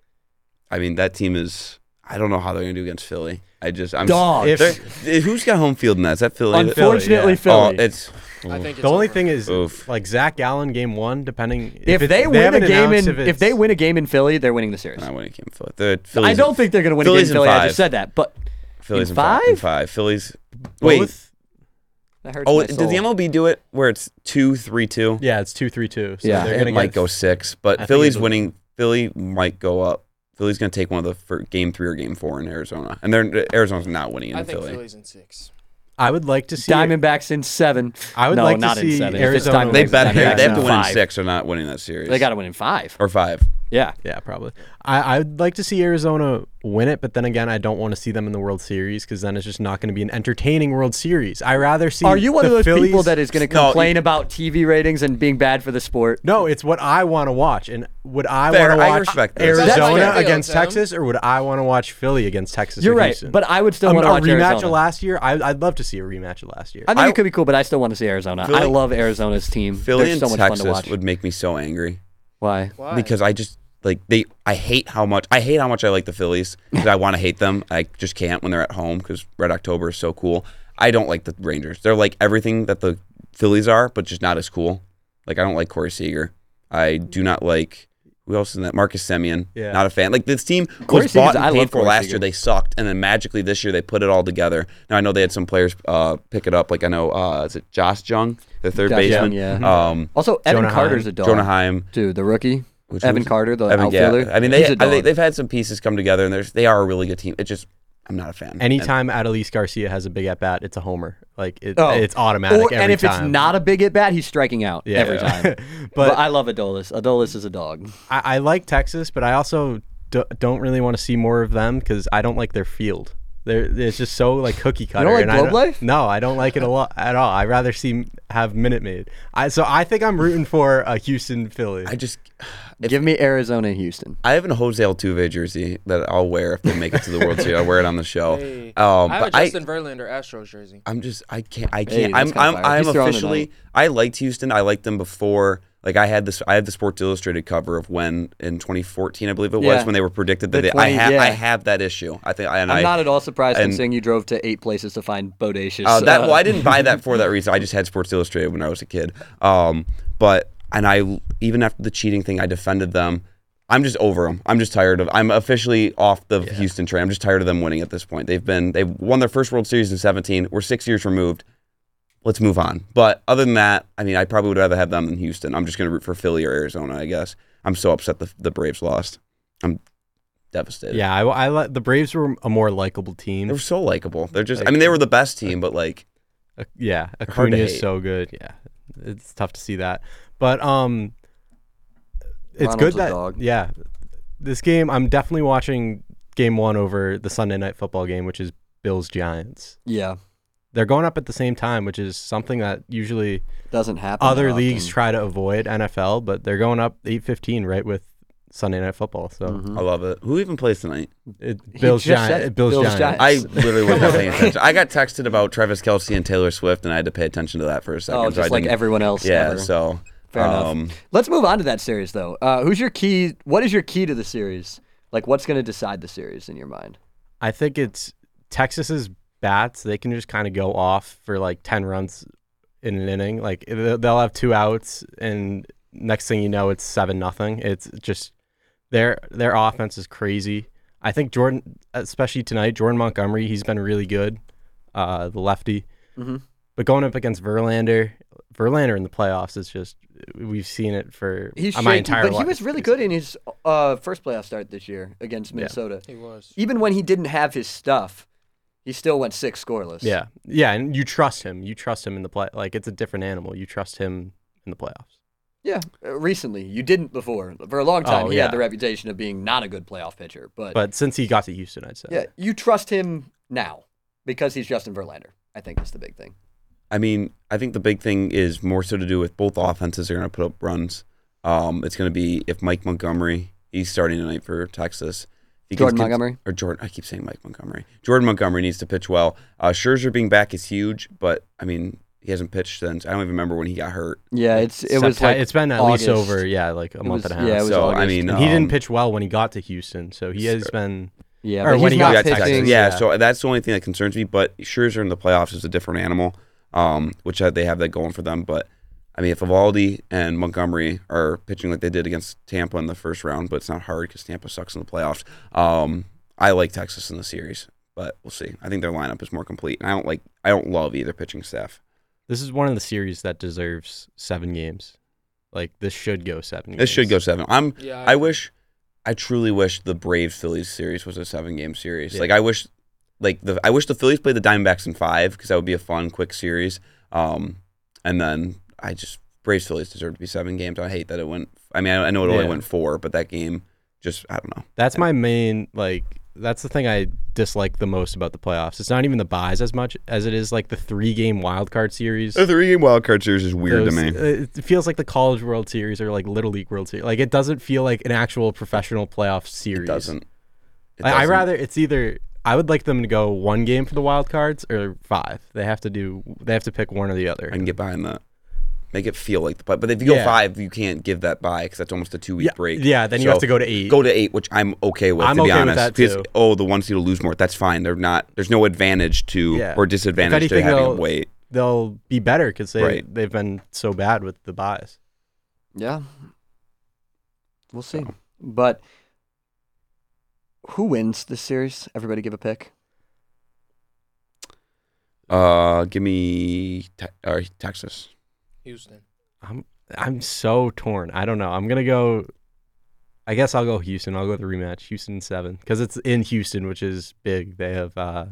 [SPEAKER 3] I mean, that team is. I don't know how they're gonna do against Philly. I just I'm.
[SPEAKER 1] Dogs.
[SPEAKER 5] If-
[SPEAKER 3] They're- Who's got home field in that? Is that Philly?
[SPEAKER 1] Unfortunately, Philly.
[SPEAKER 3] Oh, it's.
[SPEAKER 2] I think it's
[SPEAKER 5] the only
[SPEAKER 2] over.
[SPEAKER 5] thing is
[SPEAKER 3] Oof.
[SPEAKER 5] like Zach Allen game 1 depending
[SPEAKER 1] if,
[SPEAKER 5] it-
[SPEAKER 1] they, win a
[SPEAKER 5] haven't
[SPEAKER 1] game in
[SPEAKER 5] announced
[SPEAKER 1] if,
[SPEAKER 5] it's-
[SPEAKER 1] they win a game in Philly, they're winning the series.
[SPEAKER 3] Not when it came Philly. The Phillies
[SPEAKER 1] I don't think they're going to win
[SPEAKER 3] Phillies
[SPEAKER 1] a
[SPEAKER 3] in
[SPEAKER 1] game in Philly. I
[SPEAKER 3] five.
[SPEAKER 1] just said that, but
[SPEAKER 3] Phillies
[SPEAKER 1] in
[SPEAKER 3] in fi- in
[SPEAKER 1] five?
[SPEAKER 3] five. Phillies. Wait.
[SPEAKER 5] both
[SPEAKER 1] that hurts
[SPEAKER 3] Oh,
[SPEAKER 1] my
[SPEAKER 3] did
[SPEAKER 1] soul.
[SPEAKER 3] the MLB do it where it's two, three, two?
[SPEAKER 5] Yeah, it's 2-3-2. So
[SPEAKER 1] Yeah.
[SPEAKER 5] they're
[SPEAKER 3] it
[SPEAKER 5] going to
[SPEAKER 3] might
[SPEAKER 5] get
[SPEAKER 3] go six, but
[SPEAKER 5] I think
[SPEAKER 3] Philly's
[SPEAKER 5] it'll-
[SPEAKER 3] winning. Philly might go up. Philly's gonna take one of the fir- game three or game four in Arizona, and they're Arizona's not winning in
[SPEAKER 2] I think
[SPEAKER 3] Philly.
[SPEAKER 2] Philly's in six.
[SPEAKER 5] I would like to see
[SPEAKER 1] Diamondbacks in seven.
[SPEAKER 5] I would
[SPEAKER 1] no,
[SPEAKER 5] like to
[SPEAKER 1] not in
[SPEAKER 5] see
[SPEAKER 1] seven. If
[SPEAKER 5] Arizona-
[SPEAKER 1] it's Diamondbacks,
[SPEAKER 3] They
[SPEAKER 5] It's
[SPEAKER 1] it's
[SPEAKER 3] better.
[SPEAKER 5] not
[SPEAKER 1] Diamondbacks
[SPEAKER 3] They have to
[SPEAKER 5] now.
[SPEAKER 3] win in
[SPEAKER 1] five.
[SPEAKER 3] six. They're not winning that series.
[SPEAKER 1] They got to win in five.
[SPEAKER 3] or five.
[SPEAKER 1] Yeah,
[SPEAKER 2] Yeah.
[SPEAKER 5] Yeah, probably. I, I'd like to see Arizona win it, but then again, I don't want to see them in the World Series because then it's just not going to be an entertaining World Series. I rather see.
[SPEAKER 1] Are you one
[SPEAKER 5] the
[SPEAKER 1] of those
[SPEAKER 5] Phillies-
[SPEAKER 1] people that is going to
[SPEAKER 3] [laughs] No,
[SPEAKER 1] complain about TV ratings and being bad for the sport?
[SPEAKER 5] No, it's what I want to watch, and would I
[SPEAKER 3] Fair,
[SPEAKER 5] want to
[SPEAKER 3] I
[SPEAKER 5] watch
[SPEAKER 3] respect that.
[SPEAKER 2] That's how I
[SPEAKER 5] Arizona
[SPEAKER 2] feel,
[SPEAKER 5] against
[SPEAKER 2] Sam.
[SPEAKER 5] Texas, or would I want to watch Philly against Texas?
[SPEAKER 1] You're
[SPEAKER 5] or
[SPEAKER 1] right,
[SPEAKER 5] Houston?
[SPEAKER 1] but I would still
[SPEAKER 5] Um,
[SPEAKER 1] want
[SPEAKER 5] a
[SPEAKER 1] to watch
[SPEAKER 5] rematch
[SPEAKER 1] Arizona.
[SPEAKER 5] of last year. I, I'd love to see a rematch of last year.
[SPEAKER 1] I think it could be cool, but I still want to see Arizona. I
[SPEAKER 3] Philly-
[SPEAKER 1] love Arizona's team.
[SPEAKER 3] Philly
[SPEAKER 1] They're
[SPEAKER 3] and
[SPEAKER 1] so much fun to
[SPEAKER 3] Texas
[SPEAKER 1] watch.
[SPEAKER 3] would make me so angry
[SPEAKER 1] Why?
[SPEAKER 2] Why?
[SPEAKER 3] because I just like they. I hate how much I hate how much I like
[SPEAKER 1] [laughs]
[SPEAKER 3] the Phillies because I want to hate them. I just can't when they're at home because Red October is so cool. I don't like the Rangers. They're like everything that the Phillies are, but just not as cool. Like I don't like Corey Seager. I do not like who else is in that Marcus Simeon.
[SPEAKER 5] Yeah.
[SPEAKER 3] Not a fan. Like this team
[SPEAKER 1] Corey
[SPEAKER 3] was bought
[SPEAKER 1] Seager's-
[SPEAKER 3] and
[SPEAKER 1] I
[SPEAKER 3] paid
[SPEAKER 1] love
[SPEAKER 3] for
[SPEAKER 1] Corey
[SPEAKER 3] last
[SPEAKER 1] Seager.
[SPEAKER 3] year. They sucked, and then magically this year they put it all together. Now I know they had some players uh, pick it up. Like I know uh, is it Josh Jung, the third
[SPEAKER 1] Josh Jung,
[SPEAKER 3] baseman.
[SPEAKER 1] yeah.
[SPEAKER 3] Um,
[SPEAKER 1] Also, Evan
[SPEAKER 5] Jonah
[SPEAKER 1] Carter's
[SPEAKER 5] Heim.
[SPEAKER 1] a dog.
[SPEAKER 3] Jonah Heim.
[SPEAKER 1] Dude, the rookie.
[SPEAKER 3] Which
[SPEAKER 1] Evan
[SPEAKER 3] was-
[SPEAKER 1] Carter, the
[SPEAKER 3] Evan- yeah.
[SPEAKER 1] outfielder.
[SPEAKER 3] I mean,
[SPEAKER 1] He's
[SPEAKER 3] they,
[SPEAKER 1] a
[SPEAKER 3] I,
[SPEAKER 1] dog.
[SPEAKER 3] they've had some pieces come together, and they're, they are a really good team. It just, I'm not a fan.
[SPEAKER 5] Anytime Adelise Garcia has a big at bat, it's a homer. Like it,
[SPEAKER 1] Oh.
[SPEAKER 5] it's automatic.
[SPEAKER 1] Or-
[SPEAKER 5] every
[SPEAKER 1] and if
[SPEAKER 5] time.
[SPEAKER 1] it's not a big at bat, he's striking out
[SPEAKER 5] Yeah.
[SPEAKER 1] every time. but,
[SPEAKER 5] [laughs] but
[SPEAKER 1] I love Adolis. Adolis is a dog.
[SPEAKER 5] I, I like Texas, but I also d- don't really want to see more of them because I don't like their field. They're, it's just so like cookie cutter.
[SPEAKER 1] like
[SPEAKER 5] and I
[SPEAKER 1] Globe Life?
[SPEAKER 5] No, I don't like it
[SPEAKER 1] [laughs]
[SPEAKER 5] a lot at all. I rather see m- have Minute Maid. I so I think I'm rooting for a Houston Philly.
[SPEAKER 3] I just,
[SPEAKER 1] Give me Arizona and Houston.
[SPEAKER 3] I have an Jose Altuve jersey that I'll wear if they make it to the
[SPEAKER 1] [laughs]
[SPEAKER 3] World Series. I'll wear it on the show. Um,
[SPEAKER 2] I have a
[SPEAKER 3] but I,
[SPEAKER 2] Justin Verlander Astros jersey.
[SPEAKER 3] I'm just, I can't, I
[SPEAKER 1] Hey,
[SPEAKER 3] can't.
[SPEAKER 1] that's
[SPEAKER 3] I'm,
[SPEAKER 1] kinda
[SPEAKER 3] I'm,
[SPEAKER 1] fire.
[SPEAKER 3] I'm
[SPEAKER 1] He's throwing it
[SPEAKER 3] officially.
[SPEAKER 1] out.
[SPEAKER 3] I liked Houston. I liked them before. Like I had this, I had the Sports Illustrated cover of when in 2014, I believe it was,
[SPEAKER 1] Yeah.
[SPEAKER 3] when they were predicted that
[SPEAKER 1] The
[SPEAKER 3] they. I
[SPEAKER 1] 20
[SPEAKER 3] have,
[SPEAKER 1] yeah.
[SPEAKER 3] I have that issue. I think, and
[SPEAKER 1] I'm
[SPEAKER 3] I,
[SPEAKER 1] not at all surprised
[SPEAKER 3] and-
[SPEAKER 1] considering you drove to eight places to find Bodacious.
[SPEAKER 3] Uh, that
[SPEAKER 1] uh,
[SPEAKER 3] well, I didn't buy that for that reason. I just had Sports Illustrated when I was a kid. Um, but and I even after the cheating thing, I defended them. I'm just over them. I'm just tired of. I'm officially off the Houston train. I'm just tired of them winning at this point. They've been they've won their first World Series in 17. We're six years removed. Let's move on. But other than that, I mean, I probably would rather have them than Houston. I'm just going to root for Philly or Arizona. I guess I'm so upset the the Braves lost. I'm devastated.
[SPEAKER 5] yeah, I, I li- the Braves were a more likable
[SPEAKER 3] They
[SPEAKER 5] team.
[SPEAKER 3] were so likable. They're just. I mean, they were the best team, but like
[SPEAKER 5] Uh, yeah,
[SPEAKER 3] hard to
[SPEAKER 5] Acuna is
[SPEAKER 3] hate.
[SPEAKER 5] so good. Yeah, it's tough to see that, but um, it's
[SPEAKER 1] Ronald's
[SPEAKER 5] good
[SPEAKER 1] a
[SPEAKER 5] that
[SPEAKER 1] dog.
[SPEAKER 5] yeah, this game I'm definitely watching game one over the Sunday night football game, which is Bills Giants.
[SPEAKER 1] yeah,
[SPEAKER 5] they're going up at the same time, which is something that usually
[SPEAKER 1] doesn't happen.
[SPEAKER 5] other
[SPEAKER 1] that
[SPEAKER 5] leagues
[SPEAKER 1] often.
[SPEAKER 5] try to avoid NFL, but they're going up eight fifteen right with Sunday Night Football. So
[SPEAKER 1] Mm-hmm.
[SPEAKER 3] I love it. Who even plays tonight?
[SPEAKER 5] it,
[SPEAKER 1] He
[SPEAKER 5] Bills,
[SPEAKER 1] just
[SPEAKER 5] Giant,
[SPEAKER 1] said
[SPEAKER 5] Bills,
[SPEAKER 1] Bills
[SPEAKER 5] Giants.
[SPEAKER 1] Giants.
[SPEAKER 3] I literally
[SPEAKER 1] [laughs]
[SPEAKER 3] was not paying attention. I got texted about Travis Kelsey and Taylor Swift, and I had to pay attention to that for a second.
[SPEAKER 1] Oh,
[SPEAKER 3] so I
[SPEAKER 1] just like
[SPEAKER 3] didn't-
[SPEAKER 1] everyone else.
[SPEAKER 3] Yeah,
[SPEAKER 1] ever.
[SPEAKER 3] so
[SPEAKER 1] Fair
[SPEAKER 3] um,
[SPEAKER 1] enough. Let's move on to that series, though. Uh, who's your key? What is your key to the series? Like, what's going to decide the series in your mind?
[SPEAKER 5] I think it's Texas's bats. They can just kind of go off for like ten runs in an inning. Like they'll they'll have two outs, and next thing you know, it's seven nothing. It's just their their offense is crazy. I think Jordan, especially tonight, Jordan Montgomery, he's been really good, uh, the lefty.
[SPEAKER 1] Mhm.
[SPEAKER 5] But going up against Verlander, Verlander in the playoffs is just we've seen it for
[SPEAKER 1] He's
[SPEAKER 5] Uh, my
[SPEAKER 1] shaky,
[SPEAKER 5] entire
[SPEAKER 1] but
[SPEAKER 5] life.
[SPEAKER 1] he was really good in his uh, first playoff start this year against Minnesota.
[SPEAKER 2] He was.
[SPEAKER 1] Even when he didn't have his stuff, he still went six scoreless.
[SPEAKER 5] Yeah, yeah, and you trust him. You trust him in the play. Like it's a different animal. You trust him in the playoffs.
[SPEAKER 1] yeah. uh, Recently, you didn't before. For a long time,
[SPEAKER 5] Oh,
[SPEAKER 1] he
[SPEAKER 5] yeah.
[SPEAKER 1] had the reputation of being not a good playoff pitcher, but,
[SPEAKER 5] But uh, since he got to Houston, I'd say
[SPEAKER 1] Uh, yeah, you trust him now because he's Justin Verlander. I think that's the big thing.
[SPEAKER 3] I mean, I think the big thing is more so to do with both offenses are going to put up runs. Um, it's going to be if Mike Montgomery, he's starting tonight for Texas. If he can-
[SPEAKER 1] Jordan Montgomery?
[SPEAKER 3] Or Jordan, I keep saying Mike Montgomery. Jordan Montgomery needs to pitch well. Uh, Scherzer being back is huge, but I mean, he hasn't pitched since. I don't even remember when he got hurt.
[SPEAKER 1] Yeah, it's it was
[SPEAKER 5] Septi-
[SPEAKER 1] like
[SPEAKER 5] it's been at
[SPEAKER 1] August.
[SPEAKER 5] least over yeah like a month
[SPEAKER 1] was-
[SPEAKER 5] and a half.
[SPEAKER 1] yeah, it was
[SPEAKER 3] so, I
[SPEAKER 1] August.
[SPEAKER 3] mean,
[SPEAKER 5] And he
[SPEAKER 3] um,
[SPEAKER 5] didn't pitch well when he got to Houston, so he has
[SPEAKER 3] Sure.
[SPEAKER 5] been.
[SPEAKER 1] Yeah,
[SPEAKER 5] Or
[SPEAKER 1] but he's
[SPEAKER 5] when he got
[SPEAKER 1] not
[SPEAKER 5] to Texas.
[SPEAKER 1] pitching.
[SPEAKER 3] Yeah,
[SPEAKER 5] yeah.
[SPEAKER 3] so that's the only thing that concerns me. But Scherzer in the playoffs is a different animal, um, which uh, they have that going for them. But I mean, if Evaldi and Montgomery are pitching like they did against Tampa in the first round, but it's not hard because Tampa sucks in the playoffs. Um, I like Texas in the series, but we'll see. I think their lineup is more complete, and I don't like I don't love either pitching staff.
[SPEAKER 5] This is one of the series that deserves seven games. Like this should go seven.
[SPEAKER 3] This should go
[SPEAKER 5] games.
[SPEAKER 3] seven. I'm
[SPEAKER 2] Yeah,
[SPEAKER 3] I [laughs] wish, I truly wish the Braves Phillies series was a seven game series.
[SPEAKER 5] Yeah.
[SPEAKER 3] Like I wish, like the I wish the Phillies played the Diamondbacks in five because that would be a fun quick series. Um, and then I just Braves Phillies deserve to be seven games. I hate that it went I mean, I, I know it only
[SPEAKER 5] Yeah.
[SPEAKER 3] went four, but that game just I don't know.
[SPEAKER 5] That's my main like. That's the thing I dislike the most about the playoffs. It's not even the buys as much as it is like the three game wild card series.
[SPEAKER 3] The three game wild card series is weird
[SPEAKER 5] Those-
[SPEAKER 3] to me.
[SPEAKER 5] uh, It feels like the college world series or like little league world series. Like it doesn't feel like an actual professional playoff series.
[SPEAKER 3] It doesn't. It
[SPEAKER 5] I- I
[SPEAKER 3] doesn't.
[SPEAKER 5] rather it's either I would like them to go one game for the wild cards or five. They have to do. They have to pick one or the other.
[SPEAKER 3] I can get behind that. Make it feel like the but, but if you go
[SPEAKER 5] Yeah.
[SPEAKER 3] five, you can't give that bye because that's almost a two week
[SPEAKER 5] yeah,
[SPEAKER 3] break.
[SPEAKER 5] yeah. Then you
[SPEAKER 3] So
[SPEAKER 5] have to go to eight.
[SPEAKER 3] go to eight, which I'm okay with.
[SPEAKER 5] I'm
[SPEAKER 3] to be
[SPEAKER 5] okay with
[SPEAKER 3] honest,
[SPEAKER 5] that,
[SPEAKER 3] Because,
[SPEAKER 5] too.
[SPEAKER 3] oh, the one seed will lose more. That's fine. They're not. There's no advantage to
[SPEAKER 5] Yeah.
[SPEAKER 3] or
[SPEAKER 5] if
[SPEAKER 3] disadvantage to
[SPEAKER 5] anything,
[SPEAKER 3] having
[SPEAKER 5] they'll
[SPEAKER 3] them wait.
[SPEAKER 5] they'll be better because they
[SPEAKER 3] Right.
[SPEAKER 5] they've been so bad with the buys.
[SPEAKER 1] Yeah. We'll see.
[SPEAKER 3] So.
[SPEAKER 1] But who wins this series? Everybody give a pick.
[SPEAKER 3] Uh, give me te- or Texas.
[SPEAKER 2] Houston.
[SPEAKER 5] I'm I'm so torn. I don't know. I'm gonna go. I guess I'll go Houston. I'll go with the rematch. Houston seven because it's in Houston, which is big. They have uh,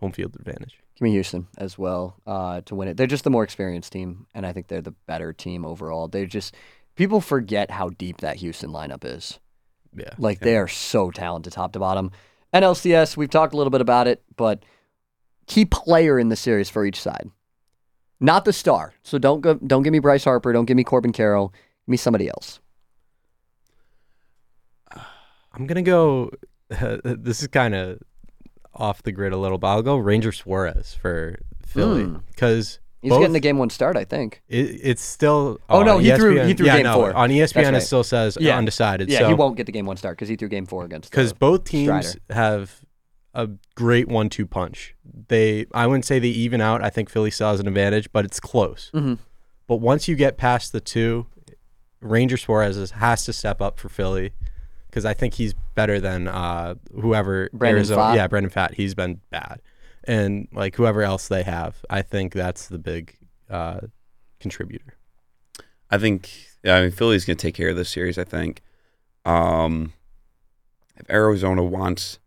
[SPEAKER 5] home field advantage.
[SPEAKER 1] Give me Houston as well uh, to win it. They're just the more experienced team, and I think they're the better team overall. They're just people forget how deep that Houston lineup is.
[SPEAKER 5] Yeah.
[SPEAKER 1] Like they are so talented top to bottom. NLCS, we've talked a little bit about it, but key player in the series for each side. Not the star. So don't go don't give me Bryce Harper, don't give me Corbin Carroll, give me somebody else.
[SPEAKER 5] I'm gonna go. [laughs] this is kind of off the grid a little, but I'll go Ranger Suarez for Philly
[SPEAKER 1] Mm.
[SPEAKER 5] because
[SPEAKER 1] He's getting the game one start, I think.
[SPEAKER 5] It, it's still.
[SPEAKER 1] Oh, no,
[SPEAKER 5] on E
[SPEAKER 1] he threw-
[SPEAKER 5] ESPN
[SPEAKER 1] he threw
[SPEAKER 5] yeah,
[SPEAKER 1] game
[SPEAKER 5] no,
[SPEAKER 1] four.
[SPEAKER 5] on ESPN. It
[SPEAKER 1] right.
[SPEAKER 5] still says
[SPEAKER 1] Yeah.
[SPEAKER 5] undecided.
[SPEAKER 1] Yeah,
[SPEAKER 5] so,
[SPEAKER 1] he won't get the game one start because he threw game four against
[SPEAKER 5] because
[SPEAKER 1] the-
[SPEAKER 5] both teams
[SPEAKER 1] Strider.
[SPEAKER 5] have a great one-two punch. They, I wouldn't say they even out. I think Philly still has an advantage, but it's close.
[SPEAKER 1] Mhm.
[SPEAKER 5] But once you get past the two, Ranger Suarez is- has to step up for Philly because I think he's better than uh, whoever
[SPEAKER 1] Brandon
[SPEAKER 5] Arizona.
[SPEAKER 1] Pfaff.
[SPEAKER 5] Yeah, Brendan Fat. He's been bad, and like whoever else they have, I think that's the big uh, contributor.
[SPEAKER 3] I think. Yeah, I mean, Philly's gonna take care of this series. I think. Um, if Arizona wants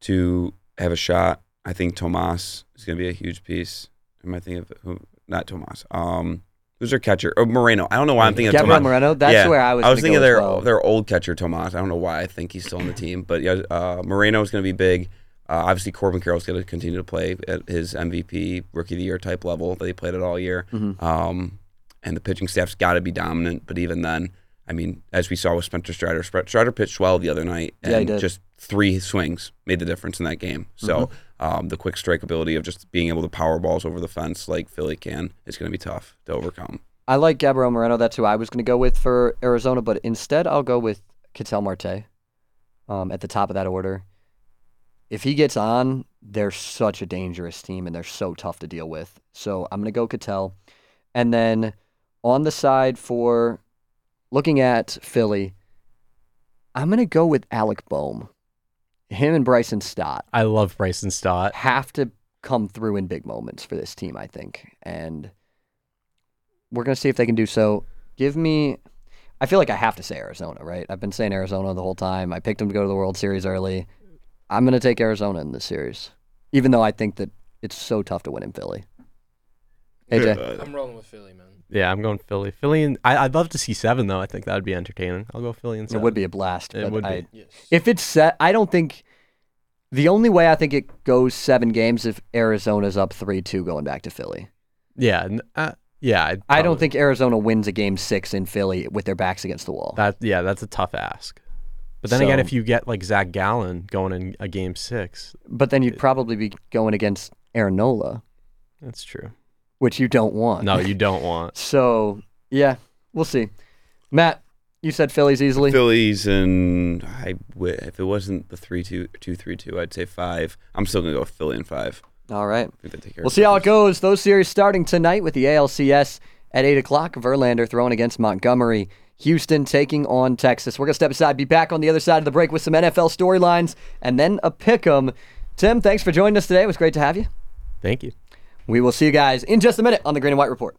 [SPEAKER 3] to have a shot, I think Tomas is gonna be a huge piece. Am I thinking of who? Not Tomas. Um, who's their catcher? Oh, Moreno. I don't know why I'm thinking of
[SPEAKER 1] Gabriel
[SPEAKER 3] Tomas.
[SPEAKER 1] Moreno. That's
[SPEAKER 3] Yeah,
[SPEAKER 1] where I was.
[SPEAKER 3] I was
[SPEAKER 1] gonna
[SPEAKER 3] thinking
[SPEAKER 1] go as
[SPEAKER 3] their
[SPEAKER 1] well.
[SPEAKER 3] their old catcher Tomas. I don't know why. I think he's still on the team, but yeah, uh, Moreno is going to be big. Uh, obviously, Corbin Carroll's going to continue to play at his MVP rookie of the year type level that he played at all year.
[SPEAKER 1] Mhm.
[SPEAKER 3] Um, and the pitching staff's got to be dominant. But even then, I mean, as we saw with Spencer Strider, Sp- Strider pitched well the other night, and
[SPEAKER 1] Yeah, he did.
[SPEAKER 3] just three swings made the difference in that game. So
[SPEAKER 1] Mm-hmm.
[SPEAKER 3] um, the quick strike ability of just being able to power balls over the fence like Philly can is going to be tough to overcome.
[SPEAKER 1] I like Gabriel Moreno. That's who I was going to go with for Arizona, but instead I'll go with Cattell Marte um, at the top of that order. If he gets on, they're such a dangerous team and they're so tough to deal with. So I'm going to go Cattell. And then on the side for looking at Philly, I'm going to go with Alec Bohm. Him and Bryson Stott
[SPEAKER 5] I love Bryson Stott.
[SPEAKER 1] have to come through in big moments for this team, I think. And we're going to see if they can do so. Give me. I feel like I have to say Arizona, right? I've been saying Arizona the whole time. I picked them to go to the World Series early. I'm going to take Arizona in this series, even though I think that it's so tough to win in Philly. AJ,
[SPEAKER 3] Uh,
[SPEAKER 2] I'm rolling with Philly, man.
[SPEAKER 5] Yeah, I'm going Philly. Philly, and I, I'd love to see seven though. I think that would be entertaining. I'll go Philly and
[SPEAKER 1] it
[SPEAKER 5] seven.
[SPEAKER 1] would be a blast.
[SPEAKER 5] It
[SPEAKER 1] but
[SPEAKER 5] would be.
[SPEAKER 1] I-
[SPEAKER 2] Yes.
[SPEAKER 1] If it's set, I don't think. The only way I think it goes seven games if Arizona's up 3 2 going back to Philly.
[SPEAKER 5] Yeah, n- uh, yeah. I'd
[SPEAKER 1] I don't
[SPEAKER 5] probably-
[SPEAKER 1] think Arizona wins a game six in Philly with their backs against the wall.
[SPEAKER 5] that. Yeah, that's a tough ask. But then again,
[SPEAKER 1] So-
[SPEAKER 5] if you get like Zach Gallen going in a game six,
[SPEAKER 1] But then you'd probably be going against Aaron Nola,
[SPEAKER 5] that's true.
[SPEAKER 1] which you don't want.
[SPEAKER 5] No, you don't want.
[SPEAKER 1] So yeah, we'll see. Matt, you said Phillies easily.
[SPEAKER 3] Phillies and I w- if it wasn't the three two two three two, I'd say five. I'm still gonna go with Philly and five.
[SPEAKER 1] All right.
[SPEAKER 3] I think they take care
[SPEAKER 1] We'll
[SPEAKER 3] of
[SPEAKER 1] see how it
[SPEAKER 3] business.
[SPEAKER 1] goes. Those series starting tonight with the ALCS at 8 o'clock. Verlander throwing against Montgomery. Houston taking on Texas. We're going to step aside, be back on the other side of the break with some NFL storylines and then a pick 'em. Tim, thanks for joining us today. It was great to have you.
[SPEAKER 5] Thank you.
[SPEAKER 1] We will see you guys in just a minute on the Green and White Report.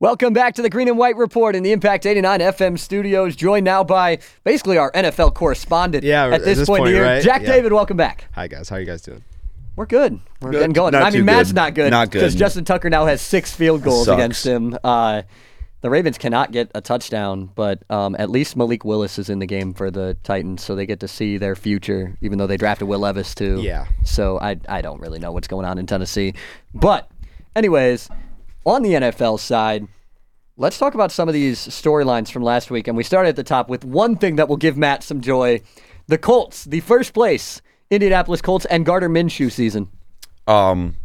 [SPEAKER 1] Welcome back to the Green and White Report in the Impact 89 FM studios, joined now by basically our NFL correspondent
[SPEAKER 6] Yeah,
[SPEAKER 1] at this,
[SPEAKER 6] at this
[SPEAKER 1] point, in
[SPEAKER 6] point,
[SPEAKER 1] the year,
[SPEAKER 6] right?
[SPEAKER 1] Jack
[SPEAKER 6] Yeah.
[SPEAKER 1] David. Welcome back.
[SPEAKER 6] Hi guys, how are you guys doing?
[SPEAKER 1] We're good. We're
[SPEAKER 3] Good.
[SPEAKER 1] getting going.
[SPEAKER 3] Not
[SPEAKER 1] I mean,
[SPEAKER 3] too
[SPEAKER 1] Matt's
[SPEAKER 3] good.
[SPEAKER 1] not good.
[SPEAKER 3] Not good.
[SPEAKER 1] Because Justin Tucker now has six field goals
[SPEAKER 3] Sucks.
[SPEAKER 1] against him. Uh, the Ravens cannot get a touchdown, but um, at least Malik Willis is in the game for the Titans, so they get to see their future, even though they drafted Will Levis too.
[SPEAKER 3] Yeah.
[SPEAKER 1] So I I don't really know what's going on in Tennessee, but anyways, on the NFL side. Let's talk about some of these storylines from last week. And we started at the top with one thing that will give Matt some joy the Colts, the first place Indianapolis Colts and Gardner Minshew season.
[SPEAKER 3] Um,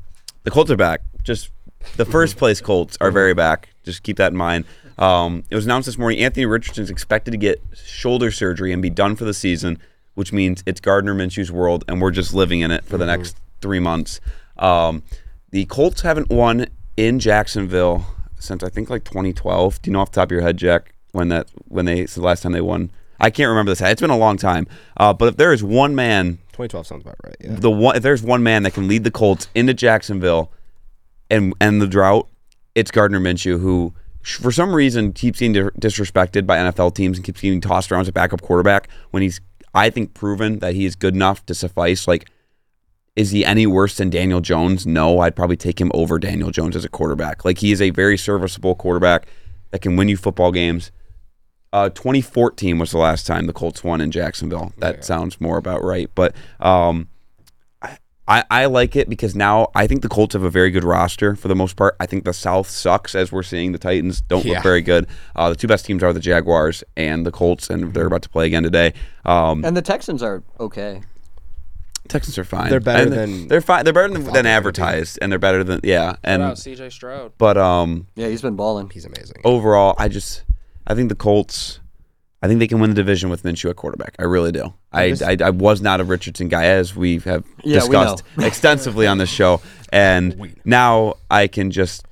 [SPEAKER 3] the Colts are back. Just the first place Colts are very back. Just keep that in mind. Um, it was announced this morning Anthony Richardson is expected to get shoulder surgery and be done for the season, which means it's Gardner Minshew's world, and we're just living in it for the next three months. Um, the Colts haven't won in Jacksonville since I think like 2012. Do you know off the top of your head, Jack, when that when they it's the last time they won? I can't remember this. It's been a long time. Uh, but if there is one man
[SPEAKER 6] 2012 sounds about right. Yeah.
[SPEAKER 3] the one if there's one man that can lead the Colts into Jacksonville and end the drought, it's Gardner Minshew, who sh- for some reason keeps getting di- disrespected by NFL teams and keeps getting tossed around as a backup quarterback when he's I think proven that he is good enough to suffice. Like, is he any worse than Daniel Jones? No, I'd probably take him over Daniel Jones as a quarterback. Like he is a very serviceable quarterback that can win you football games. Uh, 2014 was the last time the Colts won in Jacksonville. That sounds more about right. But um, I, I like it because now I think the Colts have a very good roster for the most part. I think the South sucks as we're seeing. The Titans don't
[SPEAKER 6] Yeah.
[SPEAKER 3] look very good. Uh, the two best teams are the Jaguars and the Colts, and they're about to play again today. Um,
[SPEAKER 1] And the Texans are okay.
[SPEAKER 3] Texans are fine.
[SPEAKER 6] They're better
[SPEAKER 3] And
[SPEAKER 6] than-
[SPEAKER 3] they're fine. They're better than,
[SPEAKER 6] thought
[SPEAKER 3] than
[SPEAKER 6] they were gonna be.
[SPEAKER 3] advertised, and they're better than yeah.
[SPEAKER 2] Shout out
[SPEAKER 3] And
[SPEAKER 2] CJ Stroud.
[SPEAKER 3] but um,
[SPEAKER 1] Yeah, he's been balling.
[SPEAKER 6] He's amazing.
[SPEAKER 3] overall, I just I think the Colts. I think they can win the division with Minshew at quarterback. I really do. I, I, I was not a Richardson guy, as we have
[SPEAKER 1] Yeah, we [laughs]
[SPEAKER 3] discussed extensively on this show, and now I can just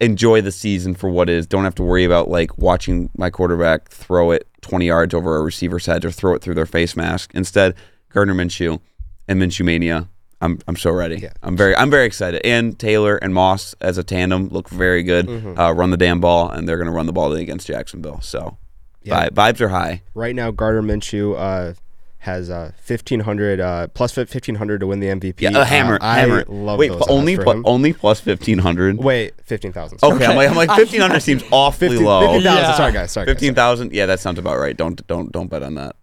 [SPEAKER 3] enjoy the season for what is. Don't have to worry about like watching my quarterback throw it 20 yards over a receiver's head or throw it through their face mask. Instead, Gardner Minshew and Minshew Mania. I'm I'm so ready. I'm very I'm very excited. And Taylor and Moss as a tandem look very good.
[SPEAKER 6] Mm-hmm.
[SPEAKER 3] Uh, run the damn ball, and they're gonna run the ball against Jacksonville. So.
[SPEAKER 6] Yeah.
[SPEAKER 3] vi- Vibes are high.
[SPEAKER 6] Right now, Gardner Minshew uh, has uh, 1,500, uh, plus 1,500 to win the MVP.
[SPEAKER 3] Yeah,
[SPEAKER 6] Uh,
[SPEAKER 3] a hammer,
[SPEAKER 6] I
[SPEAKER 3] hammer.
[SPEAKER 6] love
[SPEAKER 3] Wait,
[SPEAKER 6] those
[SPEAKER 3] but
[SPEAKER 6] odds
[SPEAKER 3] only
[SPEAKER 6] for
[SPEAKER 3] pl-
[SPEAKER 6] him.
[SPEAKER 3] only plus fifteen hundred. Okay,
[SPEAKER 6] Wait, 15,000.
[SPEAKER 3] I'm like I'm like fifteen hundred
[SPEAKER 6] [laughs]
[SPEAKER 3] seems awfully
[SPEAKER 6] 15
[SPEAKER 3] low.
[SPEAKER 6] 15,000.
[SPEAKER 1] Yeah.
[SPEAKER 6] Sorry, guys. Sorry, guys.
[SPEAKER 3] Oh, Fifteen
[SPEAKER 6] Sorry.
[SPEAKER 3] thousand, yeah, that sounds about right. Don't don't don't bet on that.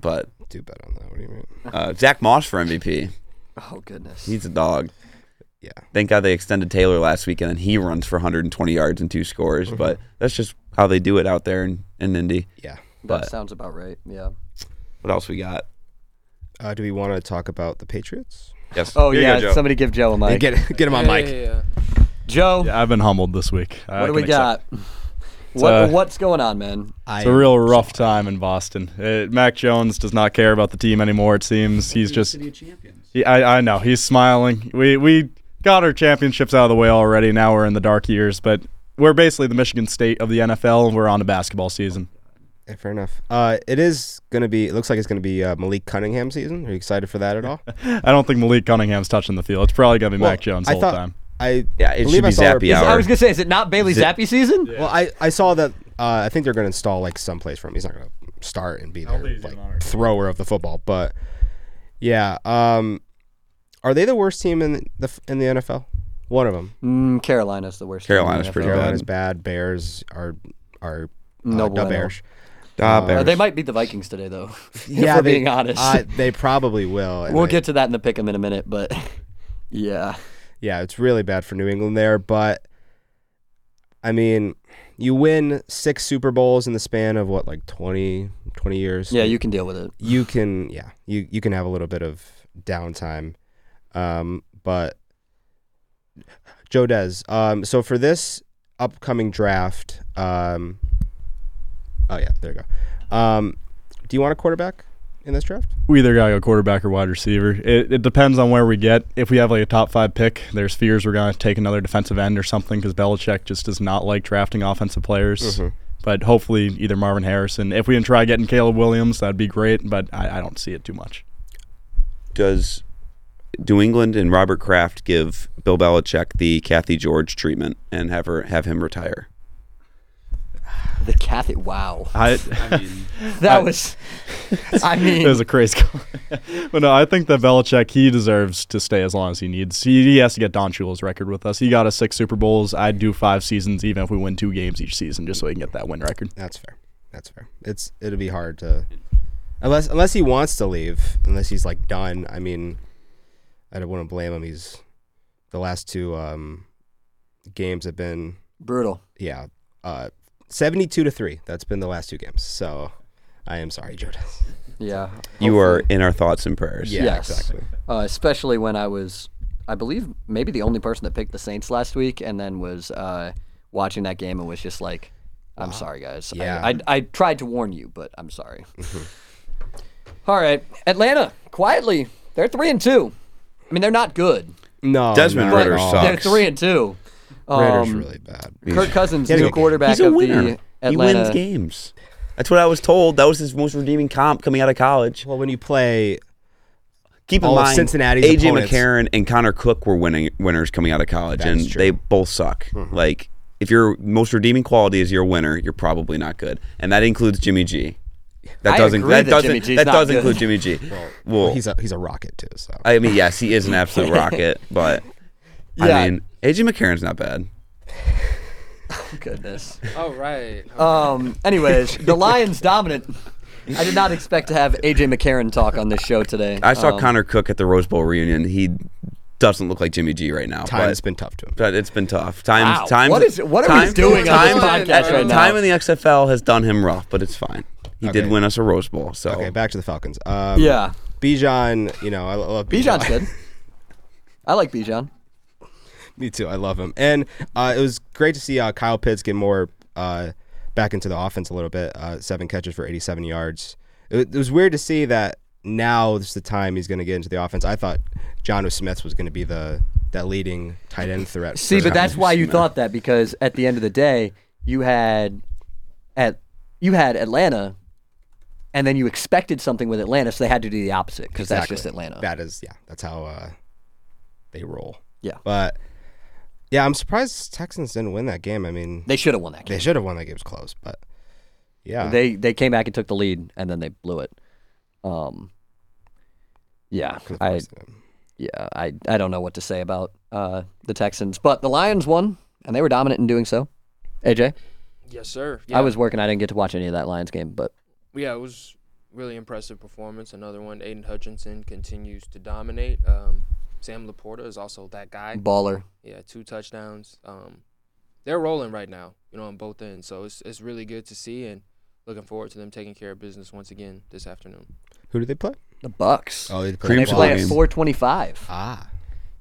[SPEAKER 3] But
[SPEAKER 6] Do bet on that. What do you mean?
[SPEAKER 3] uh, Zach Moss for MVP,
[SPEAKER 1] Oh, goodness.
[SPEAKER 3] he's a dog.
[SPEAKER 6] Yeah.
[SPEAKER 3] Thank God they extended Taylor last weekend, and he runs for 120 yards and two scores. [laughs] But that's just how they do it out there in, in Indy.
[SPEAKER 6] Yeah.
[SPEAKER 1] that
[SPEAKER 3] But
[SPEAKER 1] sounds about right. Yeah.
[SPEAKER 3] what else we got?
[SPEAKER 6] Uh, do we want to talk about the Patriots?
[SPEAKER 3] Yes.
[SPEAKER 1] Oh,
[SPEAKER 3] Here you
[SPEAKER 1] yeah.
[SPEAKER 3] go, Joe.
[SPEAKER 1] somebody give Joe a mic.
[SPEAKER 6] Get get him on
[SPEAKER 2] Yeah,
[SPEAKER 6] mic.
[SPEAKER 2] yeah, yeah.
[SPEAKER 1] Joe,
[SPEAKER 4] Yeah, I've been humbled this week.
[SPEAKER 1] what do we got? What,
[SPEAKER 4] uh,
[SPEAKER 1] what's going on, man?
[SPEAKER 6] I
[SPEAKER 4] It's a real rough time in Boston. Uh Mac Jones does not care about the team anymore. It seems he's just. He, I, I know he's smiling. We we got our championships out of the way already. Now we're in the dark years, but we're basically the Michigan State of the NFL, and we're on to basketball season.
[SPEAKER 6] Yeah, fair enough. Uh, it is gonna be. It looks like it's gonna be uh, Malik Cunningham season. Are you excited for that
[SPEAKER 4] [laughs]
[SPEAKER 6] at all?
[SPEAKER 4] I don't think Malik Cunningham's touching the field. It's probably gonna be
[SPEAKER 6] Well,
[SPEAKER 4] Mac Jones
[SPEAKER 6] I
[SPEAKER 4] the whole
[SPEAKER 6] thought-
[SPEAKER 4] time.
[SPEAKER 6] I
[SPEAKER 3] Yeah, it
[SPEAKER 6] believe
[SPEAKER 3] should
[SPEAKER 6] I
[SPEAKER 3] be
[SPEAKER 6] saw
[SPEAKER 3] Zappy
[SPEAKER 6] our-
[SPEAKER 3] hour.
[SPEAKER 1] I was going to say, is it not Bailey Zappy season?
[SPEAKER 6] Well, I, I saw that. Uh, I think they're going to install like someplace for him. He's not going to start and be their
[SPEAKER 4] think he's
[SPEAKER 6] like
[SPEAKER 4] even on our team.
[SPEAKER 6] thrower of the football, but yeah. Um, are they the worst team in the f- in the NFL? One of them.
[SPEAKER 1] Mm, Carolina's the worst.
[SPEAKER 3] Carolina's
[SPEAKER 1] team in the
[SPEAKER 3] pretty
[SPEAKER 1] NFL.
[SPEAKER 6] Carolina's bad. Bears are are
[SPEAKER 1] No
[SPEAKER 6] uh, da
[SPEAKER 1] bueno.
[SPEAKER 6] Bears.
[SPEAKER 3] Ah,
[SPEAKER 1] Uh,
[SPEAKER 3] Bears.
[SPEAKER 1] they might beat the Vikings today, though. if we're
[SPEAKER 6] they-
[SPEAKER 1] being honest.
[SPEAKER 6] uh, they probably will. and
[SPEAKER 1] we'll
[SPEAKER 6] I-
[SPEAKER 1] get to that in the pick 'em in a minute, but [laughs] yeah.
[SPEAKER 6] yeah, it's really bad for New England there. But I mean, you win six Super Bowls in the span of what, like 20, 20 years?
[SPEAKER 1] Yeah, you can deal with it.
[SPEAKER 6] you can yeah you you can have a little bit of downtime um but joe Dez, um so for this upcoming draft um oh yeah there you go um do you want a quarterback in this draft
[SPEAKER 4] We either gotta go quarterback or wide receiver. It, it depends on where we get. If we have like a top five pick, there's fears we're gonna take another defensive end or something because Belichick just does not like drafting offensive players.
[SPEAKER 6] Mm-hmm.
[SPEAKER 4] But hopefully, either Marvin Harrison. If we can try getting Caleb Williams, that'd be great. But I, I don't see it too much.
[SPEAKER 3] Does do England and Robert Kraft give Bill Belichick the Kathy George treatment and have her have him retire?
[SPEAKER 1] The Kathy. Wow.
[SPEAKER 4] I,
[SPEAKER 7] I mean,
[SPEAKER 1] That
[SPEAKER 4] I-
[SPEAKER 1] was. I mean,
[SPEAKER 4] [laughs] it was a crazy call. but no, I think that Belichick he deserves to stay as long as he needs. He, he has to get Don Shula's record with us. He got us six Super Bowls. I'd do five seasons, even if we win two games each season, just so he can get that win record.
[SPEAKER 6] That's fair. That's fair. It's it'll be hard to unless unless he wants to leave, unless he's like done. I mean, I don't want to blame him. He's the last two um, games have been
[SPEAKER 1] brutal.
[SPEAKER 6] yeah, uh, seventy-two to three. That's been the last two games. So I am sorry, Jodas.
[SPEAKER 1] Yeah.
[SPEAKER 3] You are
[SPEAKER 1] Hopefully.
[SPEAKER 3] in our thoughts and prayers.
[SPEAKER 6] Yeah,
[SPEAKER 1] Yes.
[SPEAKER 6] exactly.
[SPEAKER 1] Uh, especially when I was, I believe, maybe the only person that picked the Saints last week, and then was uh, watching that game and was just like, "I'm sorry, guys. I-
[SPEAKER 6] Yeah.
[SPEAKER 1] I, I tried to warn you, but I'm sorry." [laughs] All right, Atlanta quietly they're three and two. I mean, they're not good.
[SPEAKER 6] [laughs] No,
[SPEAKER 3] Desmond
[SPEAKER 6] not at
[SPEAKER 3] Ritter's
[SPEAKER 6] all.
[SPEAKER 3] sucked.
[SPEAKER 1] They're three and two.
[SPEAKER 6] Ritter's
[SPEAKER 1] Um,
[SPEAKER 6] really bad.
[SPEAKER 1] Kirk Cousins,
[SPEAKER 6] He's a
[SPEAKER 1] new
[SPEAKER 6] good-
[SPEAKER 1] quarterback
[SPEAKER 3] He's a
[SPEAKER 1] of
[SPEAKER 3] winner.
[SPEAKER 1] the
[SPEAKER 3] He
[SPEAKER 1] Atlanta.
[SPEAKER 3] wins games. That's what I was told. That was his most redeeming comp coming out of college.
[SPEAKER 6] Well, when you play,
[SPEAKER 3] Keep in
[SPEAKER 6] All of
[SPEAKER 3] mind,
[SPEAKER 6] Cincinnati's
[SPEAKER 3] AJ
[SPEAKER 6] opponents.
[SPEAKER 3] McCarron and Connor Cook were winning winners coming out of college,
[SPEAKER 6] That
[SPEAKER 3] and
[SPEAKER 6] is true. Mm-hmm.
[SPEAKER 3] they both suck. Like, if your most redeeming quality is you're a winner, you're probably not good, and that includes Jimmy G. That
[SPEAKER 1] I
[SPEAKER 3] doesn't.
[SPEAKER 1] agree
[SPEAKER 3] that,
[SPEAKER 1] that
[SPEAKER 3] doesn't.
[SPEAKER 1] Jimmy G's
[SPEAKER 3] that
[SPEAKER 1] not
[SPEAKER 3] does
[SPEAKER 1] good.
[SPEAKER 3] include Jimmy G. Well,
[SPEAKER 6] he's a he's a rocket too. So
[SPEAKER 3] I mean, yes, he is an absolute rocket, but
[SPEAKER 1] Yeah.
[SPEAKER 3] I mean, AJ McCarron's not bad.
[SPEAKER 1] Oh, Goodness.
[SPEAKER 2] All
[SPEAKER 3] [laughs]
[SPEAKER 2] right.
[SPEAKER 3] Uh,
[SPEAKER 1] Um. Anyways, the Lions dominant. I did not expect to have AJ McCarron talk on this show today.
[SPEAKER 3] I saw
[SPEAKER 1] Um,
[SPEAKER 3] Connor Cook at the Rose Bowl reunion. He doesn't look like Jimmy G right now.
[SPEAKER 6] time has
[SPEAKER 3] but,
[SPEAKER 6] been tough to him.
[SPEAKER 3] but it's been tough. Times,
[SPEAKER 1] Wow.
[SPEAKER 3] times.
[SPEAKER 1] What is- what are we
[SPEAKER 3] times-
[SPEAKER 1] doing
[SPEAKER 2] on
[SPEAKER 3] times-
[SPEAKER 2] this podcast right now?
[SPEAKER 3] Time in the XFL has done him rough, but it's fine. He did
[SPEAKER 6] Okay.
[SPEAKER 3] win us a Rose Bowl, so
[SPEAKER 6] Okay, back to the Falcons. Um,
[SPEAKER 1] Yeah.
[SPEAKER 6] Bijan, you know I lo- love Bijan.
[SPEAKER 1] Bijan's good. I like Bijan.
[SPEAKER 6] Me too. I love him. And uh, it was great to see uh, Kyle Pitts get more uh, back into the offense a little bit. Uh, seven catches for 87 yards. It, wa- it was weird to see that now is the time he's going to get into the offense. I thought John O. Smith was going to be the that leading tight end threat.
[SPEAKER 1] See,
[SPEAKER 6] for-
[SPEAKER 1] but that's why you thought that because at the end of the day, you had at you had Atlanta, and then you expected something with Atlanta, so they had to do the opposite because that's
[SPEAKER 6] Exactly.
[SPEAKER 1] just Atlanta.
[SPEAKER 6] That is, yeah, that's how uh, they roll.
[SPEAKER 1] Yeah.
[SPEAKER 6] But yeah, I'm surprised Texans didn't win that game. I mean,
[SPEAKER 1] They should have won that
[SPEAKER 6] they
[SPEAKER 1] game.
[SPEAKER 6] should have won that game. It was close, but yeah.
[SPEAKER 1] They they came back and took the lead, and then they blew it. Um. Yeah, I yeah I I don't know what to say about uh the Texans, but the Lions won, and they were dominant in doing so. AJ,
[SPEAKER 2] Yes, sir.
[SPEAKER 1] I
[SPEAKER 2] Yeah.
[SPEAKER 1] was working. I didn't get to watch any of that Lions game, but
[SPEAKER 2] Yeah, it was really impressive performance. Another one. Aiden Hutchinson continues to dominate. Um, Sam Laporta is also that guy.
[SPEAKER 1] baller.
[SPEAKER 2] Yeah, two touchdowns. Um, they're rolling right now, you know, on both ends. So it's it's really good to see and looking forward to them taking care of business once again this afternoon.
[SPEAKER 6] Who did they play?
[SPEAKER 1] The Bucks.
[SPEAKER 6] Oh, they
[SPEAKER 3] Cream
[SPEAKER 1] They
[SPEAKER 6] played the
[SPEAKER 1] play
[SPEAKER 3] Creamsicle
[SPEAKER 1] at
[SPEAKER 3] game.
[SPEAKER 6] Bucs.
[SPEAKER 1] 425.
[SPEAKER 6] Ah,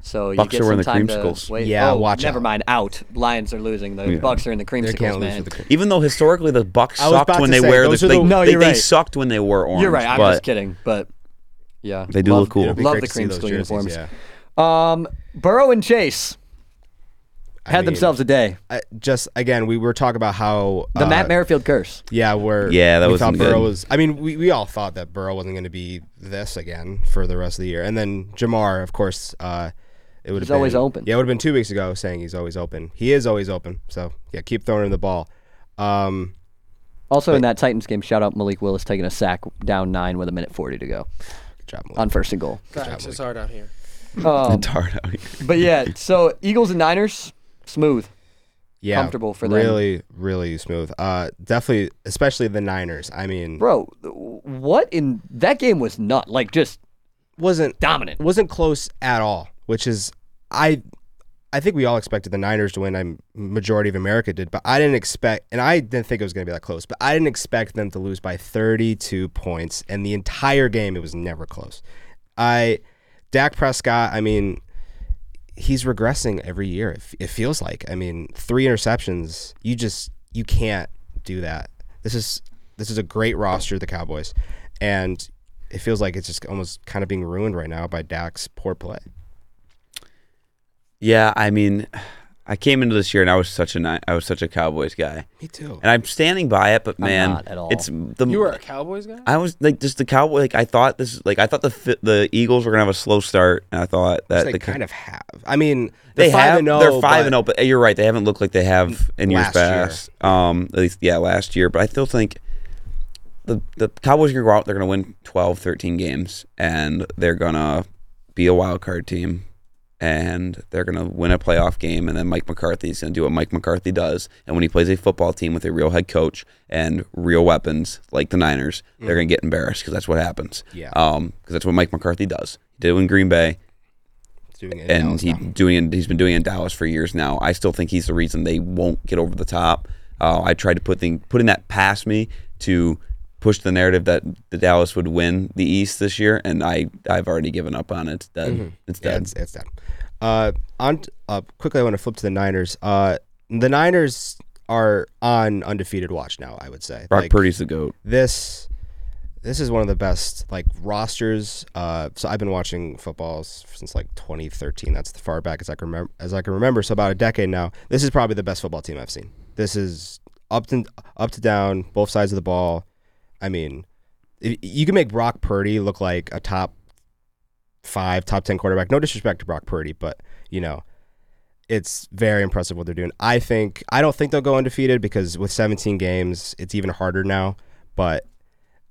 [SPEAKER 1] So you
[SPEAKER 3] Bucks
[SPEAKER 1] get
[SPEAKER 3] are
[SPEAKER 1] some
[SPEAKER 3] wearing the
[SPEAKER 1] time
[SPEAKER 3] creamsicles.
[SPEAKER 1] to wait.
[SPEAKER 6] Yeah,
[SPEAKER 1] oh,
[SPEAKER 6] watch
[SPEAKER 1] Never
[SPEAKER 6] out.
[SPEAKER 1] mind. Out. Lions are losing. The
[SPEAKER 3] Yeah.
[SPEAKER 1] Bucks are in the
[SPEAKER 6] they
[SPEAKER 1] creamsicles,
[SPEAKER 6] can't lose for
[SPEAKER 1] man.
[SPEAKER 6] the Cream.
[SPEAKER 3] even though historically the Bucks
[SPEAKER 6] I was
[SPEAKER 3] sucked
[SPEAKER 6] about
[SPEAKER 3] when
[SPEAKER 6] to
[SPEAKER 3] they
[SPEAKER 6] say,
[SPEAKER 3] wear the,
[SPEAKER 6] those are
[SPEAKER 3] they,
[SPEAKER 6] the-
[SPEAKER 1] No,
[SPEAKER 3] they,
[SPEAKER 1] you're
[SPEAKER 3] they
[SPEAKER 1] right.
[SPEAKER 3] sucked when they wore orange.
[SPEAKER 1] You're right. I'm
[SPEAKER 3] but
[SPEAKER 1] just kidding, but yeah,
[SPEAKER 3] They do
[SPEAKER 1] love,
[SPEAKER 3] look cool.
[SPEAKER 6] It'll be
[SPEAKER 1] Love
[SPEAKER 6] great
[SPEAKER 1] the
[SPEAKER 6] to see those
[SPEAKER 1] creamsicle
[SPEAKER 6] jerseys,
[SPEAKER 1] uniforms.
[SPEAKER 6] yeah.
[SPEAKER 1] Um, Burrow and Chase
[SPEAKER 6] I
[SPEAKER 1] had
[SPEAKER 6] mean,
[SPEAKER 1] themselves a day.
[SPEAKER 6] I, just again, we were talking about how
[SPEAKER 1] The
[SPEAKER 6] uh,
[SPEAKER 1] Matt Merrifield curse.
[SPEAKER 6] Yeah, where
[SPEAKER 3] Yeah, that
[SPEAKER 6] we
[SPEAKER 3] wasn't
[SPEAKER 6] thought Burrow
[SPEAKER 3] good.
[SPEAKER 6] was. I mean, we, we all thought that Burrow wasn't going to be this again for the rest of the year, and then Jamar, of course, uh, it would
[SPEAKER 1] He's
[SPEAKER 6] have been,
[SPEAKER 1] always open.
[SPEAKER 6] Yeah, it would have been two weeks ago saying he's always open. He is always open. So yeah, keep throwing him the ball. Um,
[SPEAKER 1] Also in that Titans game, shout out Malik Willis taking a sack down nine with a minute forty to go
[SPEAKER 6] good job, Malik.
[SPEAKER 1] on first and
[SPEAKER 3] [laughs]
[SPEAKER 1] goal.
[SPEAKER 2] Facts. It's hard out here.
[SPEAKER 1] Um,
[SPEAKER 3] it's hard out here.
[SPEAKER 1] but yeah, so Eagles and Niners, smooth.
[SPEAKER 6] yeah,
[SPEAKER 1] comfortable for them.
[SPEAKER 6] Really, really smooth. Uh, definitely, especially the Niners. I mean,
[SPEAKER 1] Bro, what in that game was not like just
[SPEAKER 6] wasn't
[SPEAKER 1] dominant.
[SPEAKER 6] wasn't close at all, which is I I think we all expected the Niners to win. I majority of America did, but I didn't expect and I didn't think it was going to be that close, but I didn't expect them to lose by 32 points and the entire game it was never close. I Dak Prescott, I mean, he's regressing every year. It, it feels like. I mean, three interceptions, you just you can't do that. This is this is a great roster, the Cowboys, and it feels like it's just almost kind of being ruined right now by Dak's poor play.
[SPEAKER 3] Yeah, I mean, [sighs] I came into this year and I was such a ni- I was such a Cowboys guy,
[SPEAKER 6] Me too.
[SPEAKER 3] and I'm standing by it. But
[SPEAKER 1] I'm
[SPEAKER 3] man,
[SPEAKER 1] not at all.
[SPEAKER 3] it's the
[SPEAKER 2] You were a Cowboys guy?
[SPEAKER 3] I was like just the Cowboy. Like I thought this. Like I thought the fi- the Eagles were gonna have a slow start, and I thought that
[SPEAKER 6] Which
[SPEAKER 3] the
[SPEAKER 6] they kind of have. I mean,
[SPEAKER 3] they
[SPEAKER 6] they're five
[SPEAKER 3] have
[SPEAKER 6] and oh, zero.
[SPEAKER 3] they're five and oh zero, but uh, you're right. They haven't looked like they have in years
[SPEAKER 6] Last year.
[SPEAKER 3] past. Um, at least yeah, last year. But I still think the the Cowboys are gonna go out. They're gonna win 12, 13 games, and they're gonna be a wild card team, and they're gonna win a playoff game. And then Mike McCarthy's gonna do what Mike McCarthy does, and when he plays a football team with a real head coach and real weapons like the Niners, they're gonna get embarrassed because that's what happens.
[SPEAKER 6] Mm. Yeah.
[SPEAKER 3] Um, because that's what Mike McCarthy does. He did it in Green Bay
[SPEAKER 6] Doing it
[SPEAKER 3] and
[SPEAKER 6] and
[SPEAKER 3] he doing he's been doing it in Dallas for years now. I still think he's the reason they won't get over the top. Uh, I tried to put thing putting that past me to push the narrative that the Dallas would win the East this year, and I I've already given up on it. It's dead. It's
[SPEAKER 6] Mm-hmm. yeah,
[SPEAKER 3] dead.
[SPEAKER 6] it's, it's down. Uh, on uh, quickly, I want to flip to the Niners. Uh, the Niners are on undefeated watch now. I would say
[SPEAKER 3] Brock
[SPEAKER 6] Like,
[SPEAKER 3] Purdy's the goat.
[SPEAKER 6] This this is one of the best like rosters. Uh, so I've been watching football s- since like 2013. That's the far back as I can remember. As I can remember, so about a decade now. This is probably the best football team I've seen. This is up to up to down, both sides of the ball. I mean, i you can make Brock Purdy look like a top five, top ten quarterback. No disrespect to Brock Purdy, but you know, it's very impressive what they're doing. I think I don't think they'll go undefeated because with 17 games, it's even harder now. But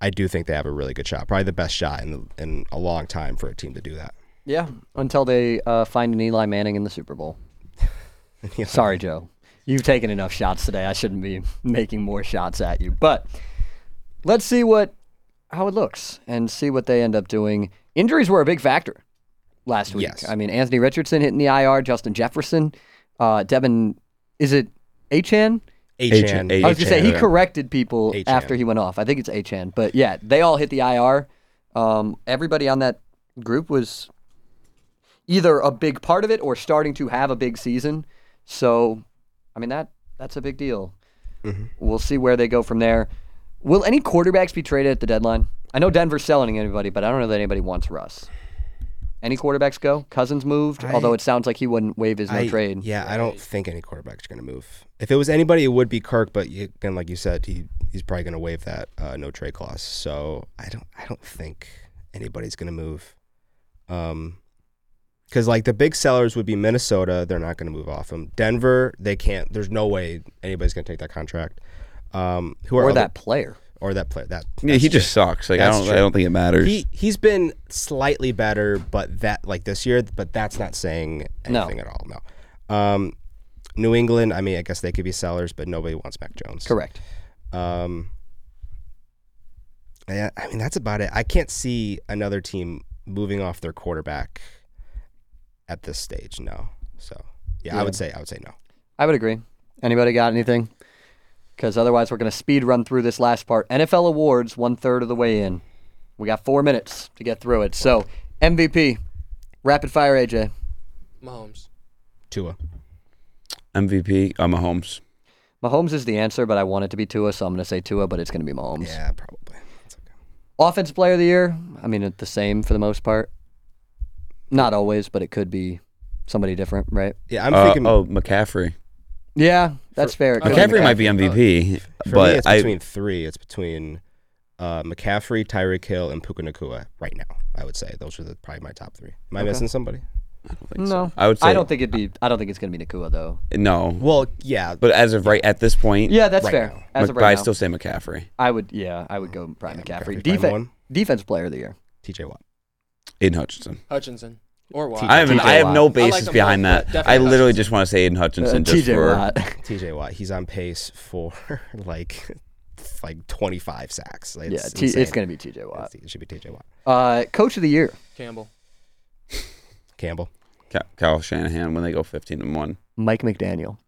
[SPEAKER 6] I do think they have a really good shot, probably the best shot in the, in a long time for a team to do that.
[SPEAKER 1] Yeah, until they uh, find an Eli Manning in the Super [laughs] Bowl. Sorry, Joe. You've taken enough shots today. I shouldn't be making more shots at you. But let's see what how it looks and see what they end up doing. Injuries were a big factor last week.
[SPEAKER 6] Yes.
[SPEAKER 1] I mean, Anthony Richardson hitting the IR, Justin Jefferson, uh, Devin. Is it Achan?
[SPEAKER 6] Achan,
[SPEAKER 3] Achan.
[SPEAKER 1] I was gonna say he
[SPEAKER 3] Achan.
[SPEAKER 1] corrected people
[SPEAKER 6] Achan.
[SPEAKER 1] after he went off. I think it's Achan, but yeah, they all hit the IR. Um, everybody on that group was either a big part of it or starting to have a big season. So, I mean that that's a big deal.
[SPEAKER 6] Mm-hmm.
[SPEAKER 1] We'll see where they go from there. Will any quarterbacks be traded at the deadline? I know Denver's selling anybody, but I don't know that anybody wants Russ. Any quarterbacks go? Cousins moved, although it sounds like he wouldn't waive his no
[SPEAKER 6] I-
[SPEAKER 1] trade.
[SPEAKER 6] Yeah, I don't think any quarterback's going to move. If it was anybody, it would be Kirk. But you, again, like you said, he he's probably going to waive that uh, no trade clause. So I don't I don't think anybody's going to move. Um, because like the big sellers would be Minnesota. They're not going to move off him. Denver, they can't. There's no way anybody's going to take that contract. Um, who are
[SPEAKER 1] Or
[SPEAKER 6] other-
[SPEAKER 1] that player.
[SPEAKER 6] or that player that
[SPEAKER 3] Yeah, he just sucks. Like I
[SPEAKER 6] That's
[SPEAKER 3] don't I
[SPEAKER 6] true.
[SPEAKER 3] don't think it matters.
[SPEAKER 6] he he's been slightly better, but that like this year, but that's not saying
[SPEAKER 1] No.
[SPEAKER 6] anything at all. No. Um, New England, I mean, I guess they could be sellers, but nobody wants Mac Jones.
[SPEAKER 1] Correct.
[SPEAKER 6] Um, yeah, I mean that's about it. I can't see another team moving off their quarterback at this stage. No. So yeah, I would say I would say no.
[SPEAKER 1] I would agree. Anybody got anything? Because otherwise, we're going to speed run through this last part. NFL awards, one third of the way in. We got four minutes to get through it. So, MVP, rapid fire, AJ.
[SPEAKER 2] Mahomes.
[SPEAKER 6] Tua.
[SPEAKER 3] MVP. I'm Mahomes.
[SPEAKER 1] Mahomes is the answer, but I want it to be Tua, so I'm going to say Tua, but it's going to be Mahomes.
[SPEAKER 6] Yeah, probably. That's okay.
[SPEAKER 1] Offensive player of the year, I mean, it's the same for the most part. Not always, but it could be somebody different, right?
[SPEAKER 6] Yeah, I'm
[SPEAKER 3] Uh,
[SPEAKER 6] thinking.
[SPEAKER 3] oh, McCaffrey.
[SPEAKER 1] Yeah, that's fair. It could be
[SPEAKER 3] McCaffrey might be
[SPEAKER 6] McCaffrey,
[SPEAKER 3] MVP,
[SPEAKER 6] For me,
[SPEAKER 3] but
[SPEAKER 6] it's
[SPEAKER 3] I
[SPEAKER 6] between three. It's between uh, McCaffrey, Tyreek Hill, and Puka Nakua right now. I would say those are the, probably my top three. Am I missing somebody?
[SPEAKER 1] No,
[SPEAKER 3] I would say
[SPEAKER 1] I don't think it'd be. I don't think it's going to be Nakua though.
[SPEAKER 3] no.
[SPEAKER 6] Well, yeah,
[SPEAKER 3] But as of right at this point,
[SPEAKER 1] Yeah, that's
[SPEAKER 6] Right
[SPEAKER 1] fair.
[SPEAKER 6] now.
[SPEAKER 1] As
[SPEAKER 3] Mc-
[SPEAKER 1] of
[SPEAKER 3] but I
[SPEAKER 1] right now,
[SPEAKER 3] still say McCaffrey.
[SPEAKER 1] I would. Oh, Yeah, I would go Brian McCaffrey.
[SPEAKER 6] McCaffrey's probably
[SPEAKER 1] Defense,
[SPEAKER 6] one.
[SPEAKER 1] defense player of the year.
[SPEAKER 6] T.J. Watt.
[SPEAKER 3] Aiden Hutchinson.
[SPEAKER 2] Hutchinson. Or Watt.
[SPEAKER 3] I have
[SPEAKER 1] TJ
[SPEAKER 3] I have
[SPEAKER 1] Watt.
[SPEAKER 3] no
[SPEAKER 2] I like
[SPEAKER 3] basis
[SPEAKER 2] them
[SPEAKER 3] behind
[SPEAKER 2] both, but
[SPEAKER 3] that. I
[SPEAKER 2] definitely
[SPEAKER 3] literally
[SPEAKER 2] Hutchinson.
[SPEAKER 3] just want to say Aiden Hutchinson
[SPEAKER 1] Uh,
[SPEAKER 3] just
[SPEAKER 1] TJ [laughs]
[SPEAKER 3] for
[SPEAKER 1] Watt.
[SPEAKER 6] T.J. Watt. He's on pace for [laughs] like like 25 sacks. Like,
[SPEAKER 1] yeah,
[SPEAKER 6] It's
[SPEAKER 1] T- it's
[SPEAKER 6] insane.
[SPEAKER 1] going to be TJ Watt.
[SPEAKER 6] It's- It should be T.J. Watt.
[SPEAKER 1] Uh, coach of the year,
[SPEAKER 2] Campbell.
[SPEAKER 6] Campbell.
[SPEAKER 3] Ka- Kyle Shanahan when they go 15 and one.
[SPEAKER 1] Mike McDaniel.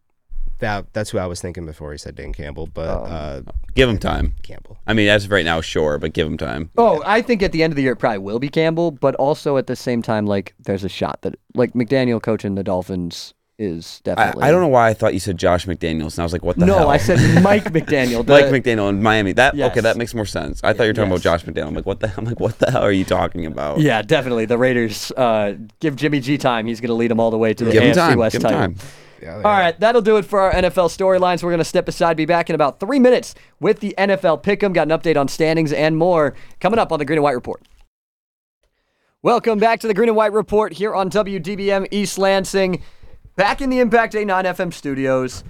[SPEAKER 6] That that's who I was thinking before he said Dan Campbell, but
[SPEAKER 1] Oh.
[SPEAKER 6] uh,
[SPEAKER 3] Give him time.
[SPEAKER 6] Campbell.
[SPEAKER 3] I mean, as of right now, sure, but give him time.
[SPEAKER 1] Oh, I think at the end of the year it probably will be Campbell, but also at the same time, like there's a shot that like McDaniel coaching the Dolphins is
[SPEAKER 3] I,
[SPEAKER 1] definitely.
[SPEAKER 3] I don't know why I thought you said Josh McDaniels, and I was like, what the
[SPEAKER 1] No,
[SPEAKER 3] hell?
[SPEAKER 1] I said Mike McDaniel. the-
[SPEAKER 3] [laughs] Mike McDaniel in Miami. That okay,
[SPEAKER 1] Yes.
[SPEAKER 3] that makes more sense. I thought you were talking
[SPEAKER 1] Yes.
[SPEAKER 3] about Josh McDaniel. I'm like, what the? I'm like, what the hell are you talking about?
[SPEAKER 1] Yeah, definitely. The Raiders uh, give Jimmy G time. He's going to lead them all the way to the
[SPEAKER 3] Give him
[SPEAKER 1] AFC
[SPEAKER 3] time.
[SPEAKER 1] West
[SPEAKER 3] Give him
[SPEAKER 1] title.
[SPEAKER 3] time.
[SPEAKER 6] Yeah,
[SPEAKER 1] All right, that'll do it for our NFL storylines. We're going to step aside, be back in about three minutes with the NFL pick'em. Got an update on standings and more coming up on the Green and White Report. Welcome back to the Green and White Report here on WDBM East Lansing, back in the Impact A9 FM studios,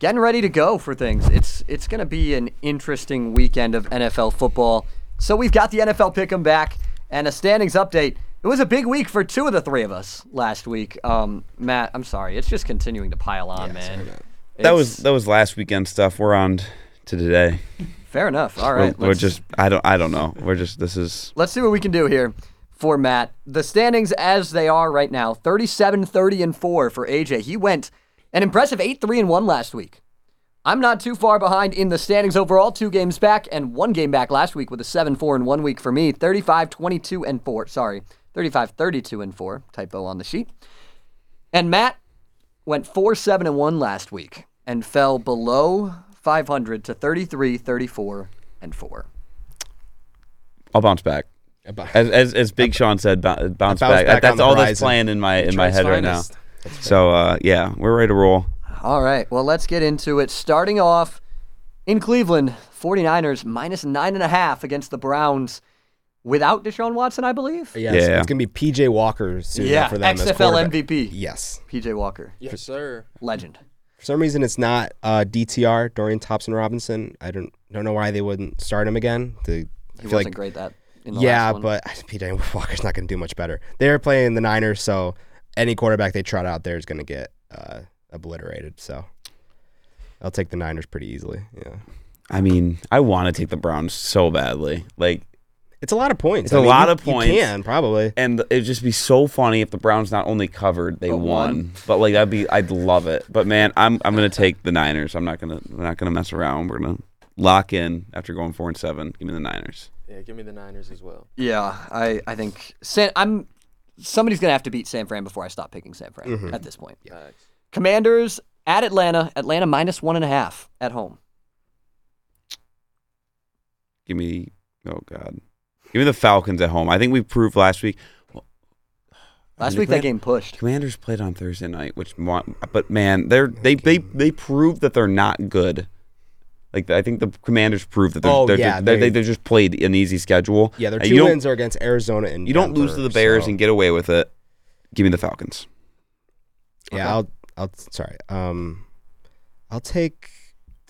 [SPEAKER 1] getting ready to go for things. It's it's going to be an interesting weekend of NFL football. So we've got the NFL pick'em back and a standings update. It was a big week for two of the three of us last week. Um, Matt, I'm sorry, it's just continuing to pile on, man.
[SPEAKER 3] That
[SPEAKER 1] It's-
[SPEAKER 3] was that was last weekend stuff. We're on t- to today.
[SPEAKER 1] fair enough. All
[SPEAKER 3] We're,
[SPEAKER 1] right,
[SPEAKER 3] we're
[SPEAKER 1] let's-
[SPEAKER 3] just I don't I don't know. We're just this is
[SPEAKER 1] Let's see what we can do here for Matt. The standings as they are right now 37 30 and 4 for AJ. He went an impressive 8 3 and 1 last week. I'm not too far behind in the standings overall, two games back and one game back last week with a 7 4 and one week for me. 35 22 and 4. Sorry, 35 32 and 4. Typo on the sheet. And Matt went 4 7 and 1 last week and fell below 500 to 33 34 and 4.
[SPEAKER 3] I'll bounce back. As as, as Big Sean said, bou- bounce, back.
[SPEAKER 6] back on
[SPEAKER 3] That's
[SPEAKER 6] the
[SPEAKER 3] all that's
[SPEAKER 6] horizon.
[SPEAKER 3] playing in my in my
[SPEAKER 2] Detroit's
[SPEAKER 3] head right now.
[SPEAKER 2] finest.
[SPEAKER 3] So uh, yeah, we're ready to roll.
[SPEAKER 1] All right. Well, let's get into it. Starting off in Cleveland, 49ers minus nine and a half against the Browns without Deshaun Watson, I believe.
[SPEAKER 6] Yeah, it's-
[SPEAKER 3] Yeah.
[SPEAKER 6] it's gonna be PJ Walker soon
[SPEAKER 1] Yeah.
[SPEAKER 6] for them. as
[SPEAKER 1] XFL
[SPEAKER 6] quarterback.
[SPEAKER 1] MVP.
[SPEAKER 6] Yes.
[SPEAKER 1] PJ Walker,
[SPEAKER 2] Yes, sir.
[SPEAKER 1] legend.
[SPEAKER 6] For some reason, it's not uh, DTR Dorian Thompson Robinson. I don't don't know why they wouldn't start him again. The, I
[SPEAKER 1] He
[SPEAKER 6] feel
[SPEAKER 1] wasn't
[SPEAKER 6] like,
[SPEAKER 1] great that. In the
[SPEAKER 6] yeah,
[SPEAKER 1] last one.
[SPEAKER 6] but [laughs] PJ Walker's not gonna do much better. They're playing the Niners, so any quarterback they trot out there is gonna get uh, obliterated. So I'll take the Niners pretty easily. Yeah,
[SPEAKER 3] I mean, I want to take the Browns so badly. Like,
[SPEAKER 6] it's a lot of points.
[SPEAKER 3] It's
[SPEAKER 6] a
[SPEAKER 3] a lot of points.
[SPEAKER 6] You can probably.
[SPEAKER 3] and it'd just be so funny if the Browns not only covered, they
[SPEAKER 1] But
[SPEAKER 3] won.
[SPEAKER 1] won.
[SPEAKER 3] But like, that'd be, I'd love it. But man, I'm, I'm gonna take the Niners. I'm not gonna, we're not gonna mess around. We're gonna lock in after going four and seven. Give me the Niners.
[SPEAKER 2] Yeah, give me the Niners as well.
[SPEAKER 1] yeah, I, I think San, I'm somebody's gonna have to beat San Fran before I stop picking San Fran
[SPEAKER 6] Mm-hmm.
[SPEAKER 1] at this point.
[SPEAKER 2] Facts.
[SPEAKER 1] Commanders at Atlanta. Atlanta minus one and a half at home.
[SPEAKER 3] Give me, oh god, give me the Falcons at home. I think we proved last week.
[SPEAKER 1] Last
[SPEAKER 3] they
[SPEAKER 1] week that
[SPEAKER 3] played-
[SPEAKER 1] game pushed.
[SPEAKER 3] Commanders played on Thursday night, which mo- but man, they're they they they proved that they're not good. Like I think the Commanders proved that they're,
[SPEAKER 6] Oh,
[SPEAKER 3] they're,
[SPEAKER 6] yeah,
[SPEAKER 3] they're,
[SPEAKER 6] they-
[SPEAKER 3] they they just played an easy schedule.
[SPEAKER 6] Yeah, their
[SPEAKER 3] And you
[SPEAKER 6] two
[SPEAKER 3] don't-
[SPEAKER 6] wins are against Arizona and
[SPEAKER 3] You don't lose to
[SPEAKER 6] Denver,
[SPEAKER 3] the Bears
[SPEAKER 6] so-
[SPEAKER 3] and get away with it. Give me the Falcons.
[SPEAKER 6] Yeah, I'll I'll sorry. Um I'll take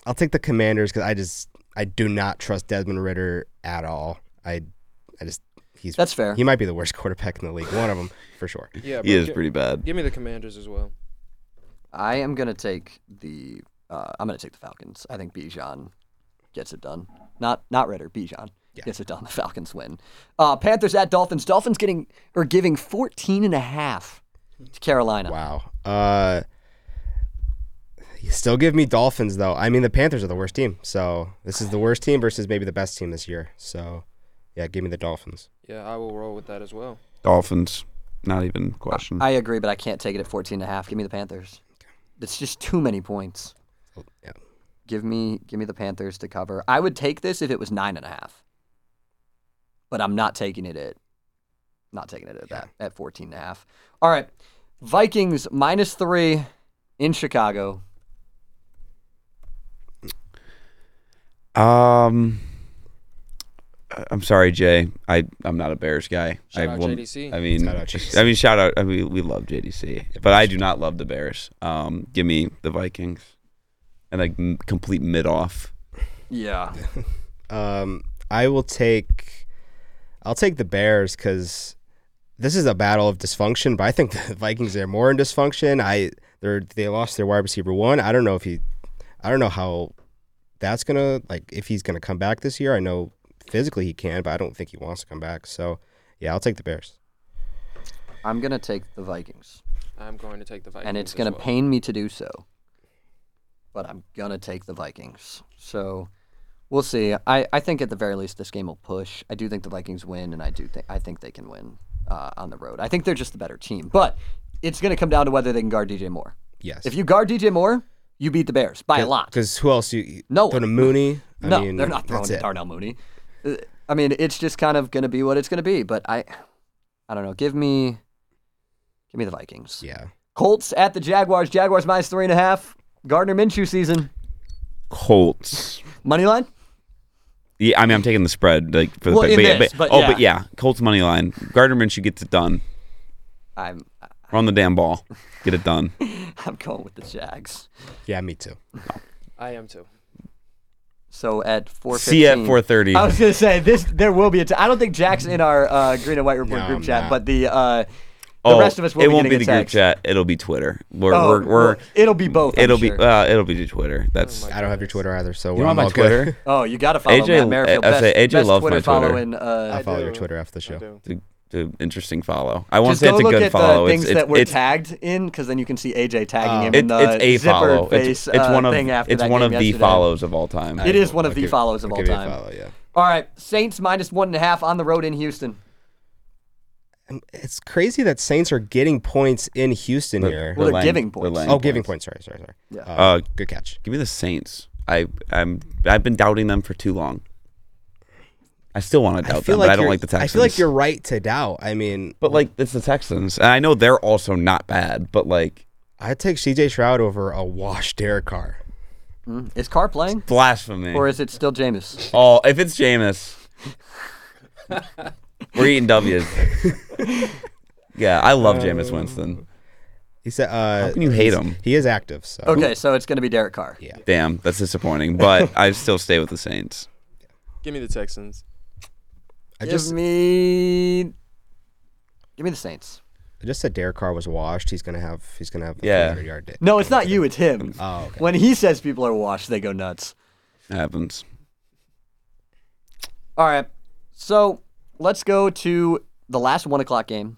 [SPEAKER 6] I'll take the Commanders cuz I just I do not trust Desmond Ritter at all. I I just he's
[SPEAKER 1] That's fair.
[SPEAKER 6] he might be the worst [laughs] quarterback in the league, one of them for sure.
[SPEAKER 2] Yeah,
[SPEAKER 3] He
[SPEAKER 2] bro,
[SPEAKER 3] is
[SPEAKER 2] gi-
[SPEAKER 3] pretty bad.
[SPEAKER 2] Give me the Commanders as well.
[SPEAKER 1] I am gonna take the uh, I'm gonna take the Falcons. I think Bijan gets it done. Not not Ritter. Bijan gets it done. [laughs] The Falcons win. Uh, Panthers at Dolphins. Dolphins getting or giving 14 and a half to Carolina.
[SPEAKER 6] Wow. Uh you still give me Dolphins though. I mean the Panthers are the worst team. So, this is the worst team versus maybe the best team this year. So, yeah, give me the Dolphins.
[SPEAKER 2] Yeah, I will roll with that as well.
[SPEAKER 3] Dolphins, not even question.
[SPEAKER 1] I agree, but I can't take it at 14 and a half. Give me the Panthers. It's just too many points.
[SPEAKER 6] Oh, Yeah.
[SPEAKER 1] Give me give me the Panthers to cover. I would take this if it was nine and a half. But I'm not taking it at not taking it at that at 14 and a half. All right. Vikings minus three in Chicago.
[SPEAKER 3] um, I- I'm sorry, Jay. I I'm not a Bears guy.
[SPEAKER 2] Shout
[SPEAKER 3] I
[SPEAKER 2] out
[SPEAKER 3] will-
[SPEAKER 2] JDC.
[SPEAKER 3] I mean,
[SPEAKER 6] Shout out JDC.
[SPEAKER 3] I mean, shout out. I mean, we love JDC, but I do not love the Bears. Um, give me the Vikings, and a m- complete mid off.
[SPEAKER 1] Yeah.
[SPEAKER 6] Um, I will take, I'll take the Bears because this is a battle of dysfunction. But I think [laughs] the Vikings are more in dysfunction. I they they lost their wide receiver one. I don't know if he, I don't know how that's gonna like if he's gonna come back this year. I know physically he can, but I don't think he wants to come back. So yeah, I'll take the Bears.
[SPEAKER 1] I'm gonna take the Vikings.
[SPEAKER 2] I'm going to take the Vikings.
[SPEAKER 1] and it's
[SPEAKER 2] as
[SPEAKER 1] going to
[SPEAKER 2] well.
[SPEAKER 1] pain me to do so. But I'm going to take the Vikings. So we'll see. I, I think at the very least this game will push. I do think the Vikings win, and I do think I think they can win uh, on the road. I think they're just the better team, but it's going to come down to whether they can guard DJ Moore.
[SPEAKER 6] Yes,
[SPEAKER 1] If you guard DJ Moore, you beat the Bears by a lot.
[SPEAKER 6] because who else? You
[SPEAKER 1] No
[SPEAKER 6] throw to
[SPEAKER 1] one.
[SPEAKER 6] Mooney. I
[SPEAKER 1] no,
[SPEAKER 6] mean,
[SPEAKER 1] they're not throwing
[SPEAKER 6] that's
[SPEAKER 1] to
[SPEAKER 6] it.
[SPEAKER 1] Darnell Mooney. Uh, I mean, it's just kind of going to be what it's going to be. But I, I don't know. Give me, give me the Vikings.
[SPEAKER 6] Yeah,
[SPEAKER 1] Colts at the Jaguars. Jaguars minus three and a half. Gardner Minshew season.
[SPEAKER 3] Colts.
[SPEAKER 1] Money line?
[SPEAKER 3] Yeah, I mean, I'm taking the spread like for the
[SPEAKER 1] Well, in
[SPEAKER 3] but, yeah,
[SPEAKER 1] this,
[SPEAKER 3] but,
[SPEAKER 1] but
[SPEAKER 3] oh,
[SPEAKER 1] yeah.
[SPEAKER 3] but yeah, Colts money line. Gardner Minshew gets it done.
[SPEAKER 1] I'm
[SPEAKER 3] Run the damn ball. Get
[SPEAKER 1] [laughs]
[SPEAKER 3] it done.
[SPEAKER 1] I'm going with the Jags.
[SPEAKER 6] Yeah, me too.
[SPEAKER 2] I am too.
[SPEAKER 1] So at four.
[SPEAKER 3] See you at 4:30.
[SPEAKER 1] I was gonna say this. There will be a. T- I don't think Jack's in our uh, green and white report
[SPEAKER 6] No,
[SPEAKER 1] group
[SPEAKER 6] I'm
[SPEAKER 1] chat,
[SPEAKER 6] not.
[SPEAKER 1] but the uh, the
[SPEAKER 3] oh,
[SPEAKER 1] rest of us will
[SPEAKER 3] it
[SPEAKER 1] be
[SPEAKER 3] won't be
[SPEAKER 1] getting
[SPEAKER 3] the
[SPEAKER 1] a
[SPEAKER 3] group
[SPEAKER 1] text.
[SPEAKER 3] chat. It'll be Twitter. We're
[SPEAKER 1] Oh,
[SPEAKER 3] we're, we're
[SPEAKER 1] well, it'll be both. I'm
[SPEAKER 3] it'll be
[SPEAKER 1] sure.
[SPEAKER 3] uh, it'll be Twitter. That's
[SPEAKER 6] I don't have your Twitter either, so
[SPEAKER 3] you
[SPEAKER 6] we're
[SPEAKER 3] want my
[SPEAKER 6] all good.
[SPEAKER 3] Twitter?
[SPEAKER 1] oh, you gotta follow
[SPEAKER 3] AJ
[SPEAKER 1] Matt Merrifield.
[SPEAKER 3] I
[SPEAKER 1] best,
[SPEAKER 3] say AJ
[SPEAKER 1] best
[SPEAKER 3] loves my
[SPEAKER 1] Twitter
[SPEAKER 3] Twitter.
[SPEAKER 1] following. Uh,
[SPEAKER 6] I [laughs] follow your
[SPEAKER 2] do.
[SPEAKER 6] Twitter after the show.
[SPEAKER 3] The, the interesting follow. I won't
[SPEAKER 1] just
[SPEAKER 3] say
[SPEAKER 1] go
[SPEAKER 3] it's a
[SPEAKER 1] look
[SPEAKER 3] good
[SPEAKER 1] at
[SPEAKER 3] follow.
[SPEAKER 1] the things
[SPEAKER 3] it's, it's,
[SPEAKER 1] that were
[SPEAKER 3] it's,
[SPEAKER 1] tagged in, because then you can see AJ tagging
[SPEAKER 6] Oh.
[SPEAKER 1] him in
[SPEAKER 3] it's,
[SPEAKER 1] the
[SPEAKER 3] it's a
[SPEAKER 1] zipper
[SPEAKER 3] follow.
[SPEAKER 1] face
[SPEAKER 3] It's, it's
[SPEAKER 1] uh,
[SPEAKER 3] one of
[SPEAKER 1] thing after
[SPEAKER 3] it's
[SPEAKER 1] that
[SPEAKER 3] one
[SPEAKER 1] game
[SPEAKER 3] of the
[SPEAKER 1] yesterday.
[SPEAKER 3] follows of all time.
[SPEAKER 1] It is one of
[SPEAKER 6] I'll
[SPEAKER 1] the
[SPEAKER 6] give-
[SPEAKER 1] follows of
[SPEAKER 6] I'll
[SPEAKER 1] all
[SPEAKER 6] give you a
[SPEAKER 1] time.
[SPEAKER 6] follow, yeah.
[SPEAKER 1] All right, Saints minus one and a half on the road in Houston.
[SPEAKER 6] And It's crazy that Saints are getting points in Houston
[SPEAKER 3] But-
[SPEAKER 6] here.
[SPEAKER 1] Well,
[SPEAKER 3] We're
[SPEAKER 1] they're
[SPEAKER 3] laying-
[SPEAKER 1] giving
[SPEAKER 3] we're
[SPEAKER 1] points.
[SPEAKER 3] laying
[SPEAKER 6] Oh, giving points. Sorry, sorry, sorry.
[SPEAKER 1] Yeah.
[SPEAKER 6] Uh,
[SPEAKER 3] Uh,
[SPEAKER 6] good catch.
[SPEAKER 3] Give me the Saints. I I'm I've been doubting them for too long. I still want to doubt them, but I don't
[SPEAKER 6] you're-
[SPEAKER 3] like the Texans.
[SPEAKER 6] I feel like you're right to doubt. I mean,
[SPEAKER 3] but like it's the Texans, and I know they're also not bad, but like
[SPEAKER 6] I'd take CJ Shroud over a washed Derek Carr.
[SPEAKER 1] Is Carr playing,
[SPEAKER 3] blasphemy.
[SPEAKER 1] or is it still Jameis?
[SPEAKER 3] oh, if it's Jameis, we're eating W's. yeah, I love Jameis
[SPEAKER 1] Uh,
[SPEAKER 3] Winston.
[SPEAKER 6] He said, uh,
[SPEAKER 3] How can you hate him?
[SPEAKER 6] He is active. So
[SPEAKER 1] Okay, so it's going to be Derek Carr.
[SPEAKER 3] Damn, that's disappointing. But I still stay with the Saints.
[SPEAKER 2] Give me the Texans.
[SPEAKER 6] I
[SPEAKER 1] give
[SPEAKER 6] just
[SPEAKER 1] me, give me the Saints.
[SPEAKER 6] I just said Derek Carr was washed. He's gonna have he's gonna have a
[SPEAKER 3] Yeah.
[SPEAKER 6] 300 yard day.
[SPEAKER 1] No, it's not you. It's him.
[SPEAKER 6] Oh, okay.
[SPEAKER 1] When he says people are washed, they go nuts.
[SPEAKER 3] It happens.
[SPEAKER 1] All right. So let's go to the last one o'clock game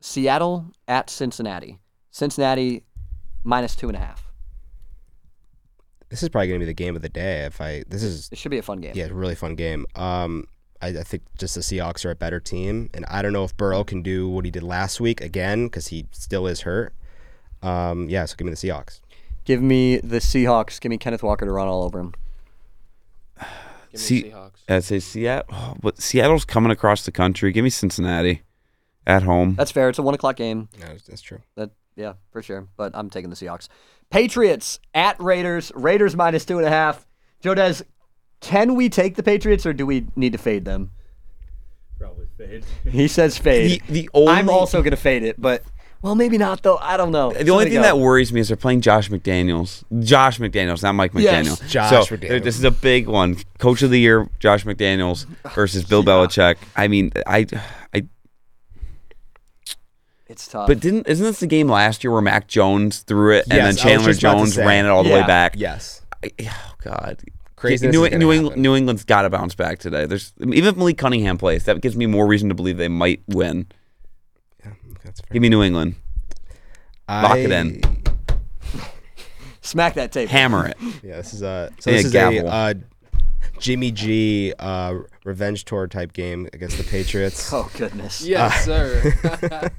[SPEAKER 1] Seattle at Cincinnati. Cincinnati minus two and a half.
[SPEAKER 6] this is probably gonna be the game of the day. If I this is
[SPEAKER 1] It should be a fun game.
[SPEAKER 6] yeah, really fun game. Um, I, I think just the Seahawks are a better team, and I don't know if Burrow can do what he did last week again because he still is hurt. Um, yeah, so give me the Seahawks.
[SPEAKER 1] Give me the Seahawks. Give me Kenneth Walker to run all over him.
[SPEAKER 2] Give me
[SPEAKER 3] See-
[SPEAKER 2] the Seahawks.
[SPEAKER 3] I say Seattle, oh, but Seattle's coming across the country. Give me Cincinnati at home.
[SPEAKER 1] That's fair. It's a one o'clock game.
[SPEAKER 6] that's, true.
[SPEAKER 1] That yeah, for sure. But I'm taking the Seahawks. Patriots at Raiders. Raiders minus two and a half. Jodez, can we take the Patriots or do we need to fade them?
[SPEAKER 4] Probably fade.
[SPEAKER 1] [laughs] He says fade.
[SPEAKER 3] The- the only-
[SPEAKER 1] I'm also gonna fade it, but well, maybe not though. I don't know.
[SPEAKER 3] The only thing that worries me is they're playing Josh McDaniels. Josh McDaniels, not Mike
[SPEAKER 1] Yes,
[SPEAKER 3] McDaniel.
[SPEAKER 6] Josh
[SPEAKER 3] so,
[SPEAKER 6] McDaniels.
[SPEAKER 3] th- This is a big one. Coach of the year, Josh McDaniels versus Bill Belichick. I mean, I, I.
[SPEAKER 1] it's tough.
[SPEAKER 3] But didn't isn't this the game last year where Mac Jones threw it and
[SPEAKER 6] Yes, I
[SPEAKER 3] then
[SPEAKER 6] was
[SPEAKER 3] Chandler
[SPEAKER 6] just about to
[SPEAKER 3] Jones
[SPEAKER 6] say.
[SPEAKER 3] ran it all the
[SPEAKER 1] Yeah.
[SPEAKER 3] way back?
[SPEAKER 6] Yes,
[SPEAKER 3] I- oh God.
[SPEAKER 6] Craziness
[SPEAKER 3] New,
[SPEAKER 6] is gonna
[SPEAKER 3] New, England,
[SPEAKER 6] happen.
[SPEAKER 3] New England's got to bounce back today. There's even if Malik Cunningham plays, that gives me more reason to believe they might win.
[SPEAKER 6] that's fair.
[SPEAKER 3] Give me New England. Lock it in.
[SPEAKER 1] Smack that tape.
[SPEAKER 3] Hammer it.
[SPEAKER 6] Yeah, this is a so
[SPEAKER 3] Yeah,
[SPEAKER 6] this is a
[SPEAKER 3] gavel.
[SPEAKER 6] uh, Jimmy G uh, revenge tour type game against
[SPEAKER 3] [laughs]
[SPEAKER 6] the Patriots.
[SPEAKER 1] Oh goodness.
[SPEAKER 3] uh,
[SPEAKER 2] Yes, sir.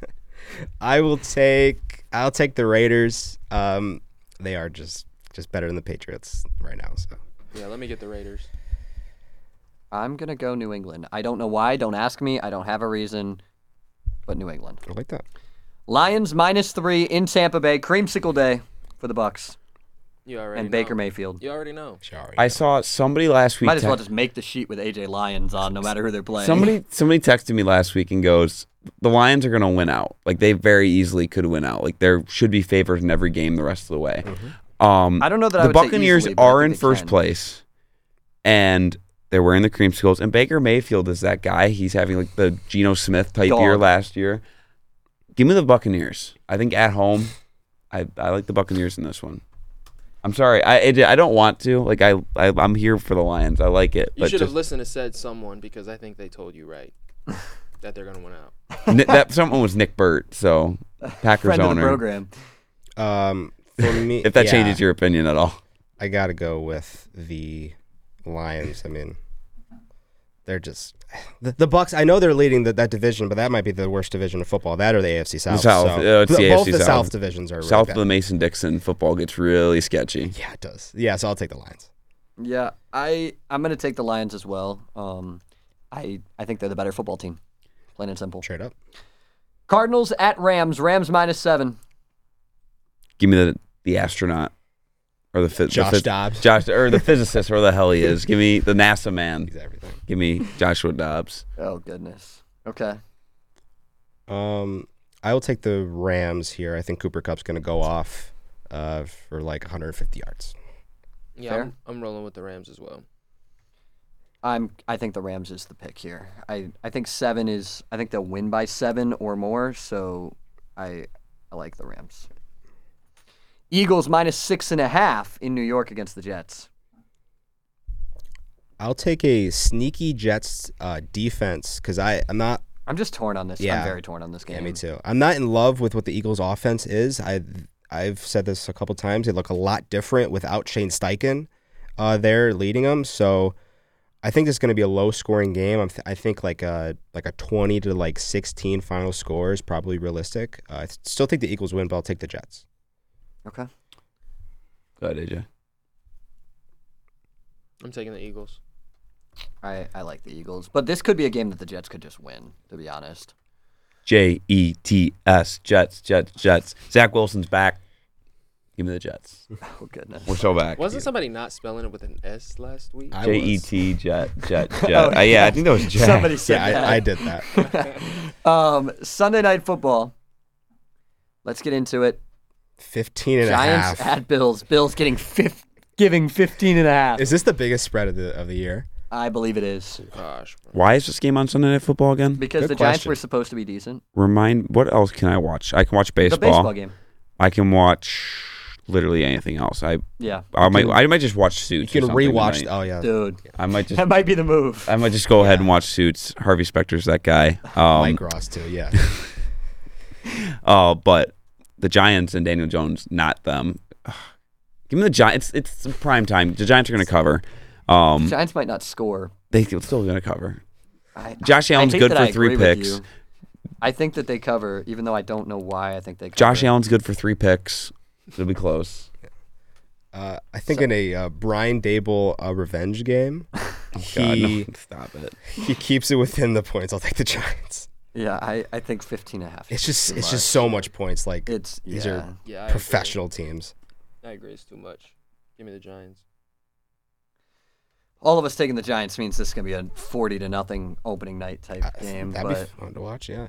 [SPEAKER 6] I will take I'll take the Raiders. Um, they are just just better than the Patriots right now. So
[SPEAKER 2] yeah, let me get the Raiders.
[SPEAKER 1] I'm gonna go New England. I don't know why. Don't ask me. I don't have a reason. But New England.
[SPEAKER 6] I like that.
[SPEAKER 1] Lions minus three in Tampa Bay. Creamsicle day for the Bucks
[SPEAKER 2] You already
[SPEAKER 1] and
[SPEAKER 2] know.
[SPEAKER 1] Baker Mayfield.
[SPEAKER 2] You already know.
[SPEAKER 6] Sorry.
[SPEAKER 3] I saw somebody last week.
[SPEAKER 1] Might as
[SPEAKER 3] text-
[SPEAKER 1] well just make the sheet with AJ Lyons on, no matter who they're playing.
[SPEAKER 3] Somebody somebody texted me last week and goes, "The Lions are going to win out. Like they very easily could win out. Like there should be favors in every game the rest of the way." Um,
[SPEAKER 1] I don't know that
[SPEAKER 3] the
[SPEAKER 1] I would say
[SPEAKER 3] Buccaneers
[SPEAKER 1] easily, but I
[SPEAKER 3] are
[SPEAKER 1] think
[SPEAKER 3] in
[SPEAKER 1] they
[SPEAKER 3] first
[SPEAKER 1] can.
[SPEAKER 3] place, and they're wearing the creamsicles. And Baker Mayfield is that guy. He's having like the Geno Smith type year
[SPEAKER 1] Dog.
[SPEAKER 3] last year. Give me the Buccaneers. I think at home, I, I like the Buccaneers in this one. I'm sorry, I it, I don't want to. Like I, I I'm here for the Lions. I like it.
[SPEAKER 2] You
[SPEAKER 3] but
[SPEAKER 2] should
[SPEAKER 3] just-
[SPEAKER 2] have listened to said someone because I think they told you
[SPEAKER 3] [laughs]
[SPEAKER 2] right that they're gonna win out.
[SPEAKER 3] Ni- that someone was Nick Burt, so
[SPEAKER 1] [laughs]
[SPEAKER 3] Packers
[SPEAKER 1] friend of the
[SPEAKER 3] owner.
[SPEAKER 1] program.
[SPEAKER 6] Um,
[SPEAKER 3] [laughs]
[SPEAKER 6] for me,
[SPEAKER 3] If that
[SPEAKER 6] yeah,
[SPEAKER 3] changes your opinion at all,
[SPEAKER 6] I gotta go with the Lions. I mean, they're just the, the Bucks. I know they're leading the, that division, but that might be the worst division of football. That or the AFC South.
[SPEAKER 3] South.
[SPEAKER 6] So,
[SPEAKER 3] Uh, it's the
[SPEAKER 6] both
[SPEAKER 3] AFC
[SPEAKER 6] the South.
[SPEAKER 3] South.
[SPEAKER 6] divisions are really
[SPEAKER 3] south
[SPEAKER 6] bad.
[SPEAKER 3] of the Mason Dixon, football gets really sketchy.
[SPEAKER 6] Yeah, it does. Yeah, so I'll take the Lions.
[SPEAKER 1] Yeah, I I'm gonna take the Lions as well. Um, I I think they're the better football team, plain and simple.
[SPEAKER 6] Straight up.
[SPEAKER 1] Cardinals at Rams. Rams minus seven.
[SPEAKER 3] give me the the astronaut or the, phys- the
[SPEAKER 6] Josh
[SPEAKER 3] phys-
[SPEAKER 6] Dobbs.
[SPEAKER 3] Josh or the physicist or the hell he is. Give me the NASA man.
[SPEAKER 6] He's everything.
[SPEAKER 3] Give me Joshua Dobbs.
[SPEAKER 1] Oh goodness. Okay.
[SPEAKER 6] Um, I will take the Rams here. I think Cooper Cup's going to go off uh, for like 150 yards.
[SPEAKER 2] Yeah,
[SPEAKER 1] Fair.
[SPEAKER 2] I'm, I'm rolling with the Rams as well.
[SPEAKER 1] I'm. I think the Rams is the pick here. I, I think seven is. I think they'll win by seven or more. So, I I like the Rams. Eagles minus six and a half in New York against the Jets.
[SPEAKER 6] I'll take a sneaky Jets uh, defense because I I'm not
[SPEAKER 1] I'm just torn on this. I'm
[SPEAKER 6] Yeah.
[SPEAKER 1] very torn on this game.
[SPEAKER 6] yeah me too I'm not in love with what the Eagles offense is I I've said this a couple times they look a lot different without Shane Steichen uh, there leading them so I think this is going to be a low scoring game I'm th- I think like a like a 20 to like 16 final score is probably realistic uh, I still think the Eagles win but I'll take the Jets
[SPEAKER 1] Okay.
[SPEAKER 3] Go ahead, AJ.
[SPEAKER 2] I'm taking the Eagles.
[SPEAKER 1] I, I like the Eagles, but this could be a game that the Jets could just win. To be honest.
[SPEAKER 3] J E T S Jets Jets Jets. Zach Wilson's back. Give me the Jets.
[SPEAKER 1] [laughs] Oh goodness.
[SPEAKER 3] We're so back.
[SPEAKER 2] Wasn't somebody not spelling it with an S last week?
[SPEAKER 6] I
[SPEAKER 3] J
[SPEAKER 6] was.
[SPEAKER 3] E T Jet Jet Jet? Uh, yeah, I think that was
[SPEAKER 1] [laughs]
[SPEAKER 3] Jet.
[SPEAKER 1] Somebody said
[SPEAKER 6] yeah
[SPEAKER 1] that.
[SPEAKER 6] I, I did that
[SPEAKER 1] [laughs] Um, Sunday night football. Let's get into it.
[SPEAKER 6] 15 and
[SPEAKER 1] Giants
[SPEAKER 6] a half
[SPEAKER 1] at Bills. Bills getting fif- giving 15 and a half.
[SPEAKER 6] is this the biggest spread of the of the year
[SPEAKER 1] I believe it is.
[SPEAKER 2] Gosh, bro.
[SPEAKER 3] Why is this game on Sunday Night Football again?
[SPEAKER 1] Because
[SPEAKER 6] Good
[SPEAKER 1] the Giants
[SPEAKER 6] question.
[SPEAKER 1] were supposed to be decent.
[SPEAKER 3] Remind. What else can I watch? I can watch baseball.
[SPEAKER 1] The baseball game.
[SPEAKER 3] I can watch literally anything else. I
[SPEAKER 1] Yeah.
[SPEAKER 3] I might I might just watch
[SPEAKER 6] you
[SPEAKER 3] Suits.
[SPEAKER 6] can
[SPEAKER 3] or something
[SPEAKER 6] rewatch
[SPEAKER 3] tonight.
[SPEAKER 6] oh yeah
[SPEAKER 1] Dude.
[SPEAKER 3] I might
[SPEAKER 1] [laughs]
[SPEAKER 3] just
[SPEAKER 1] That might be the move.
[SPEAKER 3] I might just go ahead and watch Suits. Harvey Specter's that
[SPEAKER 1] [laughs]
[SPEAKER 3] guy. Um,
[SPEAKER 6] Mike Ross too yeah
[SPEAKER 3] [laughs] uh, but the Giants and Daniel Jones, not them. [sighs] Ugh. Give me the Giants. It's, it's prime time. The Giants are going to cover. Um,
[SPEAKER 1] Giants might not score.
[SPEAKER 3] they are still going to cover.
[SPEAKER 1] I,
[SPEAKER 3] Josh
[SPEAKER 1] I
[SPEAKER 3] Allen's
[SPEAKER 1] think
[SPEAKER 3] good
[SPEAKER 1] that
[SPEAKER 3] for
[SPEAKER 1] I
[SPEAKER 3] three
[SPEAKER 1] agree with
[SPEAKER 3] picks.
[SPEAKER 1] you. I think that they cover, even though I don't know why. I think they cover.
[SPEAKER 3] Josh Allen's good for three picks. It'll be close.
[SPEAKER 6] Uh, I think in a uh, Brian Dable uh, revenge game,
[SPEAKER 3] [laughs] God, no.
[SPEAKER 6] he
[SPEAKER 3] stop it.
[SPEAKER 6] he keeps it within the points. I'll take the Giants.
[SPEAKER 1] Yeah, I, I think 15 and a half.
[SPEAKER 6] It's
[SPEAKER 1] is
[SPEAKER 6] just
[SPEAKER 1] too
[SPEAKER 6] it's
[SPEAKER 1] much.
[SPEAKER 6] just so much points. Like
[SPEAKER 1] It's
[SPEAKER 6] these
[SPEAKER 1] yeah.
[SPEAKER 6] are
[SPEAKER 2] Yeah, I agree.
[SPEAKER 6] professional teams.
[SPEAKER 2] I agree. It's too much. Give me the Giants.
[SPEAKER 1] All of us taking the Giants means this is gonna be a 40 to nothing opening night type
[SPEAKER 6] I-
[SPEAKER 1] game.
[SPEAKER 6] Uh, That'd
[SPEAKER 1] but
[SPEAKER 6] be fun to watch. Yeah.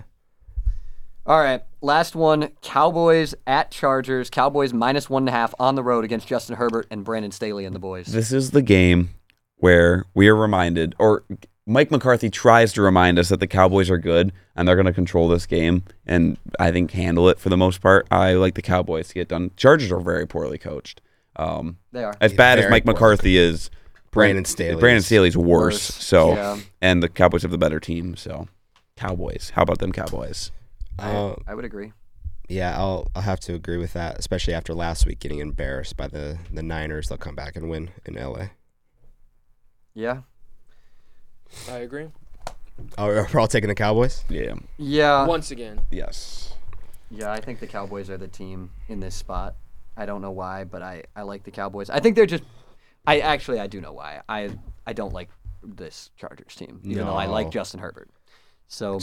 [SPEAKER 1] All right, last one. Cowboys at Chargers. Cowboys minus one and a half on the road against Justin Herbert and Brandon Staley and the boys.
[SPEAKER 3] This is the game where we are reminded, or Mike McCarthy tries to remind us that the Cowboys are good and they're going to control this game and I think handle it for the most part. I like the Cowboys to get done. Chargers are very poorly coached. Um,
[SPEAKER 1] They are.
[SPEAKER 3] as bad as
[SPEAKER 6] Very
[SPEAKER 3] Mike
[SPEAKER 6] poorly
[SPEAKER 3] McCarthy is,
[SPEAKER 6] Brandon Staley
[SPEAKER 3] Brandon
[SPEAKER 6] is
[SPEAKER 3] Staley's worse.
[SPEAKER 1] worse.
[SPEAKER 3] So,
[SPEAKER 1] Yeah.
[SPEAKER 3] and the Cowboys have the better team. So, Cowboys. How about them Cowboys?
[SPEAKER 1] I,
[SPEAKER 6] Um,
[SPEAKER 1] I would agree.
[SPEAKER 6] yeah, I'll I'll have to agree with that, especially after last week getting embarrassed by the the Niners. They'll come back and win in LA.
[SPEAKER 1] Yeah.
[SPEAKER 2] I agree.
[SPEAKER 6] Oh, we're all taking the Cowboys.
[SPEAKER 3] Yeah. Uh,
[SPEAKER 1] Yeah.
[SPEAKER 2] Once again,
[SPEAKER 3] Yes.
[SPEAKER 1] Yeah, I think the Cowboys are the team in this spot. I don't know why, but I, I like the Cowboys. I think they're just I actually I do know why. I I don't like this Chargers team, even though I like
[SPEAKER 6] No.
[SPEAKER 1] Justin Herbert. So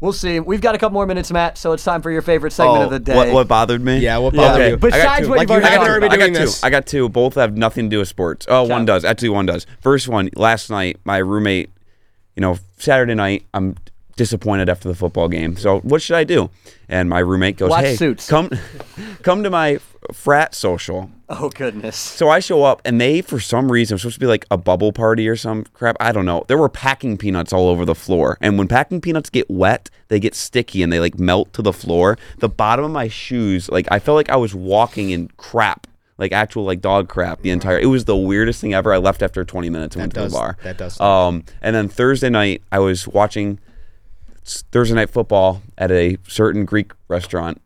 [SPEAKER 1] we'll see. We've got a couple more minutes, Matt, so it's time for your favorite segment of the day.
[SPEAKER 3] Oh, What, what bothered me?
[SPEAKER 6] Yeah, what
[SPEAKER 3] Okay.
[SPEAKER 6] bothered you?
[SPEAKER 3] I got
[SPEAKER 1] Besides
[SPEAKER 3] two.
[SPEAKER 1] what
[SPEAKER 6] Like,
[SPEAKER 1] you've
[SPEAKER 6] you
[SPEAKER 1] already
[SPEAKER 6] haven't
[SPEAKER 1] talked
[SPEAKER 6] already
[SPEAKER 1] about.
[SPEAKER 3] I got
[SPEAKER 6] doing
[SPEAKER 3] two.
[SPEAKER 6] this.
[SPEAKER 3] I got two. Both have nothing to do with sports. Oh, one
[SPEAKER 1] Okay.
[SPEAKER 3] does. Actually, one does. First one. Last night, my roommate. You know, Saturday night, I'm disappointed after the football game. So what should I do? And my roommate goes,
[SPEAKER 1] Watch
[SPEAKER 3] "Hey,
[SPEAKER 1] Suits."
[SPEAKER 3] come, [laughs] come to my frat social."
[SPEAKER 1] [laughs] Oh goodness.
[SPEAKER 3] So I show up, and they, for some reason, it was supposed to be like a bubble party or some crap. I don't know. There were packing peanuts all over the floor, and when packing peanuts get wet, they get sticky and they like melt to the floor. The bottom of my shoes, like I felt like I was walking in crap, like actual like dog crap. The entire it was the weirdest thing ever. I left after 20 minutes and went
[SPEAKER 6] does-
[SPEAKER 3] to the bar.
[SPEAKER 6] that does
[SPEAKER 3] Um, and then Thursday night, I was watching Thursday night football at a certain Greek restaurant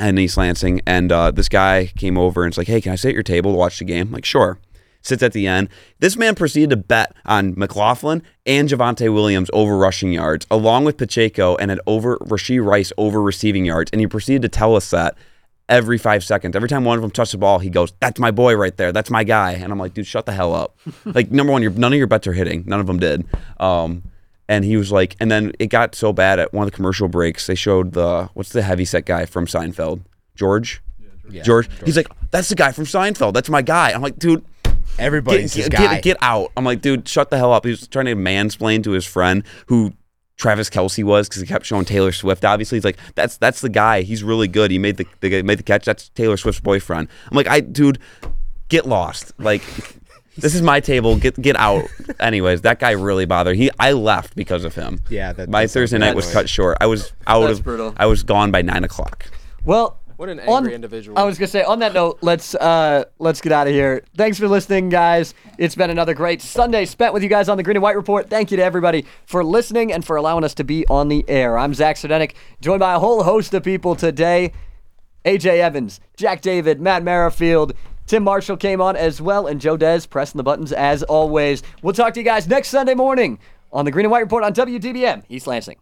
[SPEAKER 3] in East Lansing, and uh, this guy came over and was like, "Hey, can I sit at your table to watch the game?" I'm like, sure. Sits at the end. This man proceeded to bet on McLaughlin and Javante Williams over rushing yards, along with Pacheco and had over Rasheed Rice over receiving yards, and he proceeded to tell us that every five seconds, every time one of them touched the ball, he goes, "That's my boy right there. That's my guy." And I'm like, "Dude, shut the hell up!" like, number one, your none of your bets are hitting. None of them did. Um, and he was like, and then it got so bad at one of the commercial breaks. They showed the what's the heavyset guy from Seinfeld, George.
[SPEAKER 6] Yeah,
[SPEAKER 3] George. He's like, that's the guy from Seinfeld. That's my guy. I'm like, dude,
[SPEAKER 6] Everybody's
[SPEAKER 3] get,
[SPEAKER 6] his
[SPEAKER 3] get,
[SPEAKER 6] guy.
[SPEAKER 3] get, get out. I'm like, dude, shut the hell up. He was trying to mansplain to his friend who Travis Kelsey was because he kept showing Taylor Swift. Obviously, he's like, that's that's the guy. He's really good. He made the, the guy made the catch. That's Taylor Swift's boyfriend. I'm like, I dude, get lost. Like, [laughs] this is my table. Get get out. Anyways, that guy really bothered. He I left because of him.
[SPEAKER 6] Yeah, that-
[SPEAKER 3] my
[SPEAKER 6] that sounds
[SPEAKER 3] Thursday night was
[SPEAKER 6] annoying.
[SPEAKER 3] cut short. I was out
[SPEAKER 1] That's
[SPEAKER 3] of.
[SPEAKER 1] brutal.
[SPEAKER 3] I was gone by nine o'clock.
[SPEAKER 1] Well,
[SPEAKER 2] What an
[SPEAKER 1] on-
[SPEAKER 2] angry individual.
[SPEAKER 1] I was gonna say. On that note, let's uh, let's get out of here. Thanks for listening, guys. It's been another great Sunday spent with you guys on the Green and White Report. Thank you to everybody for listening and for allowing us to be on the air. I'm Zach Sedenik, joined by a whole host of people today. AJ Evans, Jack David, Matt Merrifield, Tim Marshall came on as well, and Joe Dez pressing the buttons as always. We'll talk to you guys next Sunday morning on the Green and White Report on WDBM East Lansing.